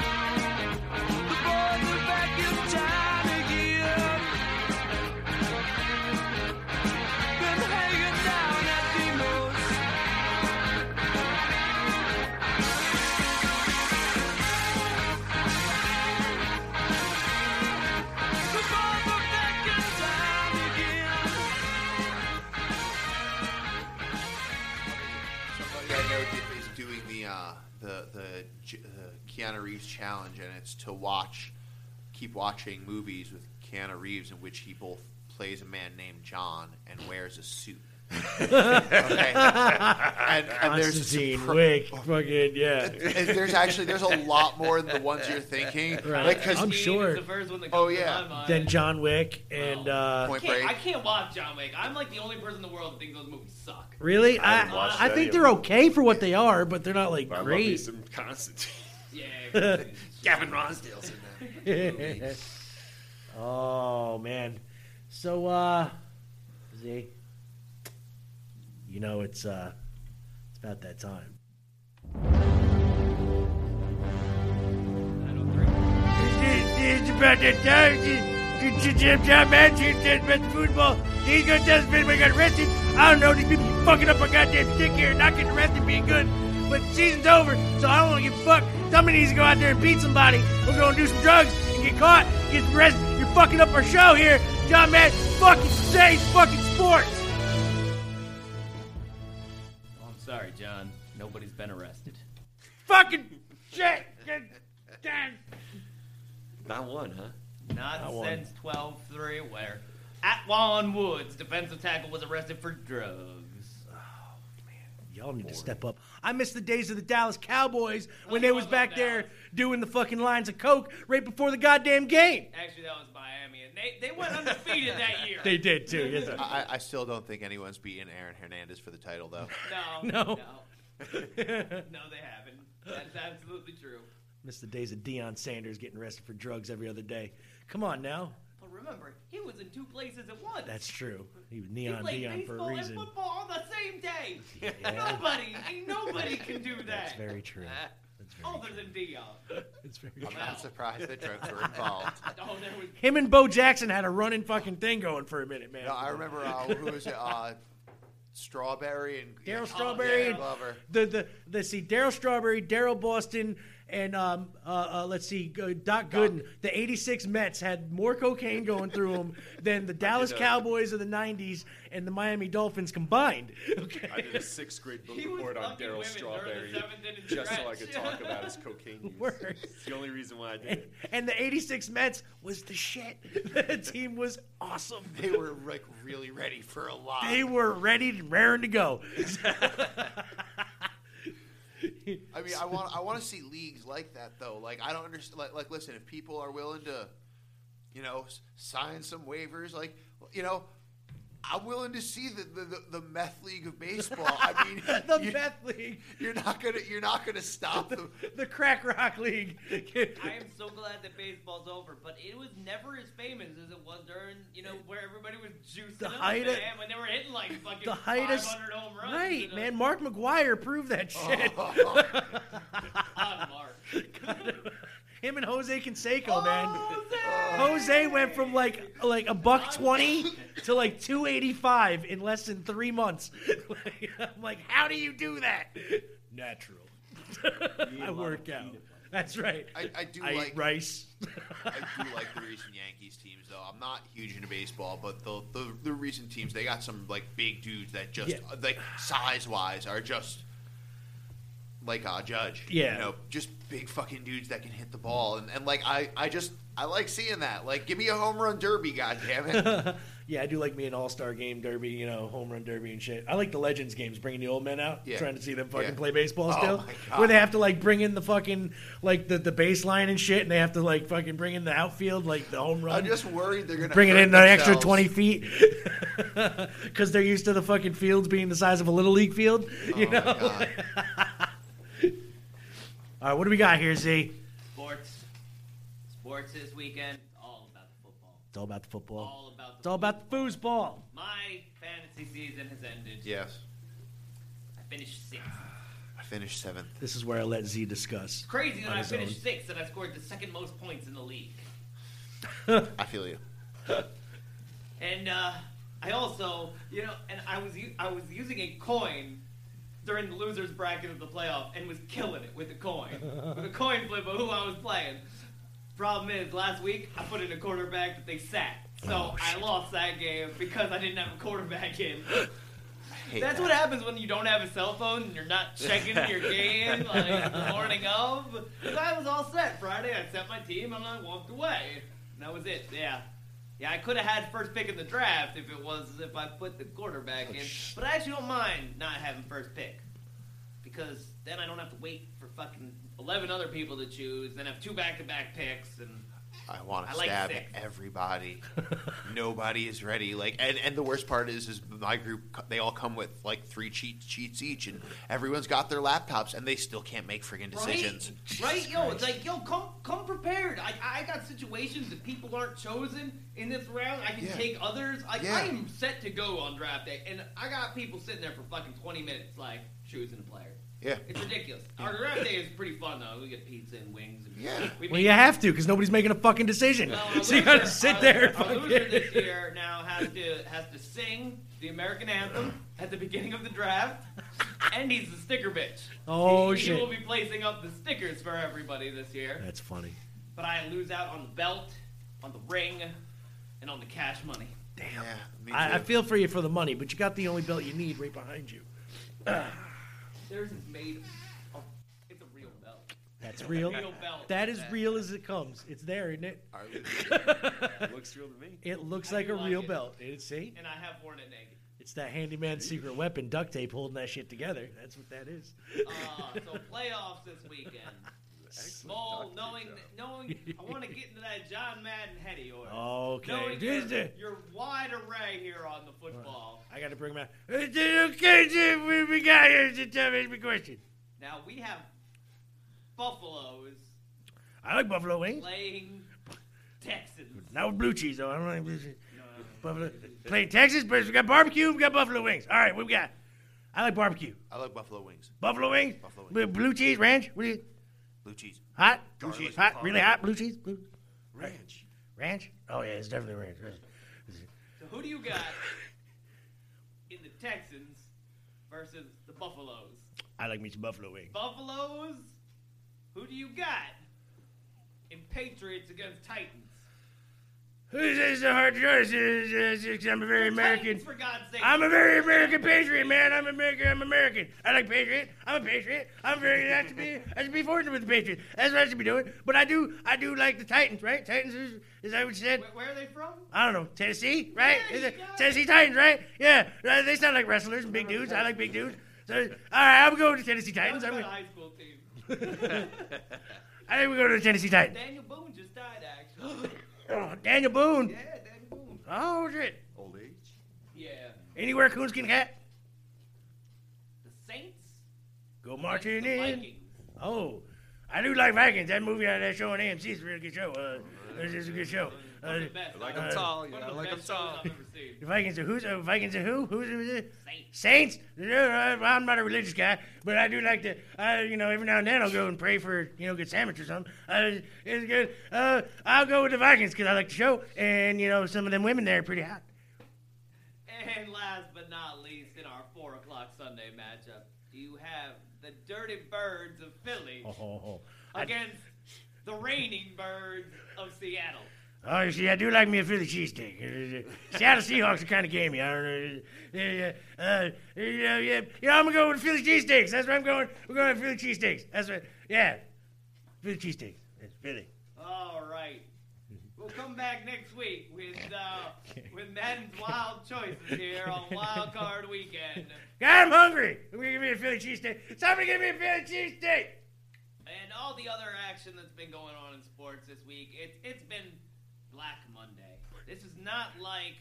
The boys are back in town again. Been hanging down at Dino's. The boys are back in town again. Somebody I know did- is doing the uh, the the J- uh, Keanu Reeves challenge, and it's to watch, keep watching movies with Keanu Reeves in which he both plays a man named John and wears a suit. okay. And, and there's a Constantine, surpri- Wick, fucking yeah. And there's actually there's a lot more than the ones you're thinking. Right. Like, 'cause I'm he- sure. Oh yeah. Then John Wick and uh, I can't, I can't watch John Wick. I'm like the only person in the world that thinks those movies suck. Really, I I think they're okay for what they are, but they're not like I love me great. some Constantine. Yeah. Gavin Rosdale's in that. movie. oh man, so uh, Z, you know it's uh, it's about that time. It's about the time to Jim John Magic said best football. These good test men we got arrested. I don't know, these people keep fucking up a goddamn stick here, not getting arrested, being good. But season's over, so I don't want to give a fuck. Somebody needs to go out there and beat somebody. We're going to do some drugs and get caught, get some rest. You're fucking up our show here. John Matt, fucking say fucking sports. Oh, I'm sorry, John. Nobody's been arrested. Fucking shit. Good damn. Not one, huh? Not Not one. since 12 3, where Atwan Woods, defensive tackle, was arrested for drugs. Y'all need to step up. I miss the days of the Dallas Cowboys when they was back there doing the fucking lines of coke right before the goddamn game. Actually, that was Miami, and they, they went undefeated that year. They did too. Yes. I, I still don't think anyone's beating Aaron Hernandez for the title though. No. No, No. no they haven't. That's absolutely true. Miss the days of Deion Sanders getting arrested for drugs every other day. Come on now. But remember, he was in two places at once. That's true. He was He neon played Dion for baseball a and reason. football on the same day. Yeah. Nobody, ain't nobody can do that. That's very true. Other than Dion. It's very I'm not surprised that drugs were involved. Oh, there was Him and Bo Jackson had a running fucking thing going for a minute, man. No, I remember uh, who was it? Uh, Strawberry and Daryl Strawberry, Danny Glover. the the let's see, Daryl Strawberry, Daryl Boston, and um uh, uh let's see, uh, Doc Gooden. The '86 Mets had more cocaine going through them than the Dallas know. Cowboys of the '90s and the Miami Dolphins combined. I did a sixth grade book report on Daryl Strawberry just so I could talk about his cocaine use. Word. It's the only reason why I did it. And the '86 Mets was the shit. The team was awesome. They were like really ready for a lot. They were ready, and raring to go. I mean, I want I want to see leagues like that though. Like I don't understand. Like, like listen, if people are willing to, you know, s- sign some waivers, like you know. I'm willing to see the, the, the, the meth league of baseball. I mean, the meth league. You're not gonna you're not gonna stop them. the crack rock league. I am so glad that baseball's over, but it was never as famous as it was during, you know, where everybody was juicing The up, height of- man, when they were hitting like fucking the height of 500 home runs. right, and, uh, man. Mark McGuire proved that shit. God, Mark. Him and Jose Canseco, man. Jose went from like like a buck twenty to like two eighty five in less than three months. Like, I'm like, how do you do that? Natural. I work out. That's right. I, I do eat like rice. I do like the recent Yankees teams though. I'm not huge into baseball, but the the, the recent teams they got some like big dudes that just Yeah. like size wise are just like a judge. Yeah. you know, just big fucking dudes that can hit the ball and, and like I I just I like seeing that. Like, give me a home run derby, goddammit. yeah, I do like me an All Star game derby, you know, home run derby and shit. I like the Legends games, bringing the old men out, Yeah. trying to see them fucking Yeah. play baseball Oh still, my God. where they have to like bring in the fucking like the the baseline and shit, and they have to like fucking bring in the outfield, like the home run. I'm just worried they're gonna Bring it hurt in an extra themselves. 20 feet because they're used to the fucking fields being the size of a little league field. You Oh, my know? God. All right, what do we got here, Z? Sports. Sports this weekend. All about the football. It's all about the football. All about the it's all about the foosball. My fantasy season has ended. Yes. I finished sixth. I finished seventh. This is where I let Z discuss. Crazy that on I his finished own. sixth and I scored the second most points in the league. I feel you. And uh, I also, you know, and I was u- I was using a coin during the losers bracket of the playoff and was killing it with a coin, with a coin flip of who I was playing. Problem is, last week I put in a quarterback that they sat, Oh, so I lost that game because I didn't have a quarterback in. hate That's that. what happens when you don't have a cell phone and you're not checking your game like the morning of. 'Cause I was all set Friday. I set my team and I walked away. And that was it. Yeah, yeah. I could have had first pick in the draft if it was if I put the quarterback in. But I actually don't mind not having first pick because then I don't have to wait for fucking eleven other people to choose. Then have two back-to-back picks and. I want I to like stab six. everybody. Nobody is ready. Like, and, and the worst part is, is my group. co- They all come with like three cheat sheets each, and everyone's got their laptops, and they still can't make friggin' decisions. Right, right? yo, it's like yo, come come prepared. I I got situations that people aren't chosen in this round. I can Yeah. take others. Like Yeah. I am set to go on draft day, and I got people sitting there for fucking twenty minutes, like choosing a player. Yeah. It's ridiculous. Our draft day is pretty fun though. We get pizza and wings. And yeah. We Well, you have to because nobody's making a fucking decision. so you got to sit there. and Our fucking- loser this year now has to has to sing the American anthem at the beginning of the draft, and he's the sticker bitch. Oh, he, shit. He will be placing up the stickers for everybody this year. That's funny. But I lose out on the belt, on the ring, and on the cash money. Damn. I, I feel for you for the money, but you got the only belt you need right behind you. Theirs is made. Of, oh, it's a real belt. That's real. belt. that is real as it comes. It's there, isn't it? It looks real to me. It looks I like do a like real it. belt. It, see? And I have worn it naked. It's that handyman's secret weapon, duct tape, holding that shit together. That's what that is. Uh, so playoffs this weekend. Small, knowing, knowing, I want to get into that John Madden Hetty order. Okay, Knowing this your, is- your wide array here on the football. I got to bring him out. Is it okay, Jim? What we got here? Just tell me the question. Now we have Buffaloes I like buffalo wings. playing Texans. Not with blue cheese, though. I don't like blue cheese. Buffalo. Plain Texas, but we got barbecue, we got buffalo wings. All right, what we got? I like barbecue. I like buffalo wings. Buffalo wings? Buffalo Blue, blue cheese, ranch? What do you, Blue cheese. hot? Blue Blue cheese. cheese. Hot? Really hot? Blue cheese? Blue. Ranch. Ranch? Oh, yeah, it's definitely ranch. So who do you got in the Texans versus the Buffaloes? I like me some buffalo wings. Buffaloes. Who do you got in Patriots against Titans? This is a hard choice. It's- it's- it's- I'm a very American. For God's sake. I'm a very American patriot, man. I'm American. I'm American. I like patriot. I'm a patriot. I'm very. I should be. I should be fortunate with the patriots. That's what I should be doing. But I do. I do like the Titans, right? Titans is, is that what you said? Where are they from? I don't know. Tennessee, right? Is it Tennessee Titans, right? Yeah. Uh, They sound like wrestlers and big dudes. I like big dudes. So, all right, I'm going to Tennessee Titans. I'm What about a high school going. team. I think we go to the Tennessee Titans. Daniel Boone just died, actually. Oh, Daniel Boone. Yeah, Daniel Boone. Oh shit. Old age. yeah. Anywhere coons can cat. The Saints. Go marching in. Oh, I do like Vikings. That movie, uh, that show on AMC is a really good show. Uh, it's, it's a good show. Uh, best. I like 'em uh, tall, yeah, I like 'em tall. The Vikings are who's? Uh, Vikings are who? Who's who's it? Saints. Yeah, uh, I'm not a religious guy, but I do like to. I you know every now and then I'll go and pray for you know a good sandwich or something. Uh, it's good. Uh, I'll go with the Vikings because I like the show, and you know some of them women there are pretty hot. And last but not least, in our four o'clock Sunday matchup, you have the Dirty Birds of Philly Oh, oh, oh. I- against the Raining Birds of Seattle. Oh, you see, I do like me a Philly cheesesteak. Uh, Seattle Seahawks are kind of gamey. I don't know. Yeah, yeah, uh, yeah, yeah. yeah I'm gonna go with Philly cheesesteaks. That's where I'm going. We're going with Philly cheesesteaks. That's what. Yeah, Philly cheesesteaks. It's Philly. All right. We'll come back next week with uh, with Madden's wild choices here on Wild Card Weekend. God, I'm hungry. I'm gonna give me a Philly cheesesteak. Somebody give me a Philly cheesesteak. And all the other action that's been going on in sports this week, it's it's been Black Monday. This is not like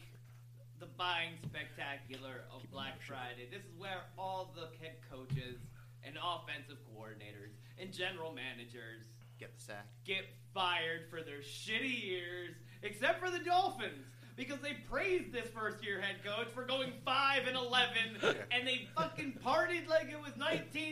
the buying spectacular of Black Friday. This is where all the head coaches and offensive coordinators and general managers Get the sack. get fired for their shitty years, except for the Dolphins. Because they praised this first year head coach for going 5 and 11, and they fucking partied like it was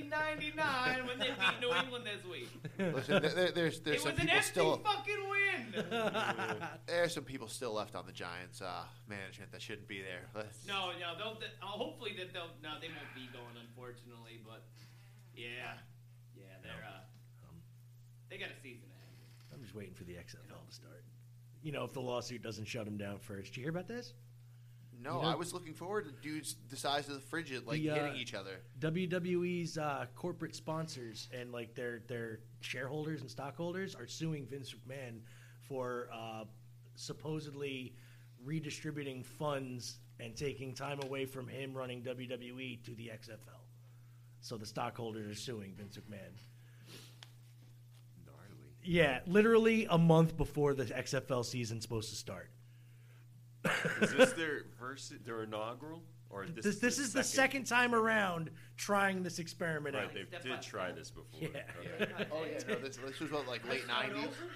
1999 when they beat New England this week. Listen, there- there- there's there's it some was an people empty still fucking win. there's some people still left on the Giants uh, management that shouldn't be there. Let's- no, no, they'll, th- uh, hopefully that they'll no, they won't be going unfortunately, but yeah, yeah, they're uh, Um. they got a season ahead. I'm just waiting for the XFL to start. You know, if the lawsuit doesn't shut him down first. Did you hear about this? No, You know- I was looking forward to dudes the size of the frigid like The, uh, hitting each other. WWE's uh, corporate sponsors and like their their shareholders and stockholders are suing Vince McMahon for uh, supposedly redistributing funds and taking time away from him running WWE to the XFL. So the stockholders are suing Vince McMahon. Yeah, literally a month before the XFL season's supposed to start. Is this their verse? Their inaugural? Or this? This this, is the second time around trying this experiment Right, out. they did try this before. Yeah. Okay. Oh yeah, no, this, this was what like late Start nineties. over?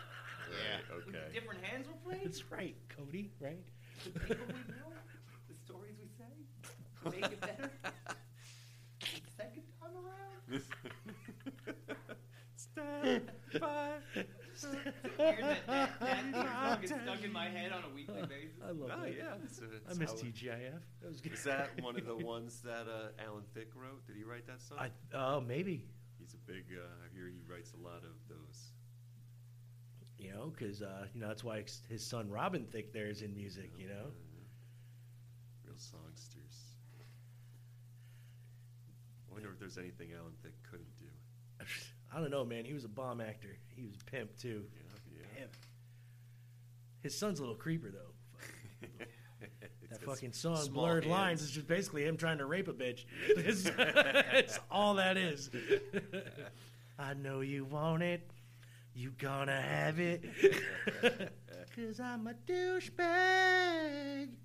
Yeah. When the Different hands were played. That's right, Cody. Right. The people we know, the stories we say, make it better. Second time around. Step by step. It's weird that that, that theme song gets stuck in my head on a weekly basis. I love Oh, that. yeah, that's- I that's miss how it- TGIF. That was good. Is that one of the ones that uh, Alan Thicke wrote? Did he write that song? I, oh, maybe. He's a big. Uh, I hear he writes a lot of those. You know, because uh, you know that's why ex- his son Robin Thicke there is in music. You know. Real songsters. I wonder if there's anything Alan Thicke couldn't do. I don't know, man. He was a bomb actor. He was a pimp too. Pimp. His son's a little creeper though. That fucking song, small Blurred Lines, hands. is just basically him trying to rape a bitch. It's, it's all that is. I know you want it. You gonna have it. Cause I'm a douchebag.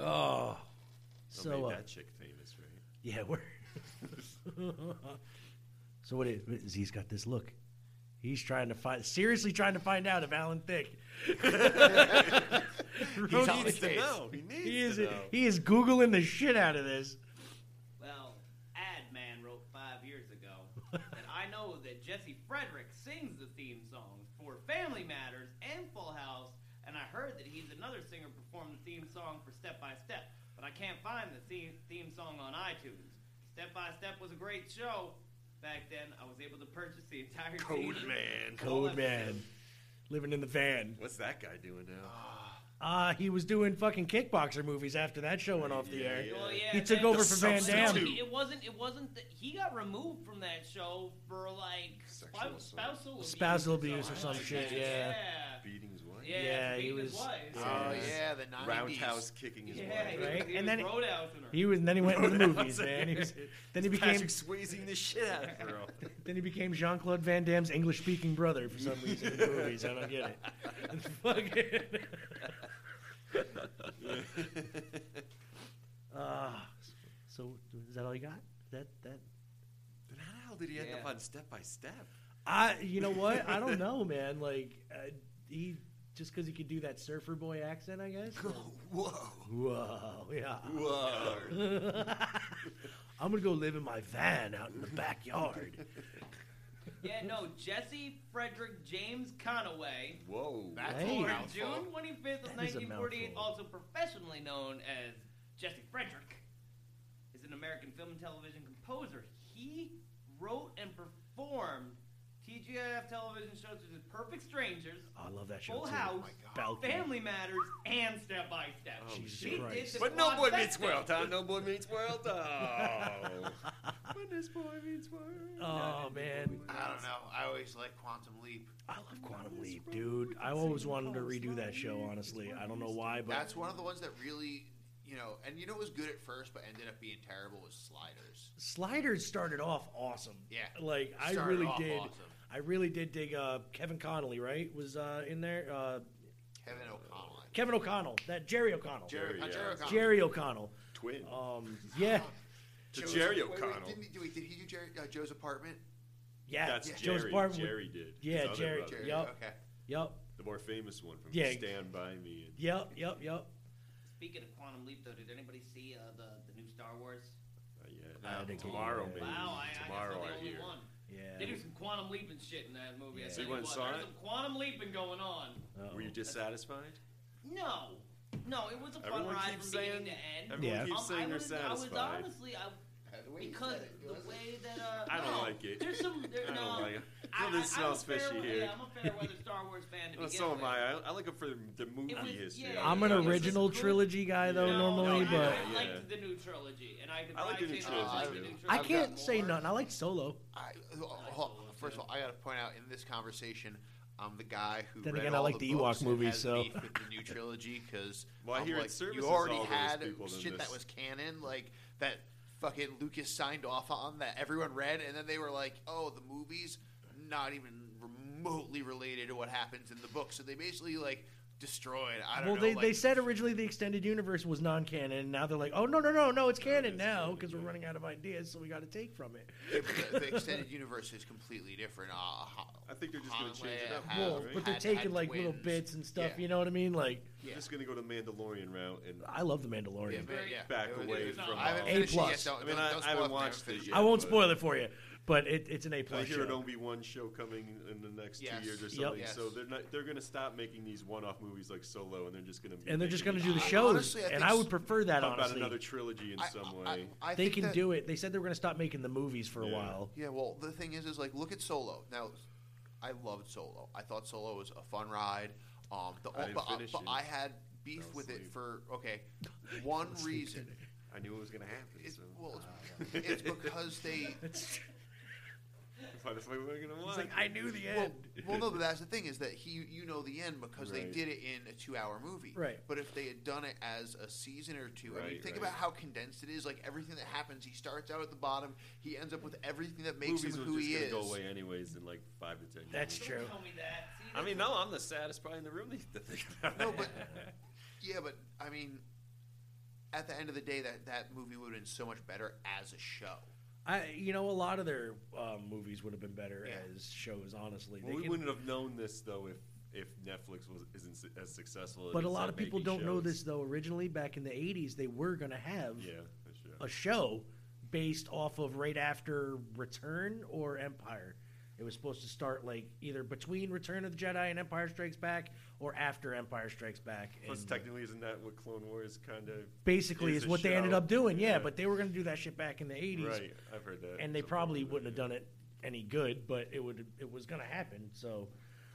Oh. So made So, uh, that chick famous, right? yeah, we're. so what is, Z's got this look. He's trying to find, seriously trying to find out if Alan Thick. He He needs to know. He needs to is, know. He is googling the shit out of this. Well, Ad Man wrote five years ago, and I know that Jesse Frederick sings the theme songs for Family Matters and Full House, and I heard that he's another singer performed the theme song for Step by Step, but I can't find the theme, theme song on iTunes. Step by Step was a great show. Back then, I was able to purchase the entire Code CD. Man. All Code I- man, living in the van. What's that guy doing now? Ah, he was doing fucking kickboxer movies after that show went off the Yeah, air. yeah. Well, Oh, yeah, he took that- over for Van Damme. It, wasn't. It wasn't. The, he got removed from that show for like spou- spousal abuse. Spousal abuse or some like shit, that. yeah. Beating his wife. Yeah, Yeah, he beating his was- wife. Oh, yeah, the Roundhouse kicking his Yeah, wife. he was- Right? he And was then he- roadhousing her. He was, and then he went into the Roadhousing movies, man. He was, her. then he became, Patrick Swayzeing the shit out of her. then he became Jean Claude Van Damme's English-speaking brother for some reason in the movies. I don't get it. Fucking. Ah, so is that all you got? That that Then how the hell did he end up Yeah. on Step by Step? I, you know what? I don't know, man. Like uh, he just because he could do that surfer boy accent, I guess. Whoa, whoa, yeah, Whoa. I'm gonna go live in my van out in the backyard. Yeah, no, Jesse Frederick James Conaway. Whoa, That's a Hey. born mouthful. June 25th of That is a 1948, also professionally known as Jesse Frederick, is an American film and television composer. He wrote and performed TGIF television shows such as Perfect Strangers, I love that show Full too. Oh House, Balcony. Oh, Family Matters, and Step by Step. Jesus He did Christ. the Oh, But no boy quadfecta. meets world, huh? No boy meets world. Oh. when this boy meets world. Oh man, I don't know. I always like Quantum Leap. I love Quantum Leap, dude. I always wanted to redo that show. Honestly, I don't know why, but That's one of the ones that really, you know, and you know it was good at first, but ended up being terrible was Sliders. Sliders started off awesome. Yeah. Like I Started really off did. awesome. I really did dig. Uh, Kevin Connolly, right, was uh, in there. Uh, Kevin O'Connell. I Kevin O'Connell, that Jerry O'Connell. Jerry, uh, Jerry O'Connell. Jerry O'Connell. Twin. Um, yeah. To Joe's- Jerry wait, wait, O'Connell. didn't he, wait, did he do Jerry, uh, Joe's apartment? Yeah, That's yeah. Jerry. Joe's apartment would- Jerry did. yeah, His other Jerry- brother. Jerry, yup. Okay. Yep. The more famous one from Yeah. Stand By Me. And Yep. Yep. Yep. Speaking of Quantum Leap, though, did anybody see uh, the, the new Star Wars? Oh, yeah, I now think he- tomorrow, maybe. Wow, I, tomorrow, I guess I'm the I only hear. one. Yeah. They do some quantum leaping shit in that movie. I Yeah. So tell you you went and what, saw there's it? some quantum leaping going on. Were you dissatisfied? No. No, it was a fun Everyone ride keeps from saying- beginning to end. everyone Yeah. keeps Um, saying I they're was, I was satisfied. honestly, I, the way you because said it, it the wasn't- way that uh, I don't no, like it. There's some. There, I don't no, like it. I, Something I, I'm smells a fair fishy weather- here. Yeah, I'm a fair weather Star Wars fan to Well, begin so with. am I. I, I like it for the, the movie history. yeah. I'm an Yeah, this is original good. trilogy guy though No, normally, no, but I Yeah. liked the new trilogy, and I could I like probably the new say trilogy, I liked too. the new I trilogy. can't say nothing. I like Solo. I, oh, hold on. first of all, I got to point out in this conversation, I'm the guy who. Then read again, I all like the Ewok books and movies, has so- beef with the new trilogy because Well, I I'm hear it like, you services already all those had people than shit this. that was canon, like that fucking Lucas signed off on that everyone read, and then they were like, "Oh, the movies, not even remotely related to what happens in the book." So they basically like destroyed. I don't Well, know. they, like, they said originally the extended universe was non-canon, and now they're like, oh no no no no, it's canon now because we're running out of ideas, so we got to take from it. Yeah, but the, the extended universe is completely different. Uh, I think they're just going to change it up, well, but they're taking like little bits and stuff. You know what I mean? Like We're just gonna go the Mandalorian route, and I love the Mandalorian. Yeah, man, yeah. Back It was- away it was- from. I haven't uh, finished it yet, A-plus. so I mean, don't- I, don't I spoil it haven't now, watched finish it it. yet. I won't but spoil it for you, but it, it's an A I plus hear an show. Obi Wan show coming in the next Yes. two years or Yep. something. Yes. So they're not, they're gonna stop making these one-off movies like Solo, and they're just gonna be And they're just making gonna do the these- shows, Honestly, I and think I would s- prefer that, How about honestly. another trilogy in some way? they can do it. They said they were going to stop making the movies for a Yeah. while. Yeah, well, the thing is, is like, look at Solo. Now, I loved Solo. I thought Solo was a fun ride. Um, the I didn't but, finish but it. I had beef with it for okay, one reason. I knew it was gonna happen. so. Well, it's, it's because they. Why the fuck were we gonna watch? Well, well, no, but that's the thing is that he, you know, the end because they Right. did it in a two-hour movie. Right. But if they had done it as a season or two, I mean, Right, think right. about how condensed it is. Like everything that happens, he starts out at the bottom. He ends up with everything that makes movies him are who just he gonna is. go away anyways in like five to ten. years. That's Don't true. tell me that. See, I mean, no, I'm the saddest probably in the room. To think about No, but yeah, but I mean, at the end of the day, that that movie would have been so much better as a show. I, you know, a lot of their um, movies would have been better as shows. Honestly, Well, They we can- wouldn't have known this though if if Netflix was isn't su- as successful. But a lot of people don't know this though. Originally, back in the '80s, they were going to have a show based off of right after Return or Empire. It was supposed to start like either between Return of the Jedi and Empire Strikes Back, or after Empire Strikes Back. Plus, And uh, technically, isn't that what Clone Wars kind of basically, is, a what they ended show? up doing. Yeah, but they were going to do that shit back in the '80s. Right, I've heard that. And they probably wouldn't have done it any good, but it would. It was going to happen. So,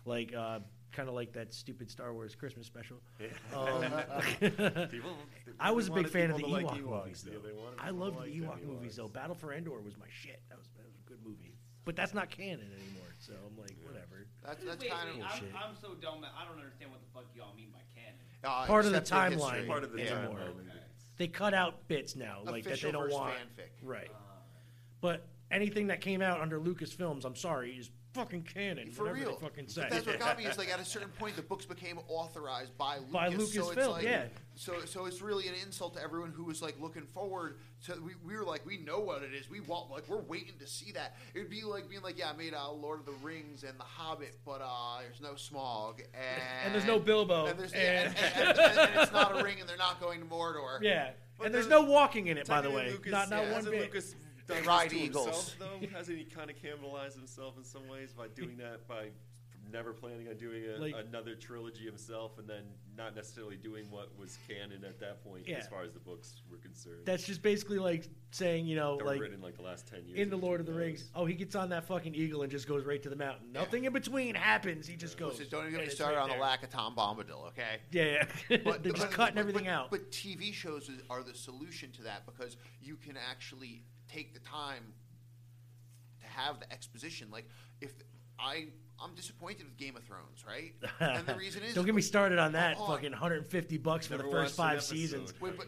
like, uh, kind of like that stupid Star Wars Christmas special. Um, People- I was a people big fan of the wanted Ewok people to like Ewoks, movies. yeah, though. they wanted I people to loved like the the Ewok movies, though. Battle for Endor was my shit. That was, that was a good movie. But that's not canon anymore, so I'm like, whatever. That's Wait, wait, I'm, I'm so dumb. I don't understand what the fuck y'all mean by canon. Uh, part of the accepted history. timeline. Part of the anymore. timeline. They cut out bits now, like that Official they don't versus want. fanfic. Uh, Right. But anything that came out under Lucasfilms, I'm sorry, is fucking canon. For whatever real, They fucking say. But that's what got me is like at a certain point the books became authorized by Lucas. By so it's Lucasfilm, like, yeah. So so it's really an insult to everyone who was like looking forward to. We, we were like we know what it is. We want like we're waiting to see that. It'd be like being like yeah I made uh, Lord of the Rings and The Hobbit, but uh there's no smog and And there's no Bilbo. and there's yeah, and, and, and- and it's not a ring and they're not going to Mordor. Yeah. and there's no walking in it, by the way. Technically, Lucas, not not yeah, one hasn't bit. Lucas done They this ride to eagles. Himself, though hasn't he kind of cannibalized himself in some ways by doing that by never planning on doing a, Like- another trilogy himself, and then not necessarily doing what was canon at that point Yeah. as far as the books were concerned. That's just basically like saying, you know, They were like written, like, the last 10 years in the of Lord of the Rings. Oh, he gets on that fucking eagle and just goes right to the mountain. Nothing in between happens. He just goes. Listen, don't even and get me it's started right on the there. lack of Tom Bombadil, okay? Yeah, yeah. They're just cutting everything out. But TV shows is- are the solution to that because you can actually take the time to have the exposition. Like, if I I'm disappointed with Game of Thrones, right? And the reason is don't get me started on that. Hold on. Fucking 150 bucks for the Never first watched an five episode. seasons. Wait, but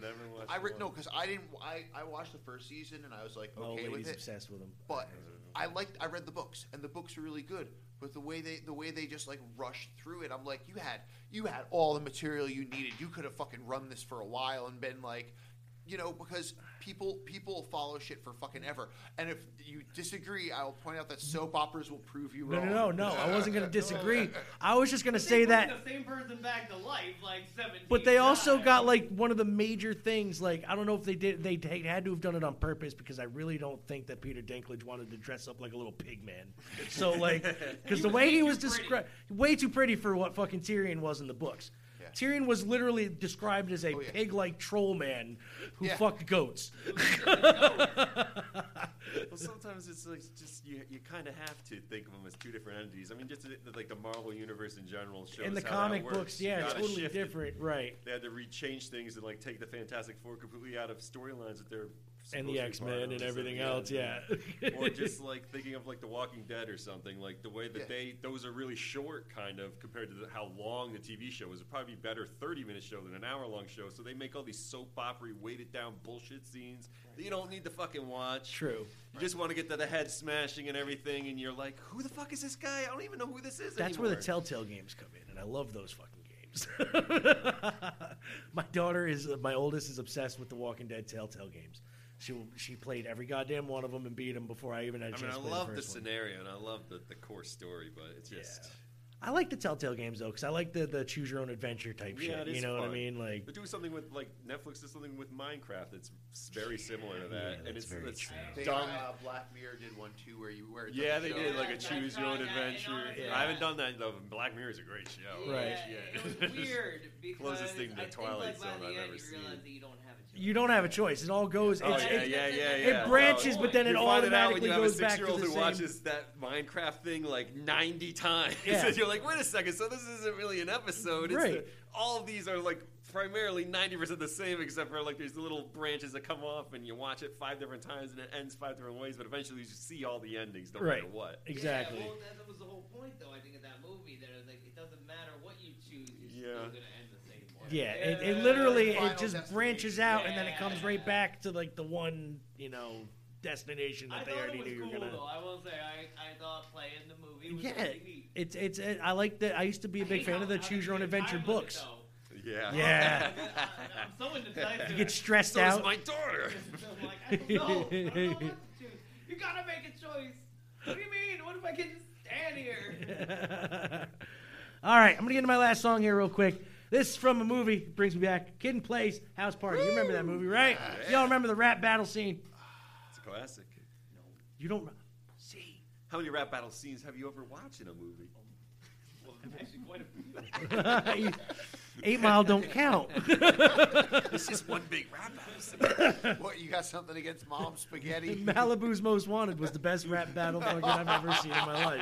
I re- no, because I didn't. I, I watched the first season and I was like, My old okay with lady's it. obsessed with 'em. But I liked. I read the books and the books are really good. But the way they the way they just like rushed through it, I'm like, you had you had all the material you needed. You could have fucking run this for a while and been like. You know, because people people follow shit for fucking ever, and if you disagree, I will point out that soap operas will prove you No, wrong. no, no, no. I wasn't going to disagree. I was just going to say Bring that. the same person back to life like 17 But they also times. got like one of the major things. Like I don't know if they did. They t- had to have done it on purpose because I really don't think that Peter Dinklage wanted to dress up like a little pig man. So like, because He the was way he too was pretty. described, way too pretty for what fucking Tyrion was in the books. Tyrion was literally described as a pig-like troll man who Yeah. fucked goats. well, sometimes it's like just you, you kind of have to think of them as two different entities. I mean, just the- like the Marvel universe in general shows. In the how that comic works. books, You yeah, it's gotta totally shift it. different, right? They had to rechange things and like take the Fantastic Four completely out of storylines that they're And supposed to the be X-Men part of, and so, everything else, yeah. or just like thinking of like The Walking Dead or something, like the way that Yeah. they those are really short, kind of compared to the, how long the TV show is. It'd probably be better thirty minute show than an hour long show. So they make all these soap opera weighted down bullshit scenes that you don't need to fucking watch. True. You just want to get to the head smashing and everything, and you're like, who the fuck is this guy? I don't even know who this is. That's anymore. where the Telltale games come in, and I love those fucking games. my daughter is my oldest is obsessed with the Walking Dead Telltale games. She she played every goddamn one of them and beat them before I even had a I chance. mean, I to play love the, the, first one. scenario and I love the, the core story, but it's just I like the Telltale games though, because I like the the choose your own adventure type Yeah, shit. it is You know what I fun. mean? Like They're doing something with like Netflix is something with Minecraft that's s- very similar to that, and it's, very it's They, done. uh, Black Mirror did one too, where you where it yeah, doesn't they show- did like a choose your own adventure. Yeah. I haven't done that though. but Black Mirror is a great show. Right. Yeah, it was weird because closest thing I to think, Twilight like, by Zone the I've end ever you seen. realize that you don't have a you don't have a choice. It all goes. Oh it's, yeah, it's- yeah, yeah, yeah. It branches, Oh, but then it you find out when automatically you goes have a back to six-year-old the who same. watches that Minecraft thing like ninety times, Yeah. and you're like, wait a second, so this isn't really an episode. It's the- Right. all of these are like primarily ninety percent the same, except for like there's the little branches that come off, and you watch it five different times, and it ends five different ways. But eventually, you see all the endings, no Right. matter what. Exactly. Yeah, well, that, that was the whole point, though. I think of that movie that it was like it doesn't matter what you choose, it's Yeah. still gonna end the same way. Yeah, it, it literally Final it just destination. branches out and then it Yeah. comes right back to like the one you know destination that I they thought already it was knew you cool, were gonna. though. I will say, I, I thought playing the movie was Yeah, really neat. it's it's it, I like that. I used to be a big fan of the Choose Your Own Adventure books. Yeah. Yeah. I'm so indecisive. You get stressed So is out. my daughter. So I'm like, I don't know. I don't know what to choose. What if I can just stand here? All right, I'm gonna get into my last song here real quick. This is from a movie. Brings me back. Kid and Plays House Party. You remember that movie, right? Yeah. Y'all remember the rap battle scene? It's a classic. You don't. See, how many rap battle scenes have you ever watched in a movie? Oh, well, actually quite a few. Eight Mile don't count. It's just one big rap battle. what you got something against mom spaghetti? Malibu's Most Wanted was the best rap battle fucking I've ever seen in my life.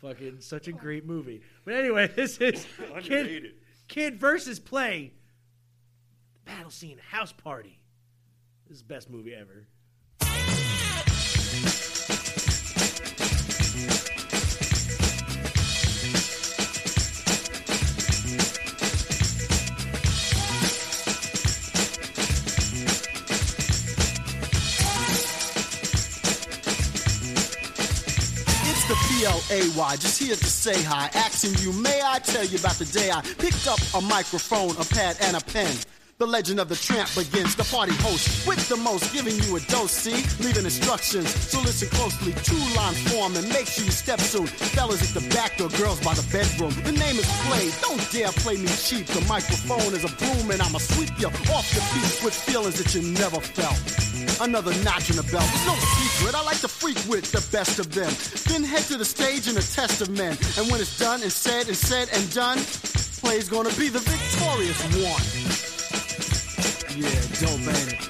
Fucking such a great movie. But anyway, this is Kid, Underrated. Kid versus Play. Battle scene, house party. This is the best movie ever. It's the PLAY, just here to say hi. Asking you, may I tell you about the day I picked up a microphone, a pad, and a pen? The legend of the tramp begins, the party host with the most, giving you a dose, see? Leaving instructions, so listen closely. Two lines form and make sure you step soon. Fellas at the back door, girls by the bedroom. The name is Play, don't dare play me cheap. The microphone is a broom and I'ma sweep you off your feet with feelings that you never felt. Another notch in the belt, it's no secret, I like to freak with the best of them. Then head to the stage and a test of men. And when it's done and said and said and done, Play's gonna be the victorious one. Yeah, dope, ain't it?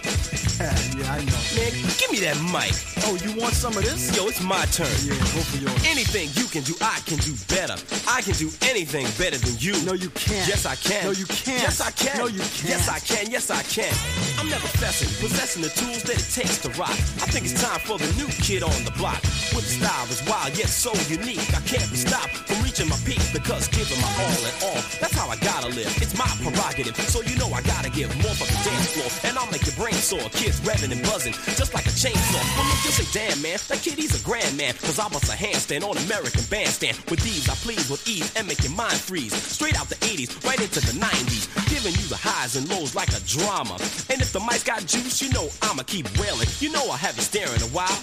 yeah, I know. Man, give me that mic. Oh, you want some of this? Yo, it's my turn. Yeah, go for yours. Anything you can do, I can do better. I can do anything better than you. No, you can't. Yes, I can. No, you can't. Yes, I can. No, you can't. Yes, I can. Yes, I can. I'm never fessing, possessing the tools that it takes to rock. I think it's time for the new kid on the block. With a style that's wild yet so unique. I can't be stopped from reaching my peak because giving my all and all. That's how I gotta live. It's my prerogative, so you know I gotta give more for the dance floor. And I'll make your brain sore. Kids revving and buzzing, just like a chainsaw. Well, look, you say, damn, man, that kid, he's a grand man. Cause I bust a handstand on American Bandstand. With these, I please with ease and make your mind freeze. Straight out the 80s, right into the 90s. Giving you the highs and lows like a drama. And if the mic's got juice, you know I'ma keep wailing. You know I have you staring a while.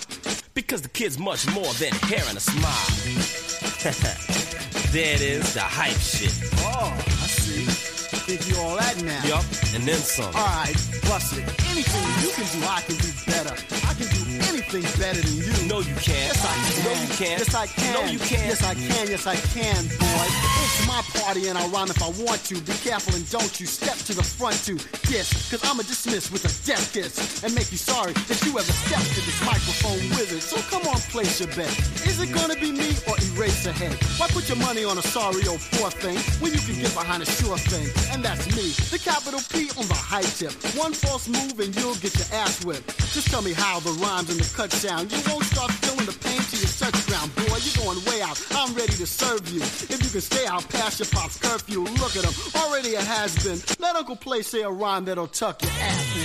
Because the kid's much more than hair and a smile. there it is, the hype shit. Oh, I see. Think you all that now. Yup, and then some. Alright, bust it. Anything you can do, I can do better. I can do anything better than you. No, you can't. Yes, I can. No, you can't. Yes, I can. No, you can't. Yes, I can. Yes, I can, boy. It's my party and I'll rhyme if I want to. Be careful and don't you step to the front to diss. Cause I'ma dismiss with a death kiss and make you sorry that you ever stepped to this microphone wizard. So come on, place your bet. Is it gonna be me or erase a head? Why put your money on a sorry old poor thing when you can get behind a sure thing? And that's me, the capital P on the high tip. One false move and you'll get your ass whipped. Just tell me how the rhymes and the cut sound. You won't start feeling the pain till you touch ground. Boy, you're going way out. I'm ready to serve you. If you can stay out past your pop's curfew, look at him. Already it has been. Let Uncle Play say a rhyme that'll tuck your ass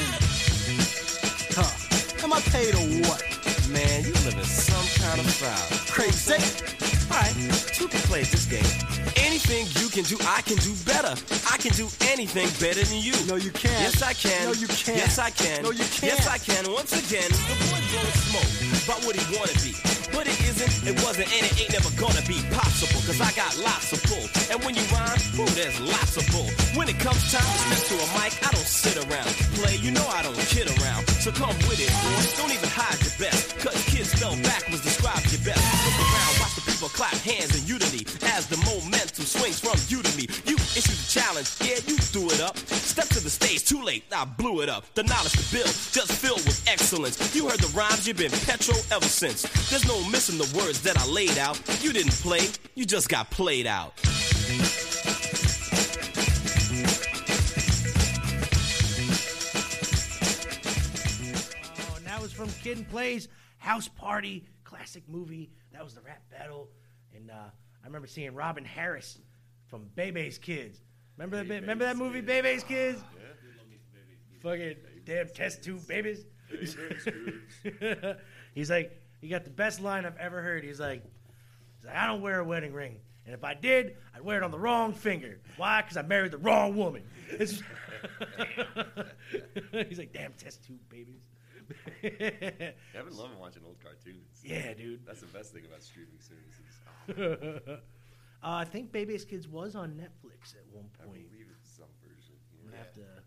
in. Huh. Am I paid or what? Man, you live in some kind of foul. Crazy. Alright, two can play this game. Anything you can do, I can do better. I can do anything better than you. No, you can't. Yes, I can. No, you can't. Yes, I can. No, you can't. Yes, I can. Once again, the boy blowing smoke about what he wanna be. But it isn't, it wasn't, and it ain't never gonna be possible. Cause I got lots of pull. And when you rhyme, ooh, there's lots of pull. When it comes time to step to a mic, I don't sit around. Play, you know I don't kid around. So come with it, boy. Don't even hide your best. Cause kids fell back was described your best. Look around, watch the people clap hands in unity as the momentum swings from you to me. You issue the challenge, yeah, you threw it up. Step to the stage, too late, I blew it up. The knowledge to build, just filled with excellence. You heard the rhymes, you've been petro ever since. There's no missing the words that I laid out. You didn't play, you just got played out. Oh, and that was from Kid and Plays House Party, classic movie. That was the rap battle, and uh, I remember seeing Robin Harris from Bebe's Kids. Remember that? bit- Remember that movie, Bebe's Kids? Fucking damn test tube babies. He's like, he got the best line I've ever heard. He's like, he's like, I don't wear a wedding ring, and if I did, I'd wear it on the wrong finger. Why? Because I married the wrong woman. It's- he's like, damn test tube babies. I've been loving watching old cartoons. Yeah, dude. That's the best thing about streaming oh, services. uh, I think Baby's Kids was on Netflix at one I point. believe it's some version. I'm gonna Yeah. have to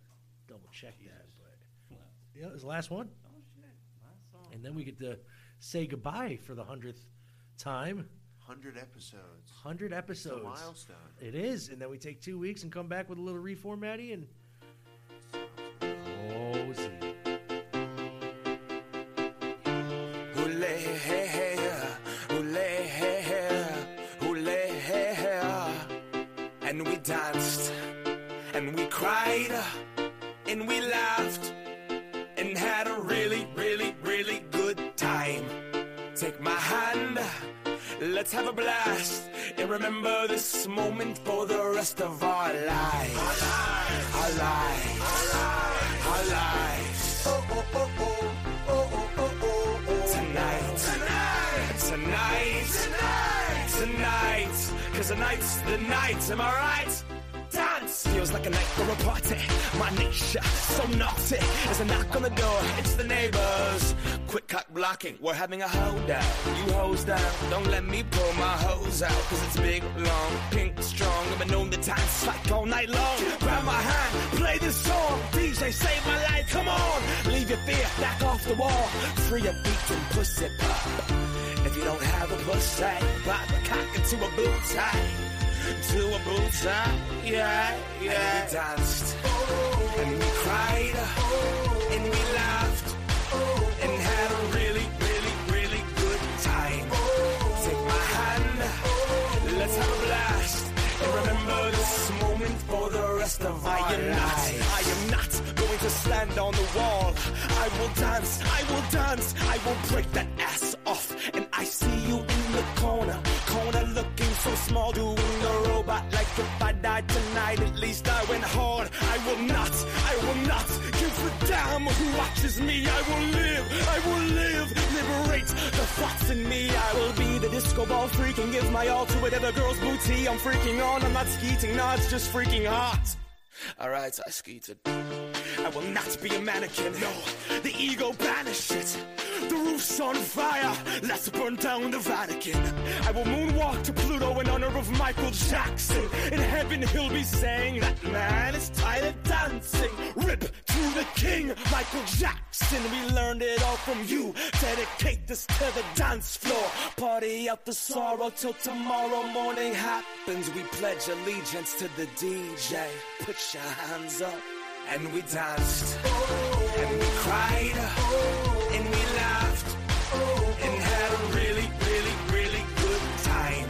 double check that, but yeah, it was the last one. Oh shit, last song. And then we get to say goodbye for the hundredth time. Hundred episodes. Hundred episodes. milestone. It is, and then we take two weeks and come back with a little reformatting and. Oh, see. Hooray, hey, hey, yeah. Hooray, hey, hey, yeah. Hooray, hey, hey, yeah. And we danced, and we cried, and we laughed, and had a really, really, really good time. Take my hand, let's have a blast, and remember this moment for the rest of our lives. Our lives, our lives, our lives. Oh, oh, oh, oh. Tonight. Tonight. Tonight. Tonight. Tonight. Cause tonight's the night, am I right? Dance feels like a night for a party. My nature, so naughty. It's a knock on the door, it's the neighbors. Quick cock blocking, we're having a hold out. You hose down, don't let me pull my hose out. Cause it's big, long, pink, strong. I've been known to dance like all night long. Grab my hand, play this song. DJ, save my life, come on. Leave your fear back off the wall. Free your beats and pussy pop. If you don't have a pussy, pop a cock into a boot tie. To a boot tie, yeah, yeah. And we danced, and we cried, and we laughed, and had a really, really, really good time. Take my hand, let's have a blast. And remember this moment for the rest of our I am not, lives. I am not going to stand on the wall. I will dance, I will dance, I will break that ass off. And I see you in the corner, corner looking so small, doing the robot like if I died tonight, at least I went hard. I will not, I will not give a damn who watches me. I will live, I will live, liberate the thoughts in me. I will be the disco ball freak and give my all to whatever girl's booty I'm freaking on. I'm not skeeting, nah, it's just freaking hot. Alright, I skeeted. I will not be a mannequin, no. The ego banish it. The roof's on fire, let's burn down the Vatican. I will moonwalk to Pluto in honor of Michael Jackson. In heaven, he'll be saying, That man is tired of dancing. Rip to the king, Michael Jackson. We learned it all from you. Dedicate this to the dance floor. Party out the sorrow till tomorrow morning happens. We pledge allegiance to the DJ. Put your hands up and we danced and we cried and we laughed and had a really really really good time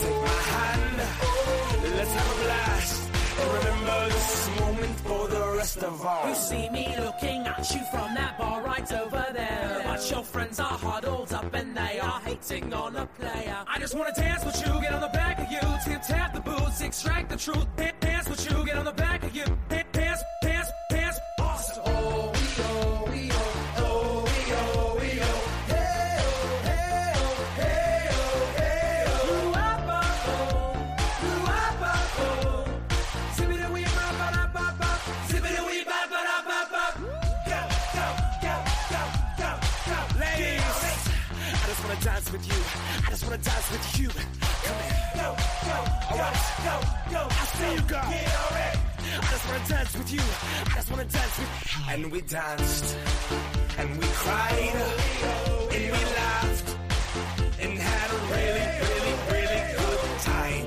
take my hand let's have a blast and remember this moment for the rest of our You see me looking at you from that bar right over there. But your friends are huddled up and they are hating on a player. I just wanna dance with you, get on the back of you. Tip tap the boots, extract the truth. Dan- Dance with you, get on the back of you. Dan- Dance, dance, dance. Awesome. Oh, we oh, we oh, oh, we oh, we oh. Hey oh, hey oh, hey oh, hey oh. Luapa oh, luapa oh. Zibbity wee ba ba da ba ba. Zibbity wee ba ba da ba ba. Go, go, go, go, go, go. Ladies, I just wanna dance with you. I just wanna dance with you. Come here. Go, go, go, go, go. I see you go. Yeah, alright. I just wanna dance with you. I just wanna dance with And we danced. And we cried. And we laughed. And had a really, really, really good time.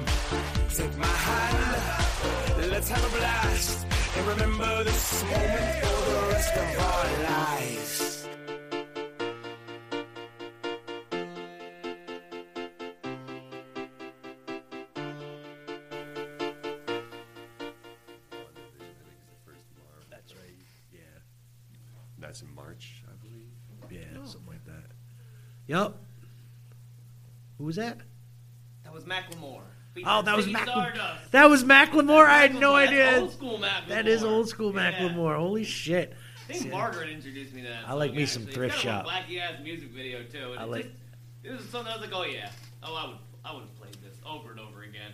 Take my hand. Let's have a blast. And remember this moment for the rest of our lives. That's right. Yeah. That's in March, I believe. Oh. Yeah, something like that. Yep. Who was that? That was Macklemore. Oh, that was Ziggy Macklemore. Stardust. That was Macklemore. I had no Macklemore. That's idea. old school Macklemore. That is old school Macklemore. Holy shit. I think See, Margaret introduced me to that. I like song, me some actually. thrift it's kind shop. Of a blacky ass music video too. And I I like- like. Just, it was something I was like, oh yeah, oh I would, I would have played this over and over again.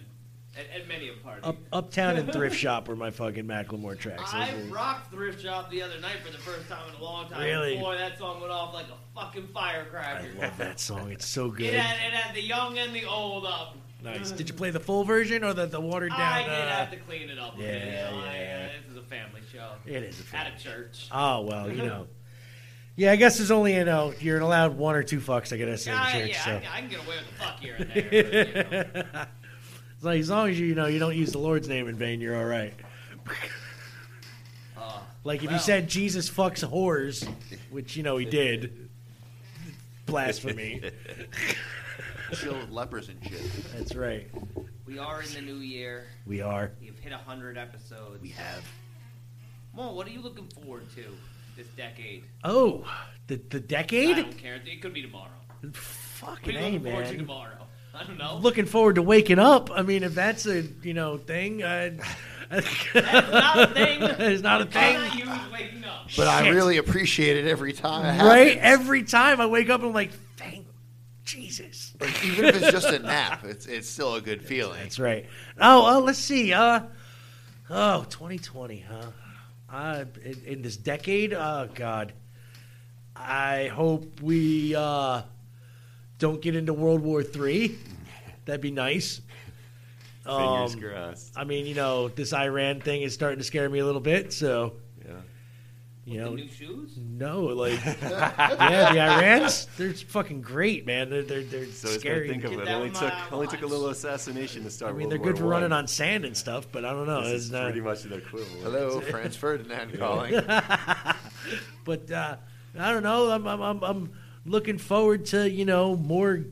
At, at many a party. Up, uptown and thrift shop were my fucking Macklemore tracks. Those I were- rocked Thrift Shop the other night for the first time in a long time. Really? Boy, that song went off like a fucking firecracker. I love that song. It's so It good. had, it had the young and the old up. Nice. Did you play the full version or the, the watered down? I did uh, have to clean it up. a bit, yeah, you know, I, yeah. uh, this is a family show. It is a At a church. Oh well, you know. Yeah, I guess there's only you know you're allowed one or two fucks. I guess in Yeah, church. yeah, so. I, I can get away with a fuck here and there. but, you know. It's like, as long as you you know you don't use the Lord's name in vain, you're all right. Uh, Like if well, you said Jesus fucks whores, which you know he did, blasphemy. Chill with lepers and shit. That's right. we are in the new year. We are. You've hit hundred episodes. We have. Mo, what are you looking forward to this decade? Oh, the the I decade. don't care. It could be tomorrow. Fucking what are you A, looking forward to man. tomorrow? I don't know. Looking forward to waking up. I mean, if that's a you know thing, I, that's not a thing. it's not a Why thing. not you waking up? But I Shit. really appreciate it every time. It Right? happens. Every time I wake up, I'm like, thank Jesus. Even if it's just a nap, it's it's still a good feeling. That's right. Oh, uh, let's see. Uh, oh, 2020, huh? Uh, in, in this decade, oh God, I hope we uh, don't get into World War Three. That'd be nice. Fingers Um, crossed. I mean, you know, this Iran thing is starting to scare me a little bit. So, Yeah. you know, new shoes? No, like, yeah, the Irans, they're fucking great, man. They're they're, they're So he's gonna scary. think of it. Only took only took a little assassination to I start. mean, World they're War good for running One. on sand and stuff, but I don't know. This It's is not pretty much the equivalent. Hello, Franz Ferdinand Yeah. calling. but uh, I don't know. I'm, I'm, I'm, I'm looking forward to, you know, more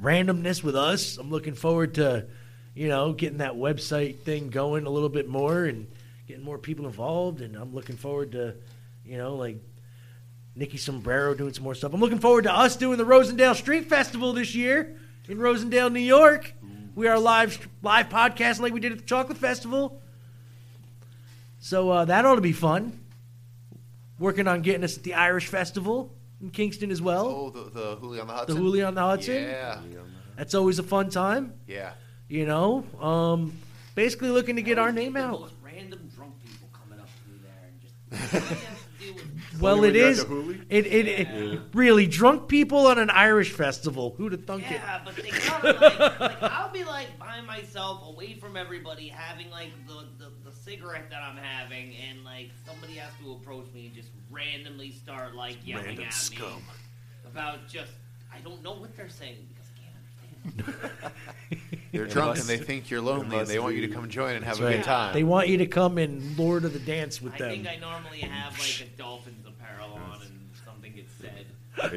randomness with us. I'm looking forward to, you know, getting that website thing going a little bit more and getting more people involved. And I'm looking forward to, you know, like Nikki Sombrero doing some more stuff. I'm looking forward to us doing the Rosendale Street Festival this year in Rosendale, New York. We are live live podcasting like we did at the Chocolate Festival. So uh, that ought to be fun. Working on getting us at the Irish Festival in Kingston as well. Oh, the, the Hooli on the The Hudson. Hoolie on the Hudson. Yeah. That's always a fun time. Yeah. You know, um, basically looking to get our name out. Random drunk people coming up to me there and just. Well, it is. It, it, it Yeah. really drunk people on an Irish festival. Who'd have thunk Yeah, it? but they kind of like, like I'll be like by myself, away from everybody, having like the, the, the cigarette that I'm having, and like somebody has to approach me and just randomly start like yelling Random at me scum. about just I don't know what they're saying because They're It drunk and must- they think you're lonely and they must want you be. to come join and have That's a right. good time. They want you to come and Lord of the Dance with I them. think I normally have like a dolphin's apparel on and something gets said. Maybe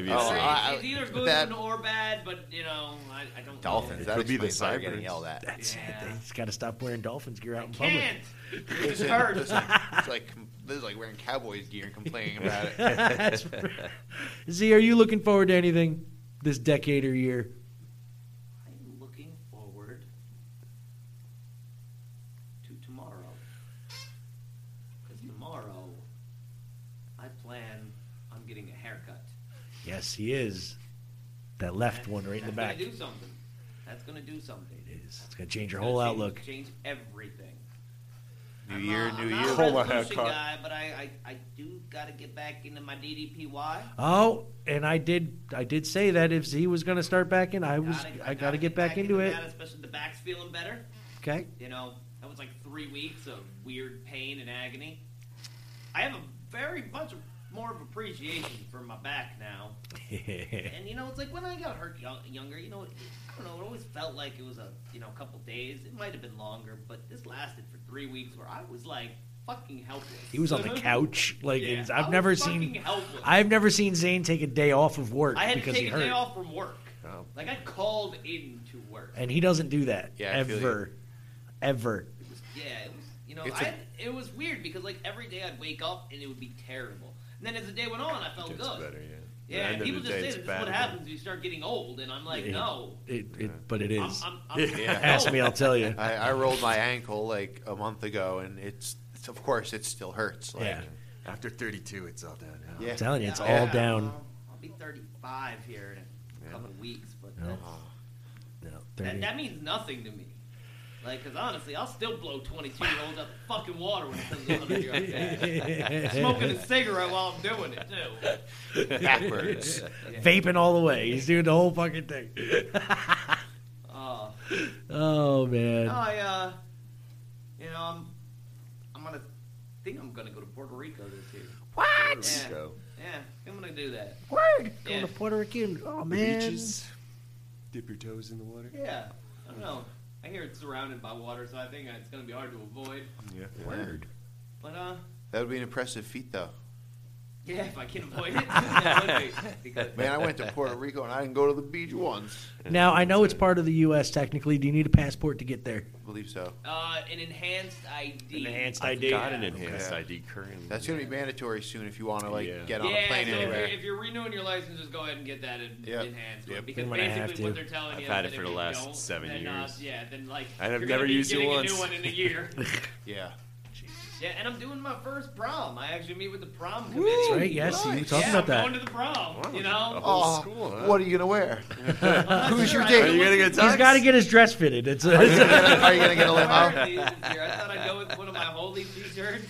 Or it's- it's, Oh, I- it's I- either but good that- or bad, but you know I, I don't. Dolphins. It That could be the explains why you're getting Cypress. yelled at. That's Yeah. it. They just got to stop wearing dolphins gear out in public. Can't. It It's, just hurts. it's like, it's like this is like wearing Cowboys gear and complaining about it. That's right. Z, are you looking forward to anything this decade or year? I'm looking forward to tomorrow. Because tomorrow, I plan on getting a haircut. Yes, he is. That left one right in the That's back. Gonna do something. That's gonna do something. It is. It's gonna change your whole outlook. Change everything. New year, new I'm year. not a resolution guy, but I, I, I do gotta get back into my DDPY. Oh, and I did. I did say that if Z was going to start back in, I was. I got to get back into it. That, especially the back's feeling better. Okay. You know, that was like three weeks of weird pain and agony. I have a very much more of appreciation for my back now. and you know, it's like when I got hurt yo- younger, you know, it, I don't know, it always felt like it was a you know couple days. It might have been longer, but this lasted for three weeks where I was like fucking helpless. He was on the couch. Like Yeah, it's- I I've was never fucking seen. helpless. I've never seen Zane take a day off of work I had to because take he a hurt, Oh. day off from work. Like I called in to work. and he doesn't do that Yeah, I feel you. ever, ever. Yeah, it was. You know, It's I a- had, it was weird because like every day I'd wake up and it would be terrible. And then as the day went on, I felt Gets good. better, yeah. The Yeah, end and of people the just day, say it's this is bad what again. happens when you start getting old, and I'm like, It- no. It, it, but it is. I'm- I'm- I'm- Yeah. Ask me, I'll tell you. I, I rolled my ankle like a month ago, and it's, it's of course it still hurts. Like, Yeah. After 32, it's all down. I'm telling you, it's all down. I'll be 35 here in a couple of weeks, but No. that's- No, that, 30. that means nothing to me. Like, because honestly, I'll still blow 22 year olds out the fucking water when it comes to 100 yards. Smoking a cigarette while I'm doing it, too. Backwards. Yeah. Vaping all the way. He's doing the whole fucking thing. Oh. oh, man. No, I, uh, you know, I'm, I'm gonna think I'm gonna go to Puerto Rico this year. What? Yeah, Rico. yeah, I'm gonna do that. Word. Yeah. Going to Puerto Rican. Oh, The man. beaches. Dip your toes in the water. Yeah, I don't know. I hear it's surrounded by water, so I think it's gonna be hard to avoid. Yeah. Word. But uh, That would be an impressive feat, though. yeah, if I can avoid it, that would be. Because- Man, I went to Puerto Rico and I didn't go to the beach once. Now, I know it's part of the U.S. technically. Do you need a passport to get there? I believe so. Uh, an enhanced ID. Yeah. That's going to be mandatory soon if you want to like get yeah, on a plane so anywhere. If, you're, if you're renewing your license, just go ahead and get that en- Yep. enhanced Yep. one because When I have basically what to. they're telling I've you had is that it for if the you last don't, seven then, uh, years. yeah, then like I have you're gonna never be used it getting A once. new one in a year. yeah. yeah, and I'm doing my first prom. I actually meet with the prom committee. That's right, yes, you were talking yeah, about I'm that. Going to the prom, you know. Oh, what are you going to wear? Who's your date? He's got to get his dress fitted. It's, Are you gonna- are you gonna get a I thought I'd go with one of my holy t-shirts.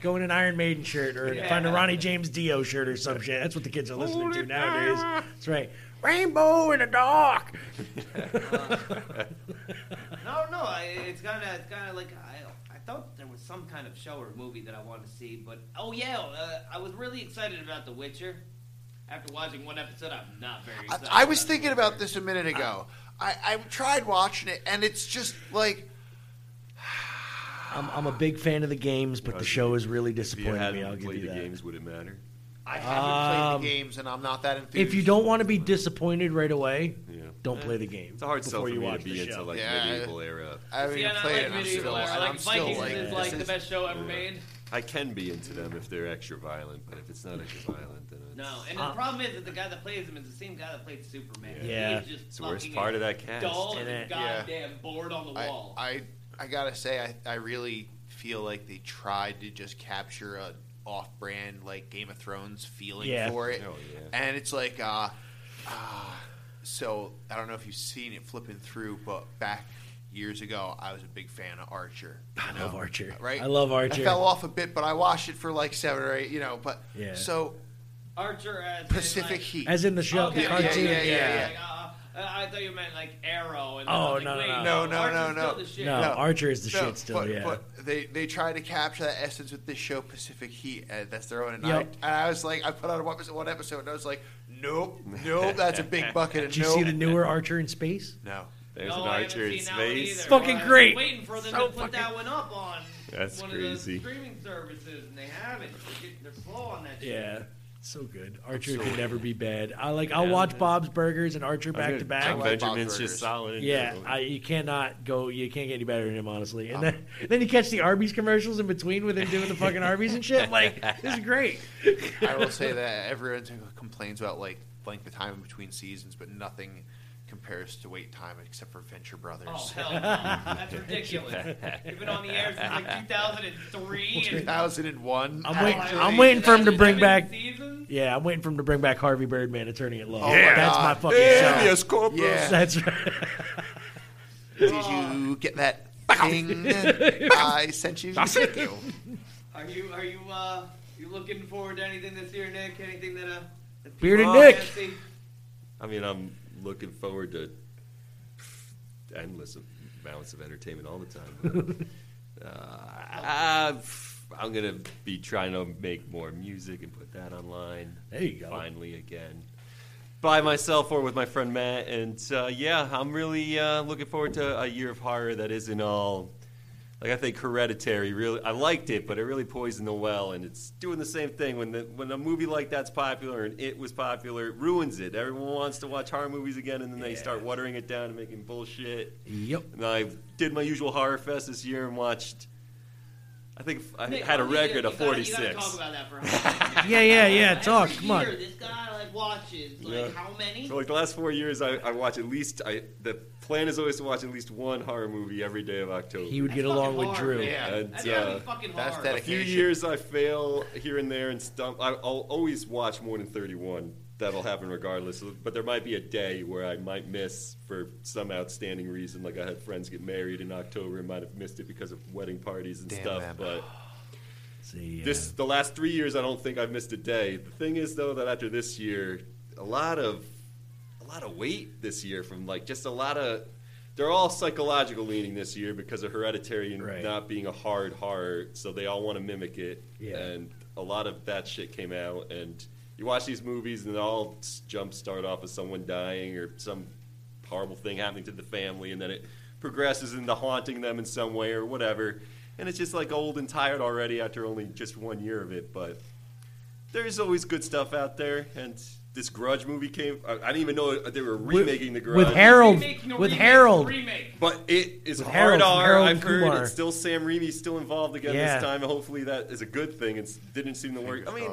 Go in an Iron Maiden shirt or Yeah. find a Ronnie James Dio shirt or some shit. That's what the kids are listening to nowadays. That's right. Rainbow in the dark. No, no, I, it's kind of, it's kind of like I, I thought there was some kind of show or movie that I wanted to see, but oh yeah, uh, I was really excited about The Witcher. After watching one episode, I'm not very excited. I was thinking about this a minute ago. I, I tried watching it and it's just like I'm, I'm a big fan of the games, Oh, but the show is really If you disappointing me. I'll hadn't give played you the that. games, would it matter? I haven't Um, played the games and I'm not that enthused. If you don't want to be disappointed right away, don't play the game. It's a hard sell before for you me to watch be the into, show. like, Yeah, medieval era. I haven't See, even and I played like it. and I'm medieval still era, and like I'm still Vikings is like the this best show ever yeah. made. I can be into them if they're extra violent, but if it's not extra violent, then it's... No, Uh. and the problem is that the guy that plays him is the same guy that played Superman. Yeah. He is just It's the worst fucking part of that cast. Dull and, And it- goddamn bored on the I, wall. I I gotta say I, I really feel like they tried to just capture a off-brand like Game of Thrones feeling Yeah. for it, Oh, and it's like uh, uh, so I don't know if you've seen it flipping through, but back years ago I was a big fan of Archer. I love Archer. Right, I love Archer. I fell off a bit, but I watched it for like seven or eight, you know. But Yeah. so Archer as Pacific in, like, Heat, As in the show, the yeah, yeah, cartoon, yeah, yeah, yeah. yeah. Like, uh, uh, I thought you meant like Arrow. And Oh, I was no, no, like, wait, no, no, Archer's no, no. still the shit. No, Archer is the shit still, but, yeah. But they they try to capture that essence with this show Pacific Heat, and that's their own. And, I, Yep. and I was like, I put on one episode, one episode, and I was like, nope, nope, that's a big bucket. And Did you nope. see the newer Archer in space? No. There's an archer in space. It's fucking great. Waiting for them So to put that one up on That's one crazy. of the streaming services, and they haven't. They're, getting, they're slow on that. shit. Yeah. So good. Archer so could in. never be bad. I like. I'll Yeah. watch Bob's Burgers and Archer I back was to gonna- back. John Benjamin's just solid. in Yeah, general. I, you cannot go. You can't get any better than him, honestly. Um, And then, then you catch the Arby's commercials in between with him doing the fucking Arby's and shit. Like this is great. I will say that everyone complains about like length of time in between seasons, but nothing compares to wait time except for Venture Brothers. Oh hell no! That's ridiculous. You've been on the air since like 2003. And 2001. I'm waiting. actually. I'm waiting for him to Actually, bring seven back. seasons? Yeah, I'm waiting for him to bring back Harvey Birdman, Attorney at Law. Oh, my that's my God. fucking Yeah, show. yes, Corporal. Yeah. that's right. Did you get that thing I sent you? I sent you. Are you are you uh you looking forward to anything this year, Nick? Anything that uh that Bearded people Nick. fancy? I mean, I'm looking forward to endless amounts of entertainment all the time. but, uh, I've- I'm gonna be trying to make more music and put that online. There you go. Finally, again, by myself or with my friend Matt, and uh, yeah, I'm really uh, looking forward to a year of horror that isn't all. Like I think Hereditary really, I liked it, but it really poisoned the well, and it's doing the same thing. When the when a movie like that's popular and it was popular, it ruins it. Everyone wants to watch horror movies again, and then they start watering it down and making bullshit. Yep. And I did my usual horror fest this year and watched. I think I Nick, had a you gotta- record of you gotta- you gotta 46. talk about that for a minute. Yeah, yeah, yeah, Every talk, come on. year, This guy like watches like Yeah. how many? So like the last four years, I, I watch at least. I the plan is always to watch at least one horror movie every day of October. He would get That's along fucking with hard, Drew. man. And, That's gotta uh, be fucking That's hard. A few dedication. years I fail here and there and stump. I, I'll always watch more than thirty-one that'll happen regardless. But there might be a day where I might miss for some outstanding reason. Like I had friends get married in October and might have missed it because of wedding parties and Damn stuff. that. But See, this the last three years, I don't think I've missed a day. The thing is, though, that after this year, a lot of a lot of weight this year from like just a lot of they're all psychological leaning this year because of hereditary and Right. not being a hard horror, so they all want to mimic it. Yeah. And a lot of that shit came out, and you watch these movies, and they all s- jump start off with someone dying or some horrible thing happening to the family, and then it progresses into haunting them in some way or whatever. And it's just like old and tired already after only just one year of it, but there's always good stuff out there, and this Grudge movie came. I, I didn't even know they were remaking the Grudge with Harold- with Harold. But it is With hard Harold, from R. Harold I've heard Kumar. it's still Sam Raimi's still involved again Yeah. this time. and Hopefully that is a good thing. It didn't seem to work. I mean,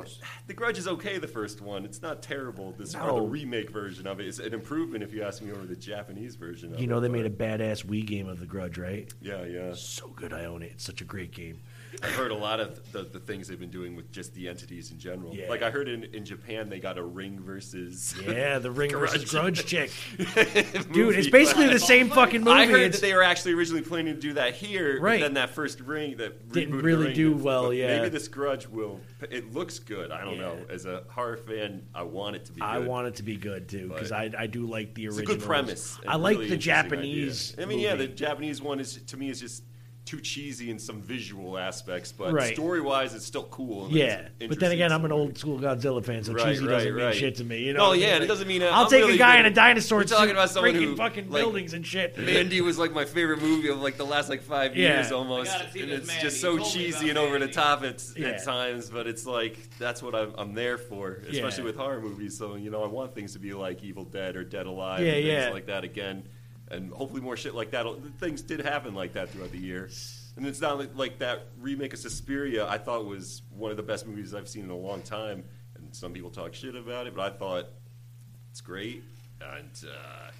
the Grudge is okay. The first one, it's not terrible. This or No. the remake version of it is an improvement if you ask me over the Japanese version. Of uh, You know, they it, made a badass Wii game of The Grudge, right? Yeah, yeah. So good, I own it. It's such a great game. I've heard a lot of the, the things they've been doing with just the entities in general. Yeah. Like I heard in, in Japan they got a ring versus Yeah, the Ring versus Grudge chick. Dude, movie. it's basically the same fucking movie. I heard It's- that they were actually originally planning to do that here, Right. But then that first ring that Didn't reboot of really the ring, do but well, yeah. Maybe this Grudge will. It looks good. I don't know. As a horror fan, I want it to be. I good. want it to be good too because I, I do like the It's original. a good premise. and I like really the interesting Japanese. idea. I mean, yeah, the movie. Japanese one is to me is just too cheesy in some visual aspects, but Right. story wise, it's still cool. and yeah. it's But then interesting. again, I'm an old school Godzilla fan, so Right, cheesy doesn't right, mean right. shit to me. You No, know? what I yeah, mean? and it doesn't mean, uh, I'll I'm take a really guy good. in a dinosaur We're talking suit about someone breaking who, fucking like, buildings and shit. Mandy was like my favorite movie of like the last like five Yeah. years almost, I gotta see and this it's Mandy. just so You told me cheesy and over the top at, Yeah. at times. But it's like that's what I'm, I'm there for, especially Yeah. with horror movies. So you know, I want things to be like Evil Dead or Dead Alive, Yeah, and yeah. things like that again, and hopefully more shit like that. Things did happen like that throughout the year. And it's not like- like that remake of Suspiria. I thought was one of the best movies I've seen in a long time, and some people talk shit about it, but I thought it's great, and uh,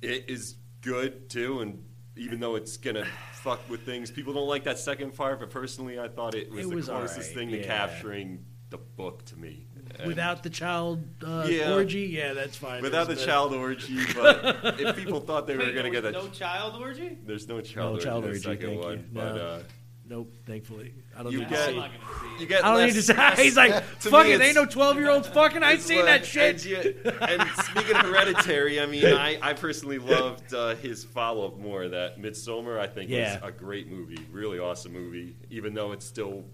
it is good too. And even though it's gonna fuck with things, people don't like that second part. But personally, I thought it was It the was closest alright, thing to yeah. capturing the book to me. And Without the child uh, Yeah. orgy, yeah, that's fine. Without the It's child orgy, but if people thought they were Wait, gonna there get was that, no child orgy. there's no child No orgy child in the orgy. second thank one. you. But No. uh, nope, thankfully, I don't you need get- to see. it. you get I don't less- need to see. He's like, to fuck me, it. Ain't it's- no twelve year olds fucking. I It's seen like- that And, shit. you- and speaking of Hereditary, I mean, I, I personally loved uh, his follow up more. That Midsummer, I think, Yeah. was a great movie, really awesome movie, even though it's still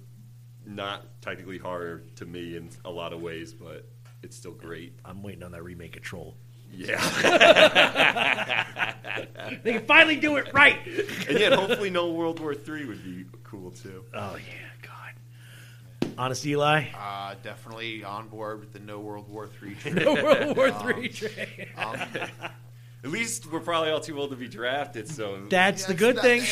not technically horror to me in a lot of ways, but it's still great. I'm waiting on that remake of Troll. Yeah. They can finally do it right. and yet, hopefully, no World War III would be cool too. Oh yeah, God. Honest Eli. Uh, definitely on board with the no World War Three. Um, No World War Three train. Um, At least we're probably all too old to be drafted, so That's the good thing.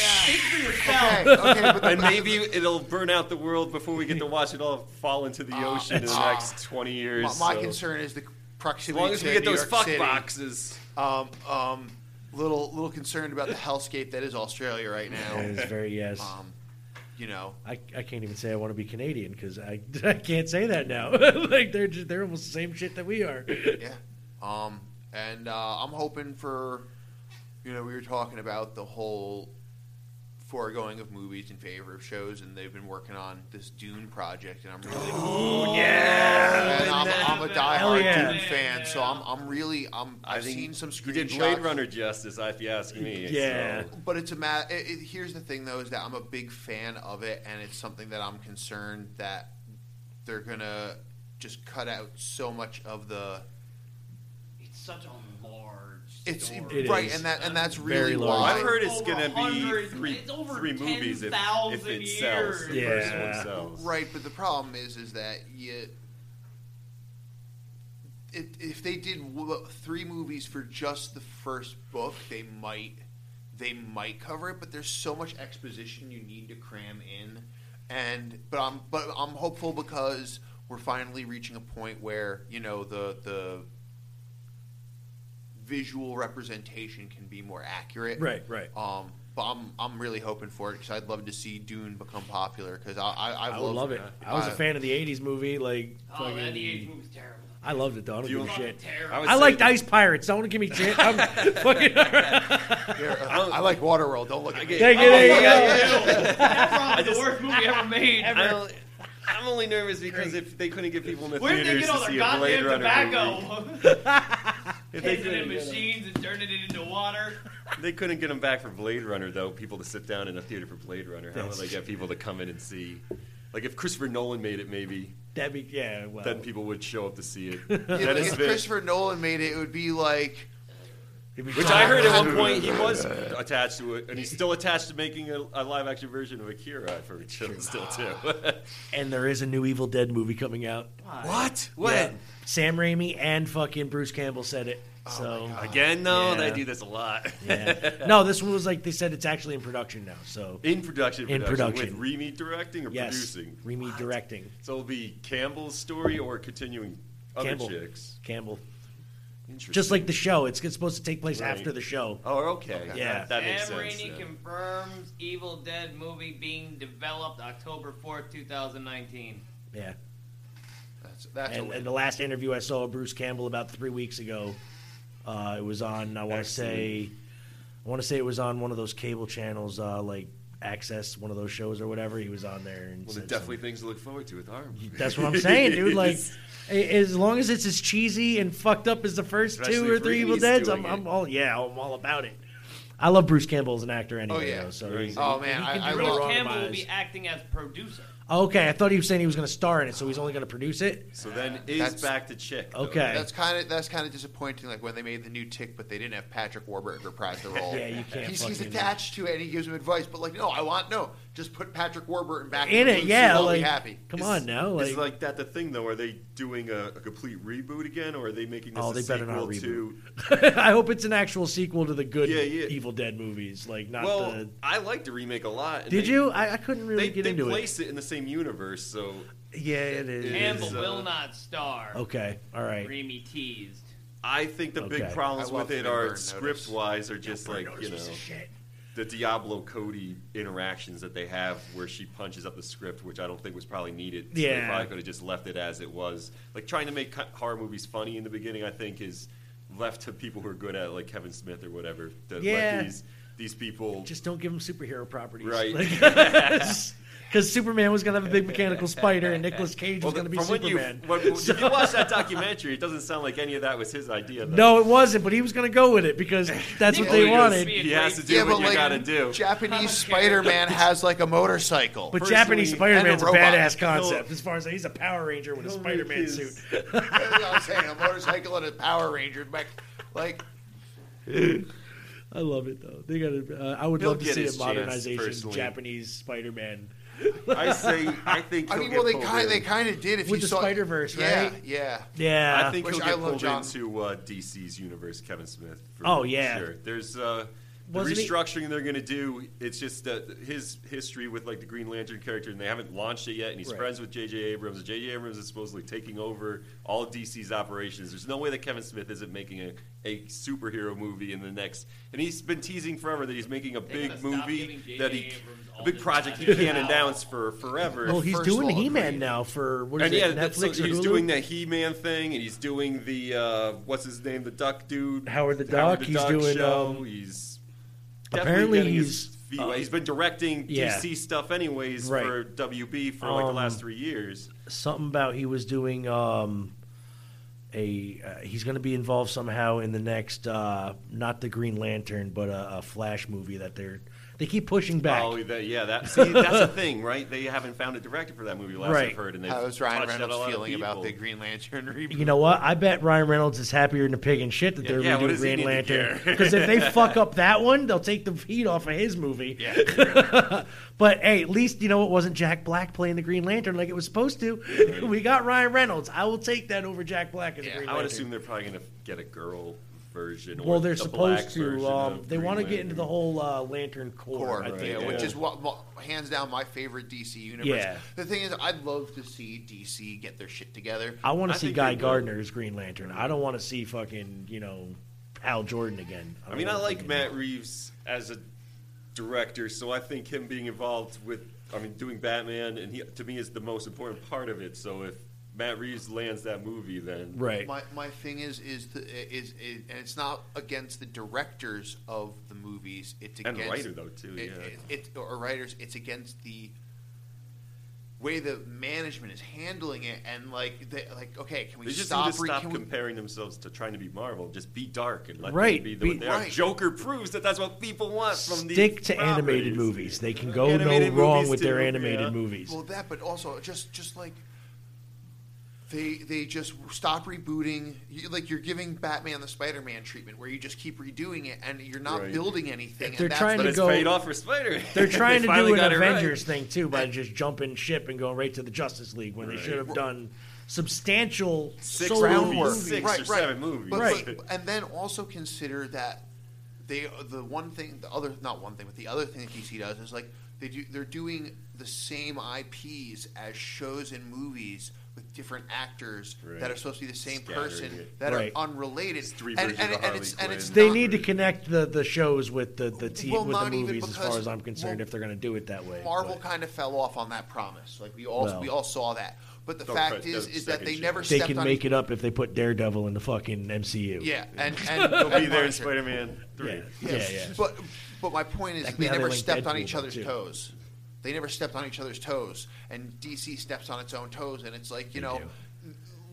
and maybe it'll burn out the world before we get to watch it all fall into the ocean in the uh, next 20 years. My, my so. concern is the proximity. As long as to we get New those York fuck City. boxes. Um, um, little little concerned about the hellscape that is Australia right now. It is very yes. Um, you know, I, I can't even say I want to be Canadian because I, I can't say that now. like they're just, they're almost the same shit that we are. yeah. Um, and uh, I'm hoping for, you know, we were talking about the whole foregoing of movies in favor of shows, and they've been working on this Dune project, and I'm really, Dune, yeah! and I'm, I'm a Hell diehard yeah. Dune fan, so I'm, I'm really, I'm, I've think seen some You screenshots. did Blade Runner justice, if you ask me. so- But it's a matter. It, it- here's the thing, though, is that I'm a big fan of it, and it's something that I'm concerned that they're gonna just cut out so much of the. It's such a large. It's story. right, and that and that's Very really large. why I've heard it's Over gonna be 100 three- it's over three movies if- if 10,000 it sells, the years. first one Yeah. sells. Right, but the problem is, is that you. If, if they did w- three movies for just the first book, they might they might cover it. But there's so much exposition you need to cram in, and but I'm but I'm hopeful because we're finally reaching a point where you know the the visual representation can be more accurate. Right, right. Um, but I'm I'm really hoping for it because I'd love to see Dune become popular because I I, I would love it. I was a fan of the '80s movie. Like, Oh, that fucking- the age move was terrible. I loved it though. I don't Do you give a want- shit. I would I, say- liked Ice Pirates. Don't give me shit. I'm fucking. I like Waterworld. Don't look at me. There you- there you go. I the worst movie ever made. I don't- I'm only nervous because if they couldn't get people in the Where did they theaters get all to see their a Blade goddamn Runner tobacco? If they Tasted in couldn't get it. machines and turning it into water. movie. They couldn't get them back for Blade Runner though. People to sit down in a theater for Blade Runner. How That's will they get people to come in and see? Like if Christopher Nolan made it, maybe That'd be yeah. Well, then people would show up to see it. If, Dennis if Vitt- Christopher Nolan made it, it would be like. Which I heard at one point he was attached to it, and he's still attached to making a, a live action version of Akira. I've heard still, still too. and there is a new Evil Dead movie coming out. What? Yeah. Sam Raimi and fucking Bruce Campbell said it. So Oh Again, though, they Yeah. do this a lot. Yeah. No, this one was like they said it's actually in production now. So in production, in production, with Remy directing or yes, producing. Remy directing. So it'll be Campbell's story or continuing other Campbell. chicks. Campbell. Interesting. Just like the show, it's, it's supposed to take place Right. after the show. Oh, okay. Yeah, That- that makes Sam sense, Raimi yeah. confirms Evil Dead movie being developed October 4th, 2019. yeah. That's, that's and, a win. and the last interview I saw of Bruce Campbell about three weeks ago, uh, it was on. I want to say, I want to say it was on one of those cable channels, uh, like Access, one of those shows or whatever. He was on there and Well, said there's definitely things to look forward to with our movie. something. That's what I'm saying, dude. Like, It's- a- as long as it's as cheesy and fucked up as the first Especially two or if three Evil Raimi's Dead's, doing I'm, I'm all yeah, I'm all about it. I love Bruce Campbell as an actor anyway. yeah. though, so Right. he's- Oh, he- man, he can I- do I it love all. Campbell will be acting as producer. Okay, I thought he was saying he was going to star in it, so he's only going to produce it. So then is That's- back to chick. though. Okay. That's kind of that's kind of disappointing. Like when they made the new Tick, but they didn't have Patrick Warburton reprise the role. Yeah, you can't He's, he's fucking- attached to it, and he gives him advice. But like, no, I want no. Just put Patrick Warburton back In the it, booth, yeah, and I'll be like, happy. come on now, Is like- like that the thing though? Are they doing a, a complete reboot again, or are they making this Oh, a they better sequel not to? reboot. I hope it's an actual sequel to the good Yeah, yeah. Evil Dead movies, like not well, the. I liked the remake a lot. and Did they- you? I, I couldn't really They, get they into it. place it. in the same universe, so Yeah, it is. Campbell is, uh, will not star. Okay, all right. Raimi teased. I think the big Okay. problems I love with it the are Burn script wise are just like you know was a shit. the Diablo Cody interactions that they have where she punches up the script, which I don't think was probably needed. So they Yeah. probably could have just left it as it was. Like trying to make co- horror movies funny in the beginning, I think is left to people who are good at it, like Kevin Smith or whatever. To Yeah. let these these people Just don't give them superhero properties, Right. Because Superman was gonna have a big mechanical spider, and Nicolas Cage was gonna be From when you, Superman. when- when- So- if you watch that documentary, it doesn't sound like any of that was his idea. Though. no, it wasn't, but he was gonna go with it because that's Nicolas what they Cage wanted. being He has to do yeah, what but you like, gotta do. Japanese Spider-Man has like a motorcycle, But Japanese Personally, and Spider-Man's a robot. badass concept as far as he's a Power Ranger with a Spider-Man suit. I'm saying a motorcycle and a Power Ranger, back like I love it though. They got. Uh, I would He'll love to get see a his chance, modernization of personally. Japanese Spider-Man. I say, I think. I he'll mean, well, get they pulled kind in. they kind of did if With you the saw Spider-Verse, yeah, right? Yeah, Yeah. I think Which he'll I get love pulled John- into uh, DC's universe, Kevin Smith. For Oh, yeah. sure. There's uh, the Wasn't he- restructuring they're going to do. It's just uh, his history with like the Green Lantern character, and they haven't launched it yet. And he's Right. friends with J.J. Abrams. and J.J. Abrams is supposedly taking over all of DC's operations. There's no way that Kevin Smith isn't making a, a superhero movie in the next. And he's been teasing forever that he's making a big movie that he. A big project he can't announce for forever. Well, he's First doing of all, He-Man now for what is and it? yeah, that- Netflix so or he's Hulu? doing that He-Man thing, and he's doing the uh, what's his name, the Duck dude, Howard the Duck, he's Duck doing, show. um, he's apparently apparently getting his he's, feet uh, wet. he's been directing yeah. DC stuff anyways Right. for WB for like the Um, last three years. something about he was doing um, a. Uh, he's going to be involved somehow in the next, uh, not the Green Lantern, but a, a Flash movie that they're they keep pushing back. Oh, that, yeah, that, see, that's the thing, right? They haven't found a director for that movie. Last Right. I've heard, and they've How's Ryan touched on a lot Reynolds of feeling about people. the Green Lantern reboot? You know what? I bet Ryan Reynolds is happier than a pig in shit that Yeah, they're yeah, what redoing does he Green need to Lantern. care? Because if they fuck up that one, they'll take the heat off of his movie. but hey, at least you know it wasn't Jack Black playing the Green Lantern like it was supposed to. we got Ryan Reynolds. I will take that over Jack Black as the Yeah, Green I would Lantern. assume they're probably going to get a girl version. well, or they're the black supposed version to. Um, of they Green want to Lantern. get into the whole uh, Lantern Corps, Core, I think. yeah, which is what, what- hands down my favorite DC universe. Yeah. The thing is, I'd love to see DC get their shit together. I want to see think Guy they will. Gardner as Green Lantern. I don't want to see fucking you know Al Jordan again. I mean, I don't like fucking- Matt Reeves as a director, so I think him being involved with, I mean, doing Batman, and he to me is the most important part of it. So if Matt Reeves lands that movie, then My, my thing is is the, is, is and it's not against the directors of the movies. It's And against writer, though, too, It, yeah. it- it- or writers. It's against the way the management is handling it, and like they, like okay, can we They just stop? need to re- stop can we- comparing themselves to trying to be Marvel. Just be dark and let Right, them be, be- the, what they are. Right. Joker proves that that's what people want from these Stick to properties. animated movies. They can go Animated no wrong movies with their too, animated yeah. movies. Well, that, but also just just like they they just stop rebooting. You, like you're giving Batman the Spider-Man treatment, where you just keep redoing it, and you're not Right. building anything. They're and that's trying what to it's go. paid off. for Spider-Man. They're They trying to finally do an got it right. Avengers thing too by just jumping ship and going right to the Justice League when they Right. should have done substantial Six solo groundwork. movies. right, right. But, right? but- and then also consider that they the one thing the other not one thing but the other thing that DC does is like they do they're doing the same IPs as shows and movies with different actors that are supposed to be the same Scattering person it. that Right. are unrelated. three and, versions and, of and Harley it's and it's they not- need to connect the, the shows with the the, t- Well, with the not even movies as far because- as I'm concerned if they're going to do it that way. Marvel kind of fell off on that promise. Like we all Well. we all saw that. But the Don't fact press- is don't is that second they shit. never They stepped can on make it up if they put Daredevil in the fucking MCU. Yeah, and, and He'll be there in and- Spider-Man 3. Yeah, yeah, yeah. But but my point is That could they be how they never link stepped on Deadpool each up, other's too. toes. They never stepped on each other's toes, and DC steps on its own toes, and it's like you know,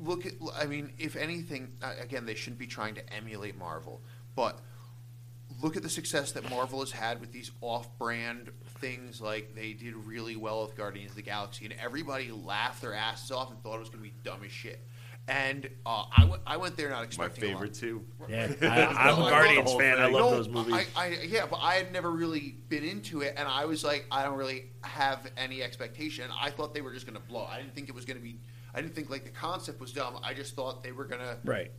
look at. I mean, if anything, uh, again, they shouldn't be trying to emulate Marvel, but look at the success that Marvel has had with these off-brand things. Like they did really well with Guardians of the Galaxy, and everybody laughed their asses off and thought it was going to be dumb as shit. And uh, I, w- I went there not My expecting a lot. favorite too. Yeah, I- I'm a Guardians fan. I love No, those movies. I, I, yeah, but I had never really been into it, and I was like, I don't really have any expectation. I thought they were just going to blow. I didn't think it was going to be. I didn't think like the concept was dumb. I just thought they were going to. Right.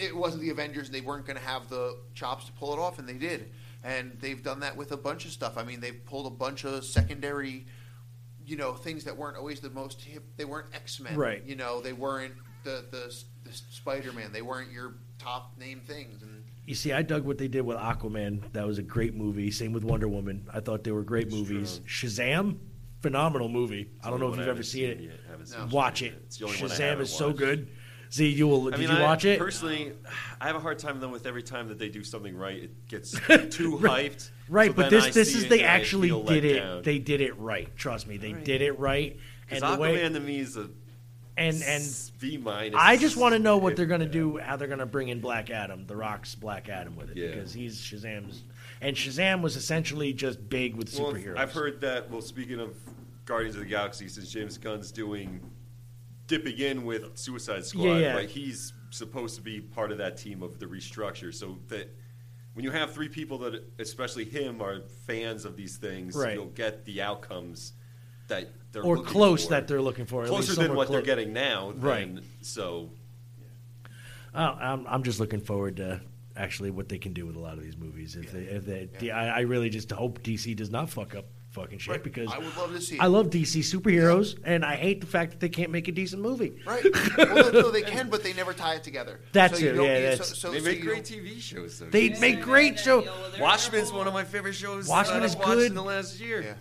it wasn't the Avengers. They weren't going to have the chops to pull it off, and they did. And they've done that with a bunch of stuff. I mean, they've pulled a bunch of secondary, you know, things that weren't always the most hip. They weren't X Men. Right. You know, they weren't the the, the Spider Man. They weren't your top name things. And You see, I dug what they did with Aquaman. That was a great movie. Same with Wonder Woman. I thought they were great movies. Shazam, phenomenal movie. I don't know if one I you've ever haven't seen it. seen yet. I haven't seen it Watch yet. it. It's the only one I Shazam haven't is so watched. good. Z, you will. I Did mean, you I- watch it? Personally, I have a hard time though with every time that they do something right, it gets too Right. hyped. Right, So but then this I this see is it they and I actually feel let did it. down. They did it right. Trust me, they Right. did it right. 'Cause And the way Aquaman to me is a and and s- B minus. I just want to know what they're going to do, how they're going to bring in Black Adam, The Rock's Black Adam with it, Yeah. because he's Shazam's, and Shazam was essentially just big with Well, superheroes. I've heard that. Well, speaking of Guardians of the Galaxy, since James Gunn's doing dipping in with Suicide Squad, Yeah, yeah. right? He's supposed to be part of that team of the restructure. So that when you have three people that, especially him, are fans of these things, Right. you'll get the outcomes that they're Or looking close for. that they're looking for, at Closer least than somewhere what they're clo- getting now, then- Right. So Oh, I'm I'm just looking forward to actually what they can do with a lot of these movies. If they if they, the- I, I really just hope DC does not fuck up fucking shit because I would love to see I it. love DC superheroes and I hate the fact that they can't make a decent movie. Right. well, no, they can, but they never tie it together. That's you it, don't- yeah, you- that's- they make you great don't- TV shows. Though. They make great show. Watchmen's one of my favorite shows. that Watchmen I've is watched good. in the last year.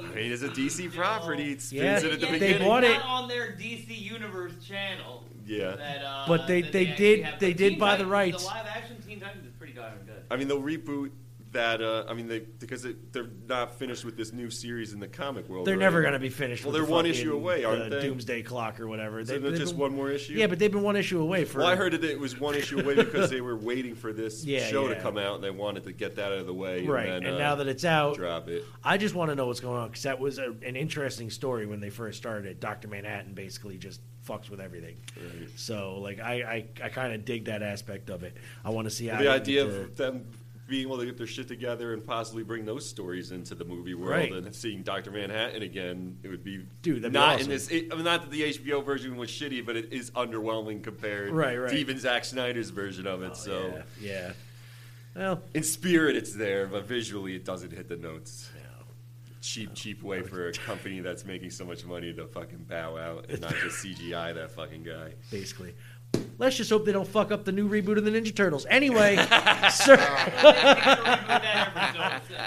I mean, it's a DC property. It spins Yeah. it at the Yeah, they beginning. bought it. Not on their DC Universe channel. Yeah. That, uh, But they- that they actually did- have. they But did Teen buy the Titans, rights. The live action Teen Titans is pretty darn good. I mean, they'll reboot that. Uh, I mean, they because it, they're not finished with this new series in the comic world. They're right? never going to be finished. Well, with they're the one fucking, issue away, uh, aren't they? Doomsday Clock or whatever. Isn't it just been- one more issue? Yeah, but they've been one issue away for. Well, I heard that it was one issue away because they were waiting for this Yeah, show yeah. to come out, and they wanted to get that out of the way. Right, and, then, and uh, now that it's out- drop it. I just want to know what's going on because that was a, an interesting story when they first started. Doctor Manhattan basically just fucks with everything. So, like, I I, I kind of dig that aspect of it. I want to see how the they idea get to- of them being able to get their shit together and possibly bring those stories into the movie world Right. and seeing Doctor Manhattan again, it would be Dude, that'd be not awesome. in this. It, I mean, not that the HBO version was shitty, but it is underwhelming compared Right, right. to even Zack Snyder's version of it. so yeah. Well, in spirit, it's there, but visually, it doesn't hit the notes. Cheap, cheap way for a company that's making so much money to fucking bow out and not just CGI that fucking guy. Basically. Let's just hope they don't fuck up the new reboot of the Ninja Turtles. Anyway, sir,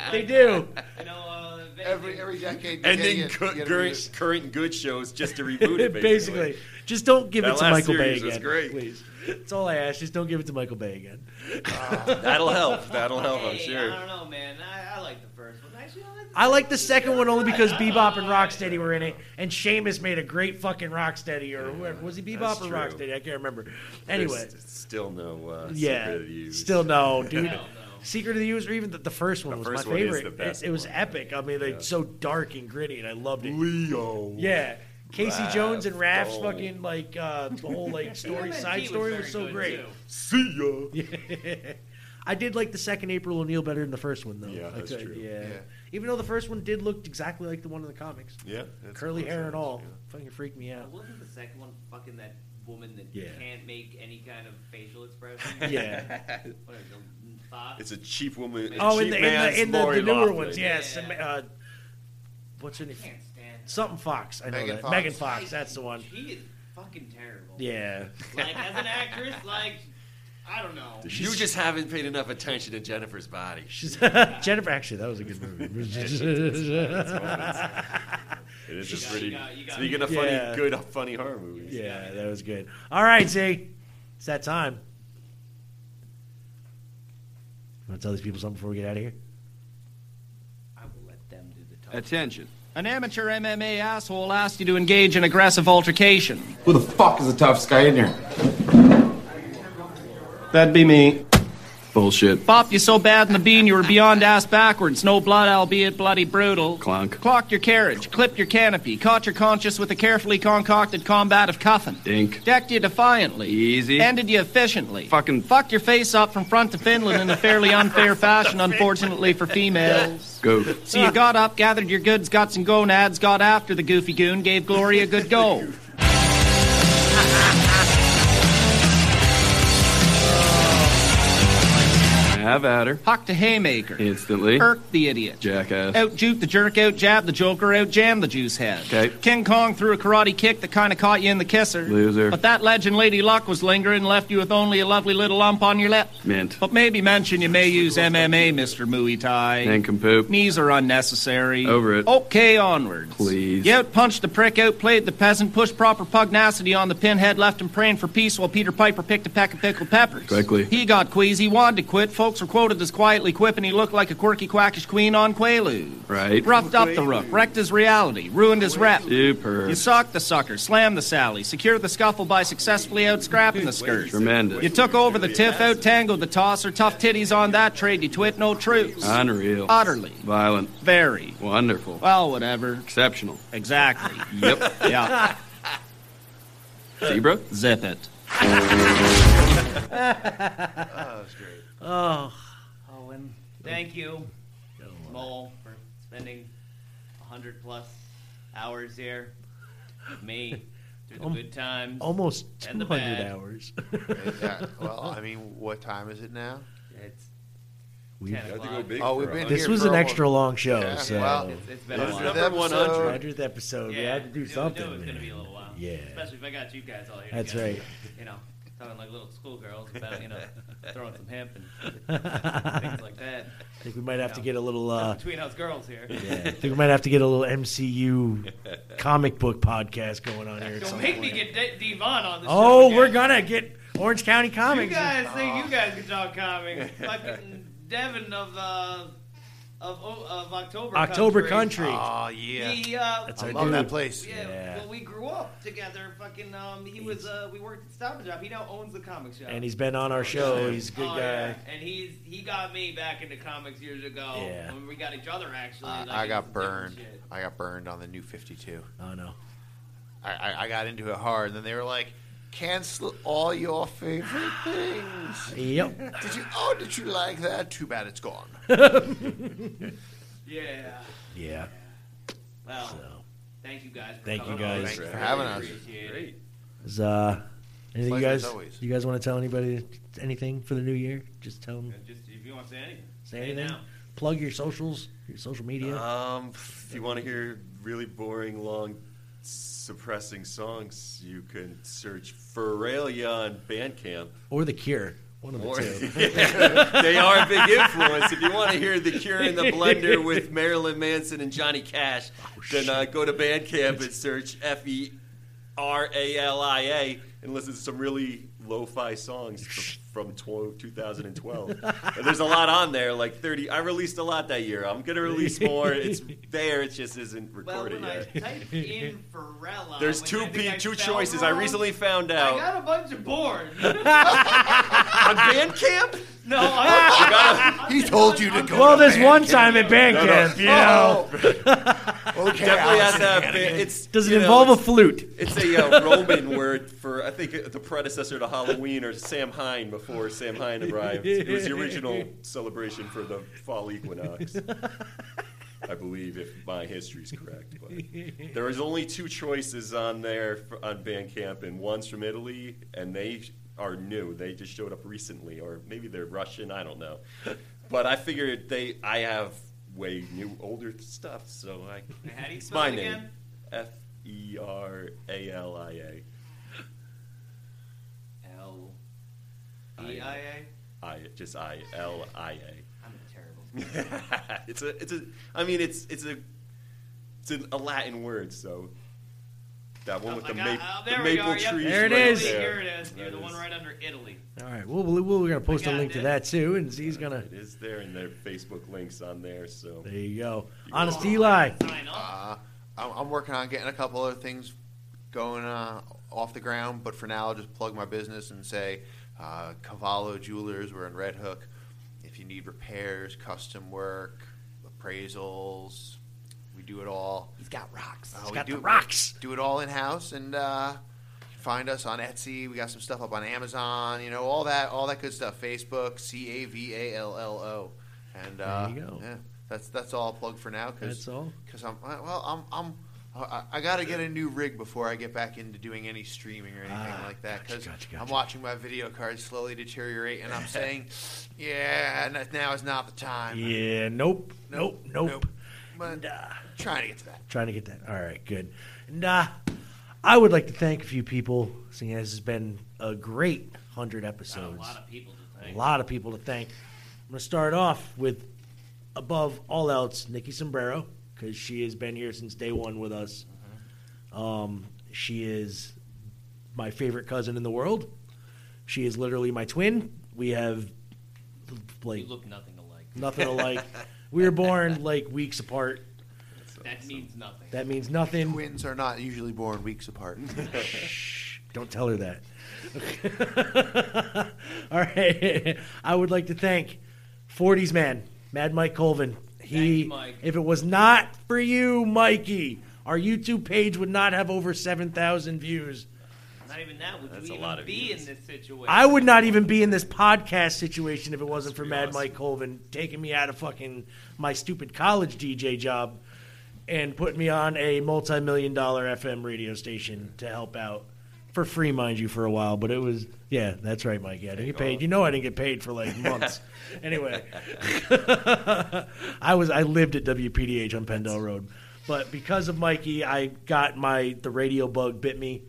They do. they do. You know, uh, Vin every every decade. you get- Ending you cu- get a current, current and good shows just to reboot it. basically. Just don't give That it to last Michael Bay series again. was great. Please. That's all I ask. Just don't give it to Michael Bay again. That'll help. That'll help. I'm Hey, sure. I don't know, man. I, I like the first one. Actually, I like the I like the second one only because Bebop and Rocksteady were in it, and Seamus made a great fucking Rocksteady or whoever. Was he Bebop That's or true. Rocksteady? I can't remember. There's Anyway, st- still no. Uh, yeah, Secret of the Use. still no, dude. No, no. Secret of the Use, or even the, the first one was first my one is favorite. the It- best it, was one. epic. I mean, like Yeah. so dark and gritty, and I loved it. Leo. Yeah, Casey Raph Jones and Raph's Dole. fucking like uh, the whole like story MNT side was story very was, so good, great. too. See ya. I did like the second April O'Neil better than the first one though. Yeah, that's true. Yeah. Yeah. Even though the first one did look exactly like the one in the comics. Yeah, that's Curly close hair and enough, all. Fucking freaked me out. Wasn't the second one fucking that woman that Yeah. can't make any kind of facial expression? Yeah. What is it, Bob? It's a cheap woman. Oh, cheap in the in man's the, in the, the Lori newer Loughlin. ones, yes. Sam- Uh, what's her name? Something Fox. I know Megan that. Fox. Megan Fox. That's the one. He is fucking terrible. Yeah. Like as an actress, like I don't know. You just haven't paid enough attention to Jennifer's body. Jennifer. Actually, that was a good movie. It is just got- pretty. you got- you got- Speaking of funny, Yeah. good, funny horror movies. Yeah, that was good. All right, Z. It's that time. You want to tell these people something before we get out of here? Attention. An amateur MMA asshole asked you to engage in aggressive altercation. Who the fuck is the toughest guy in here? That'd be me. Bullshit. Bop you so bad in the bean you were beyond ass backwards. No blood, albeit bloody brutal. Clunk. Clocked your carriage, clipped your canopy, caught your conscience with a carefully concocted combat of cuffing. Dink. Decked you defiantly. Easy. Ended you efficiently. Fucking Fucked your face up from front to Finland in a fairly unfair fashion, unfortunately for females. goof. So you got up, gathered your goods, got some gonads, got after the goofy goon, gave Glory a good go. Have at her. Hucked a haymaker. Instantly. Irked the idiot. Jackass. Out juke the jerk, out jab the joker, out jam the juice head. Okay. King Kong threw a karate kick that kind of caught you in the kisser. Loser. But that legend Lady Luck was lingering and left you with only a lovely little lump on your lip. Mint. But maybe mention you may use MMA, Mr. Muay Thai. Nincompoop. Knees are unnecessary. Over it. Okay, onward. Please. You outpunched the prick, outplayed the peasant, pushed proper pugnacity on the pinhead, left him praying for peace while Peter Piper picked a pack of pickled peppers. Quickly. He got queasy, wanted to quit. Folks were quoted as quietly quipping he looked like a quirky quackish queen on Quaalude. Right. Roughed up the rook, wrecked his reality, ruined his rep. Super. You socked the sucker, slammed the Sally, secured the scuffle by successfully outscrapping the skirt. Tremendous. You took over the tiff, out tangled the tosser, tough titties on that trade, you twit, no truce. Unreal. Utterly. Violent. Very. Wonderful. Well, whatever. Exceptional. Exactly. Yep. Yeah. Zebra? Zip it. Uh, Oh, Owen, thank you, Mole, for spending hundred plus hours here with me through the Om- good times. almost and the 200 bad. hours. Is that- well, I mean, what time is it now? It's We've- ten o'clock. oh, we've been This here was for an a- extra long show, Yeah, so well, This is number 100. 100th episode. we had to do something. It was man. gonna be a little while. Yeah. Oh, Especially if I got you guys all here. That's together. right. You know, talking like little schoolgirls about you know throwing some hemp and things like that. I think we might have to get a little. Uh, Between us girls here. Yeah, I think we might have to get a little MCU comic book podcast going on here. at Don't some make me point. get De- Devon on the show. Oh, we're gonna get Orange County Comics. You guys think you guys can talk comics? Fucking Devin of uh, of O- of October. October Country. Oh yeah, He, uh, That's I our love dude. that place. Yeah, Well, we grew up together. Fucking, um, he was. Uh, we worked at Stop and Shop. He now owns the comic shop. And he's been on our show. He's a good Oh, guy. yeah. And he's he got me back into comics years ago. Yeah. When we got each other actually. I, like, Uh, I it got was different burned. shit. I got burned on the new 52. Oh no. I, I, I got into it hard, and then they were like, "Cancel all your favorite things." Yep. Did you? Oh, did you like that? Too bad it's gone. Yeah. Yeah. Well. Thank you guys. For Thank you coming guys. on. Thank you for Really having us. appreciate it. Is, uh, anything you Pleasure as guys? always. You guys want to tell anybody anything for the new year? Just tell them. Just if you want to say anything. Say anything. Plug your socials, your social media. Um, if you want to hear really boring, long, suppressing songs, you can search Feralia on Bandcamp or The Cure. One of Or- the two. Yeah, they are a big influence. If you want to hear The Cure in the Blender with Marilyn Manson and Johnny Cash, Oh, then uh, go to Bandcamp and search F E R A L I A and listen to some really lo fi songs f- from tw- 2012. And there's a lot on there, like 30. I released a lot that year. I'm going to release more. It's there, it just isn't Well, recorded when I yet. typed in Pharrella, There's which two I think pe- I two spelled choices. I wrong, recently found I out. got a bunch of boards. On Bandcamp? No, I- he told you to go. Well, to this Bandcamp. one time at Bandcamp, you know. Okay, Oh. Definitely has Allison to have. ba- Hannigan. It's, Does it you know, involve a it's- flute? It's a uh, Roman word for I think uh, the predecessor to Halloween or Sam Hine before Sam Hine arrived. It was the original celebration for the fall equinox. I believe, if my history's correct. But there is only two choices on there f on Bandcamp, and one's from Italy, and they are new. They just showed up recently, or maybe they're Russian. I don't know. But I figured they, I have way new, older stuff, so I. How do you it's spell my it name. again? F E R A L I A. L E I A. I just I L I A. I'm terrible. it's a it's a I mean it's it's a it's an, a Latin word so that one with the, ma- Oh, the there we maple are. Yep. trees There it right is. there. Here it is. You're That the one is- right under Italy. Oh. All right, we'll, we'll, we're gonna post a link to that too, and Z's gonna. it is there and their Facebook links on there so There you go. Honest Eli. Uh, I'm, I'm working on getting a couple other things going uh, off the ground, but for now, I'll just plug my business and say uh, Cavallo Jewelers. We're in Red Hook. If you need repairs, custom work, appraisals, we do it all. He's got rocks. Uh, He's we got do, the rocks. Do it all in house, and uh, you can find us on Etsy. We got some stuff up on Amazon. You know all that, all that good stuff. Facebook, C A V A L L O, and uh, you go. yeah, that's that's all I'll plug for now. Cause, That's all? Because I'm I- well, I'm I'm. I, I got to get a new rig before I get back into doing any streaming or anything Ah, like that because I'm watching my video cards slowly deteriorate, and I'm saying, "Yeah, n- now is not the time." Yeah. Nope. Nope. Nope. But trying to get to that. Trying to get that. All right. Good. And uh, I would like to thank a few people, seeing as it's been a great hundred episodes. lot of people to thank. A lot of people to thank. I'm gonna start off with, above all else, Nikki Sombrero because she has been here since day one with us. Mm-hmm. Um, she is my favorite cousin in the world. She is literally my twin. We have like You look nothing alike. nothing alike. we were born like weeks apart. that means nothing. That means nothing. Twins are not usually born weeks apart. Shh, don't tell her that. All right. I would like to thank 40s man, Mad Mike Colvin. He, if it was not for you, Mikey, our YouTube page would not have over 7,000 views. Not even that. Would you even be in this situation? I would not even be in this podcast situation if it wasn't for Mad Mike Colvin taking me out of fucking my stupid college DJ job and putting me on a multi million dollar FM radio station to help out for free, mind you, for a while. But it was, yeah, that's right, Mike. Yeah, I didn't get paid. You know, I didn't get paid for like months. anyway, I was I lived at WPDH on Pendel Road, but because of Mikey, I got my the radio bug bit me,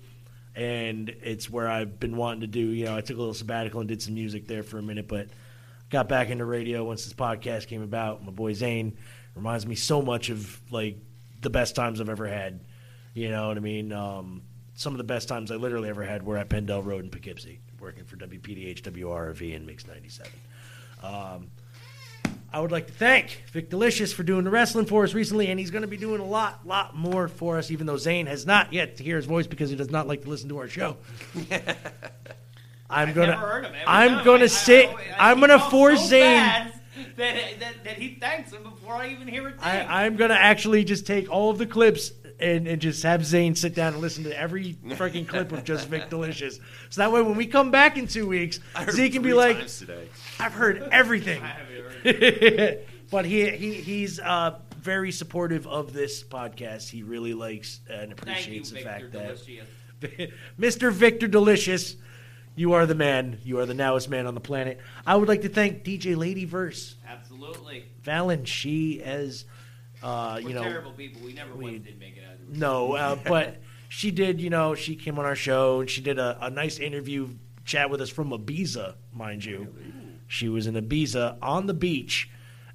and it's where I've been wanting to do. You know, I took a little sabbatical and did some music there for a minute, but got back into radio once this podcast came about. My boy Zane reminds me so much of like the best times I've ever had. You know what I mean? Um, some of the best times I literally ever had were at Pendel Road in Poughkeepsie, working for WPDH, WRV, and Mix 97. Um, I would like to thank Vic Delicious for doing the wrestling for us recently, and he's going to be doing a lot, lot more for us, even though Zane has not yet to hear his voice because he does not like to listen to our show. I'm gonna, never heard him. Every I'm time gonna I- I sit, always- I, am he gonna talks force so Zane. fast That, that, that he thanks him before I even hear a thing. I, I'm gonna actually just take all of the clips and, and just have Zane sit down and listen to every freaking clip of just Vic Delicious. So that way, when we come back in two weeks, Z can be Three like, times today. I've heard everything. but he, he he's uh, very supportive of this podcast. He really likes and appreciates the fact that Mr. Victor Delicious, you are the man. You are the nowest man on the planet. I would like to thank DJ Lady Verse. Absolutely. Valen, she as uh, We're you know terrible people. We never once did make it out. of the no, uh, but she did. You know, she came on our show and she did a, a nice interview chat with us from Ibiza, mind you. She was in Ibiza on the beach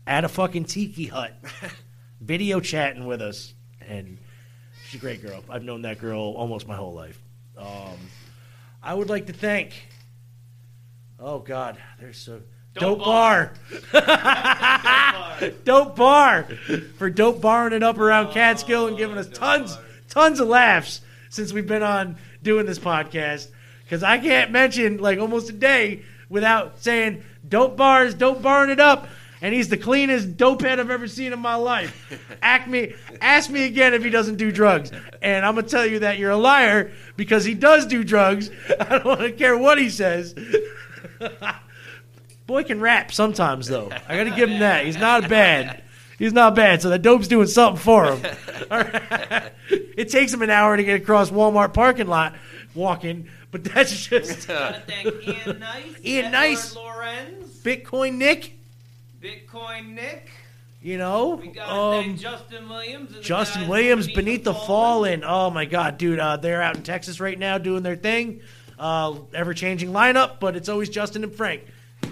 at a fucking tiki hut, video chatting with us, and she's a great girl. I've known that girl almost my whole life. Um, I would like to thank. Oh God, there's so. Dope, Dope bar. dope bar for dope barring it up around Catskill and giving us tons, tons of laughs since we've been on doing this podcast. Because I can't mention like almost a day without saying dope bars, dope barring it up. And he's the cleanest dope head I've ever seen in my life. Act me, ask me again if he doesn't do drugs. And I'm going to tell you that you're a liar because he does do drugs. I don't care what he says. Boy can rap sometimes, though. I got to give him that. He's not bad. He's not bad. So that dope's doing something for him. All right. It takes him an hour to get across Walmart parking lot walking, but that's just Ian Nice. Ian Edward Nice. Lorenz. Bitcoin Nick. Bitcoin Nick. You know, We gotta um, thank Justin Williams. and the Justin guys Williams, Beneath the Beneath the Fallen. Oh my God, dude, uh, they're out in Texas right now doing their thing. Uh, Ever changing lineup, but it's always Justin and Frank.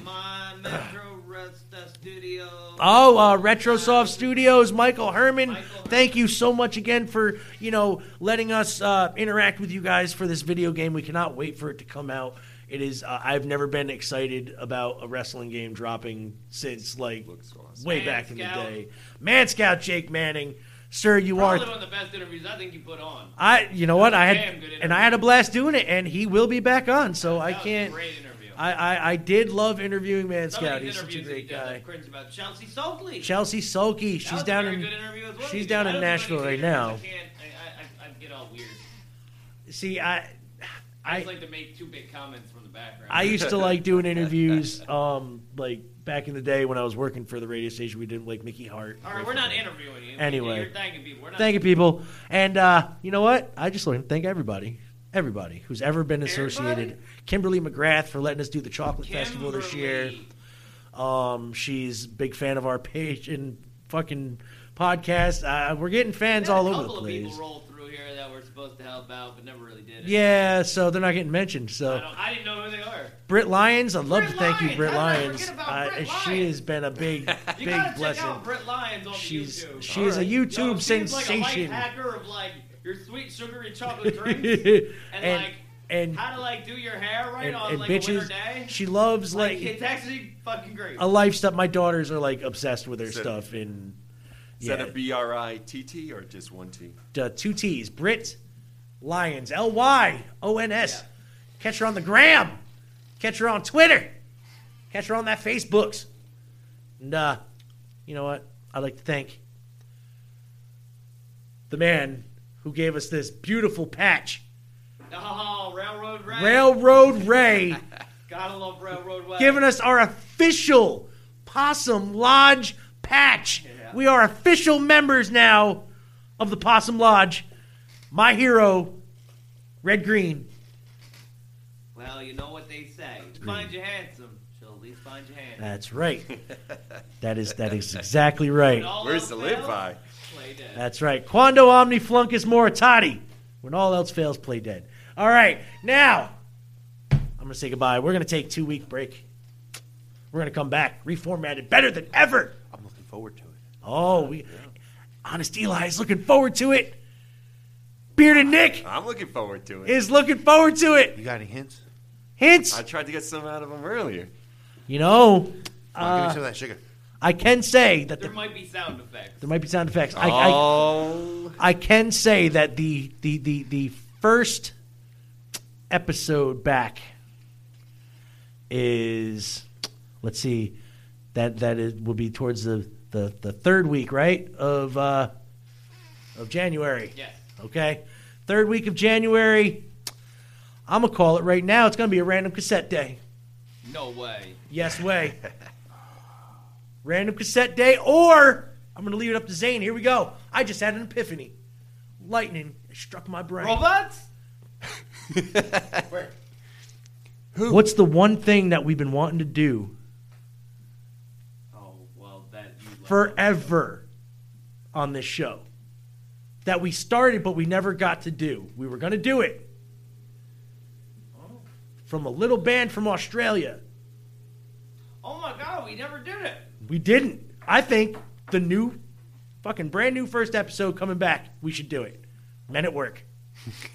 My Metro Resta Studio. Oh, uh, RetroSoft Studios, Michael Herman. Thank you so much again for you know letting us uh, interact with you guys for this video game. We cannot wait for it to come out. It is. Uh, I've never been excited about a wrestling game dropping since like way Man back in the Scout. day. Man Scout Jake Manning, sir, you Probably are. one of the best interviews I think you put on. I you know what I Damn had good and I had a blast doing it, and he will be back on. So I can't. I, I I did love interviewing Man Some of Scout. these He's such a interviews that great he does, guy. I cringe about Chelsea Stokely. Chelsea Sulky, That was she's a down very in good interview as well. she's You down did. in I don't do Nashville any right good now. interviews. I, can't, I, I, I get all weird. See, I I, I just like to make two big comments from the background. I used to like doing interviews um like back in the day when I was working for the radio station we did like Mickey Hart. All right, we're not interviewing you. Anyway, You're thanking people. We're not thanking people. And uh, you know what? I just want to thank everybody, everybody who's ever been associated. Kimberly McGrath for letting us do the Chocolate Festival this year. Um, she's a big fan of our page and fucking podcast. Uh, we're getting fans all A over the couple of people place. rolled through here that were supposed to help out, but never really did. it. Yeah, so they're not getting mentioned. So. I, don't, I didn't know who they are. Britt Lyons, I'd love to thank you, Britt How did I Lyons. forget about Uh, Britt She has been a big, You big gotta blessing. check out Britt Lyons on She's YouTube. she is a YouTube She's like a life sensation. hacker of like your sweet sugary chocolate drinks and, And- like and- how to like do your hair right and- on and like a bitches- winter day. she loves, like- it's actually fucking great. A lifestyle. My daughters are like obsessed with her Is that- stuff. And Is yeah, that a B R I T T or just one T? uh, two T's. Britt Lyons, L Y O N S. Catch her on the gram. Catch her on Twitter. Catch her on that Facebooks. And uh, you know what? I'd like to thank the man who gave us this beautiful patch, Oh, Railroad Ray. Railroad Ray, Gotta love Railroad Ray. giving us our official Possum Lodge patch. We are official members now of the Possum Lodge. My hero, Red Green. Well, you know what they say. Find you handsome. She'll at least find you handsome. That's right. That is that is exactly right. Where's the live by? That's right. Quando omni fluncus moritati. When all else fails, play dead. All right, now I'm gonna say goodbye. We're gonna take two week break. We're gonna come back reformatted, better than ever. I'm looking forward to it. Oh, we, honest Eli is looking forward to it. Bearded Nick I'm looking forward to it. is looking forward to it. You got any hints? Hints. I tried to get some out of him earlier. You know, Come on, give me uh, some of that sugar. I can say that There the, might be sound effects. there might be sound effects. I, I- Oh. I, can say that the, the, the, the first episode back is, let's see, that, that it will be towards the, the, the third week, right, of, uh, of January. Yes. Okay. Third week of January. I'm going to call it right now. It's going to be a random cassette day. No way. Yes way. Random cassette day, or I'm going to leave it up to Zane. Here we go. I just had an epiphany. Lightning struck my brain. Robots? What's the one thing that we've been wanting to do Oh well, that you forever on this show that we started but we never got to do? We were going to do it. from a little band from Australia. Oh my god, we never did it. We didn't. I think the new, fucking brand new first episode coming back, we should do it. Men at Work.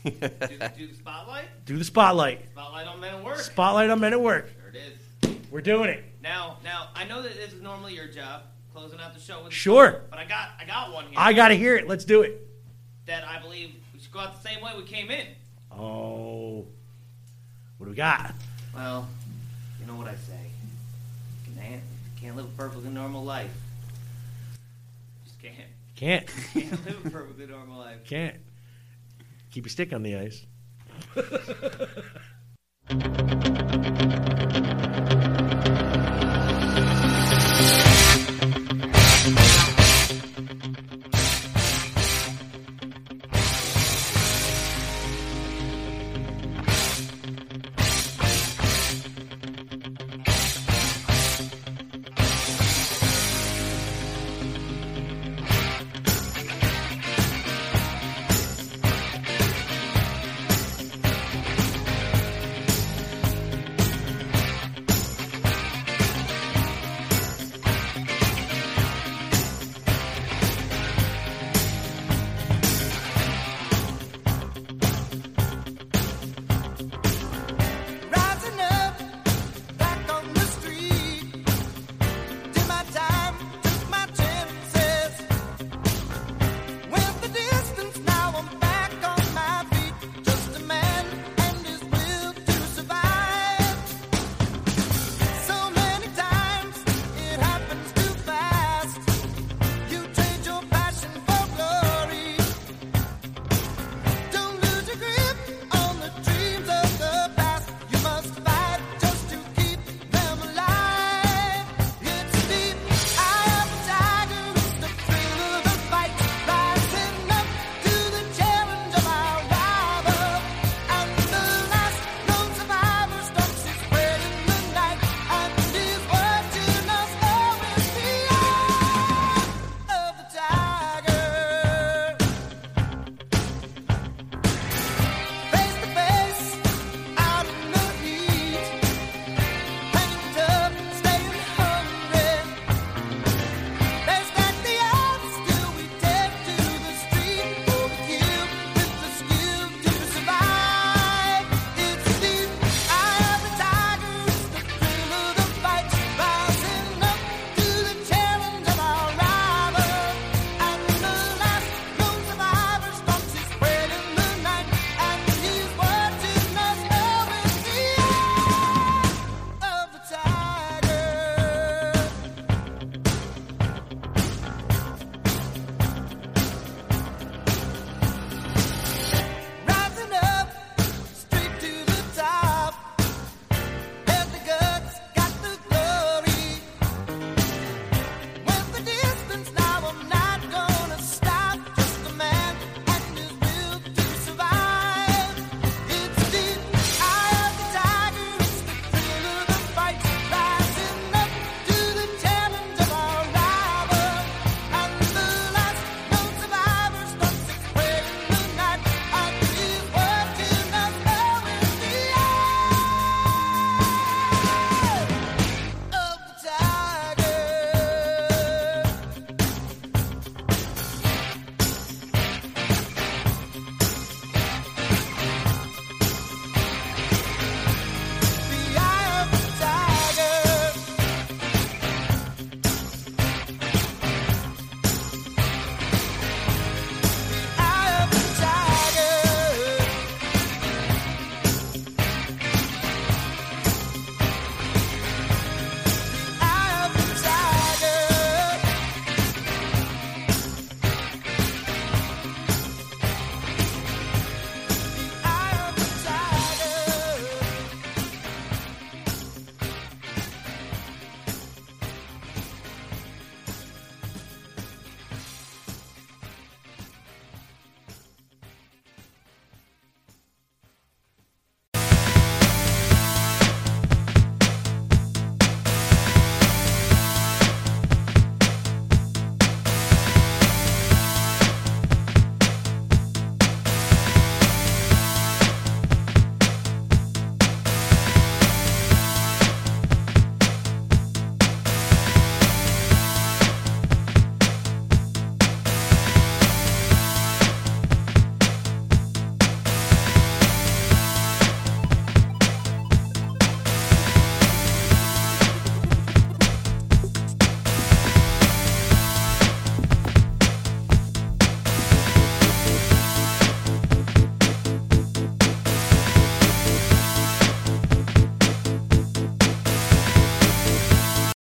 Do the spotlight? do the spotlight. Spotlight on Men at Work. Spotlight on Men at Work. There it is. We're doing it. Now, now I know that this is normally your job, closing out the show with. a Sure. song, But I got, I got one here. I got to hear it. Let's do it. That I believe we should go out the same way we came in. Oh. What do we got? Well, you know what I say. Can't, can't live a perfectly normal life. Just can't. Can't. Can't live a perfectly normal life. Can't. Keep your stick on the ice.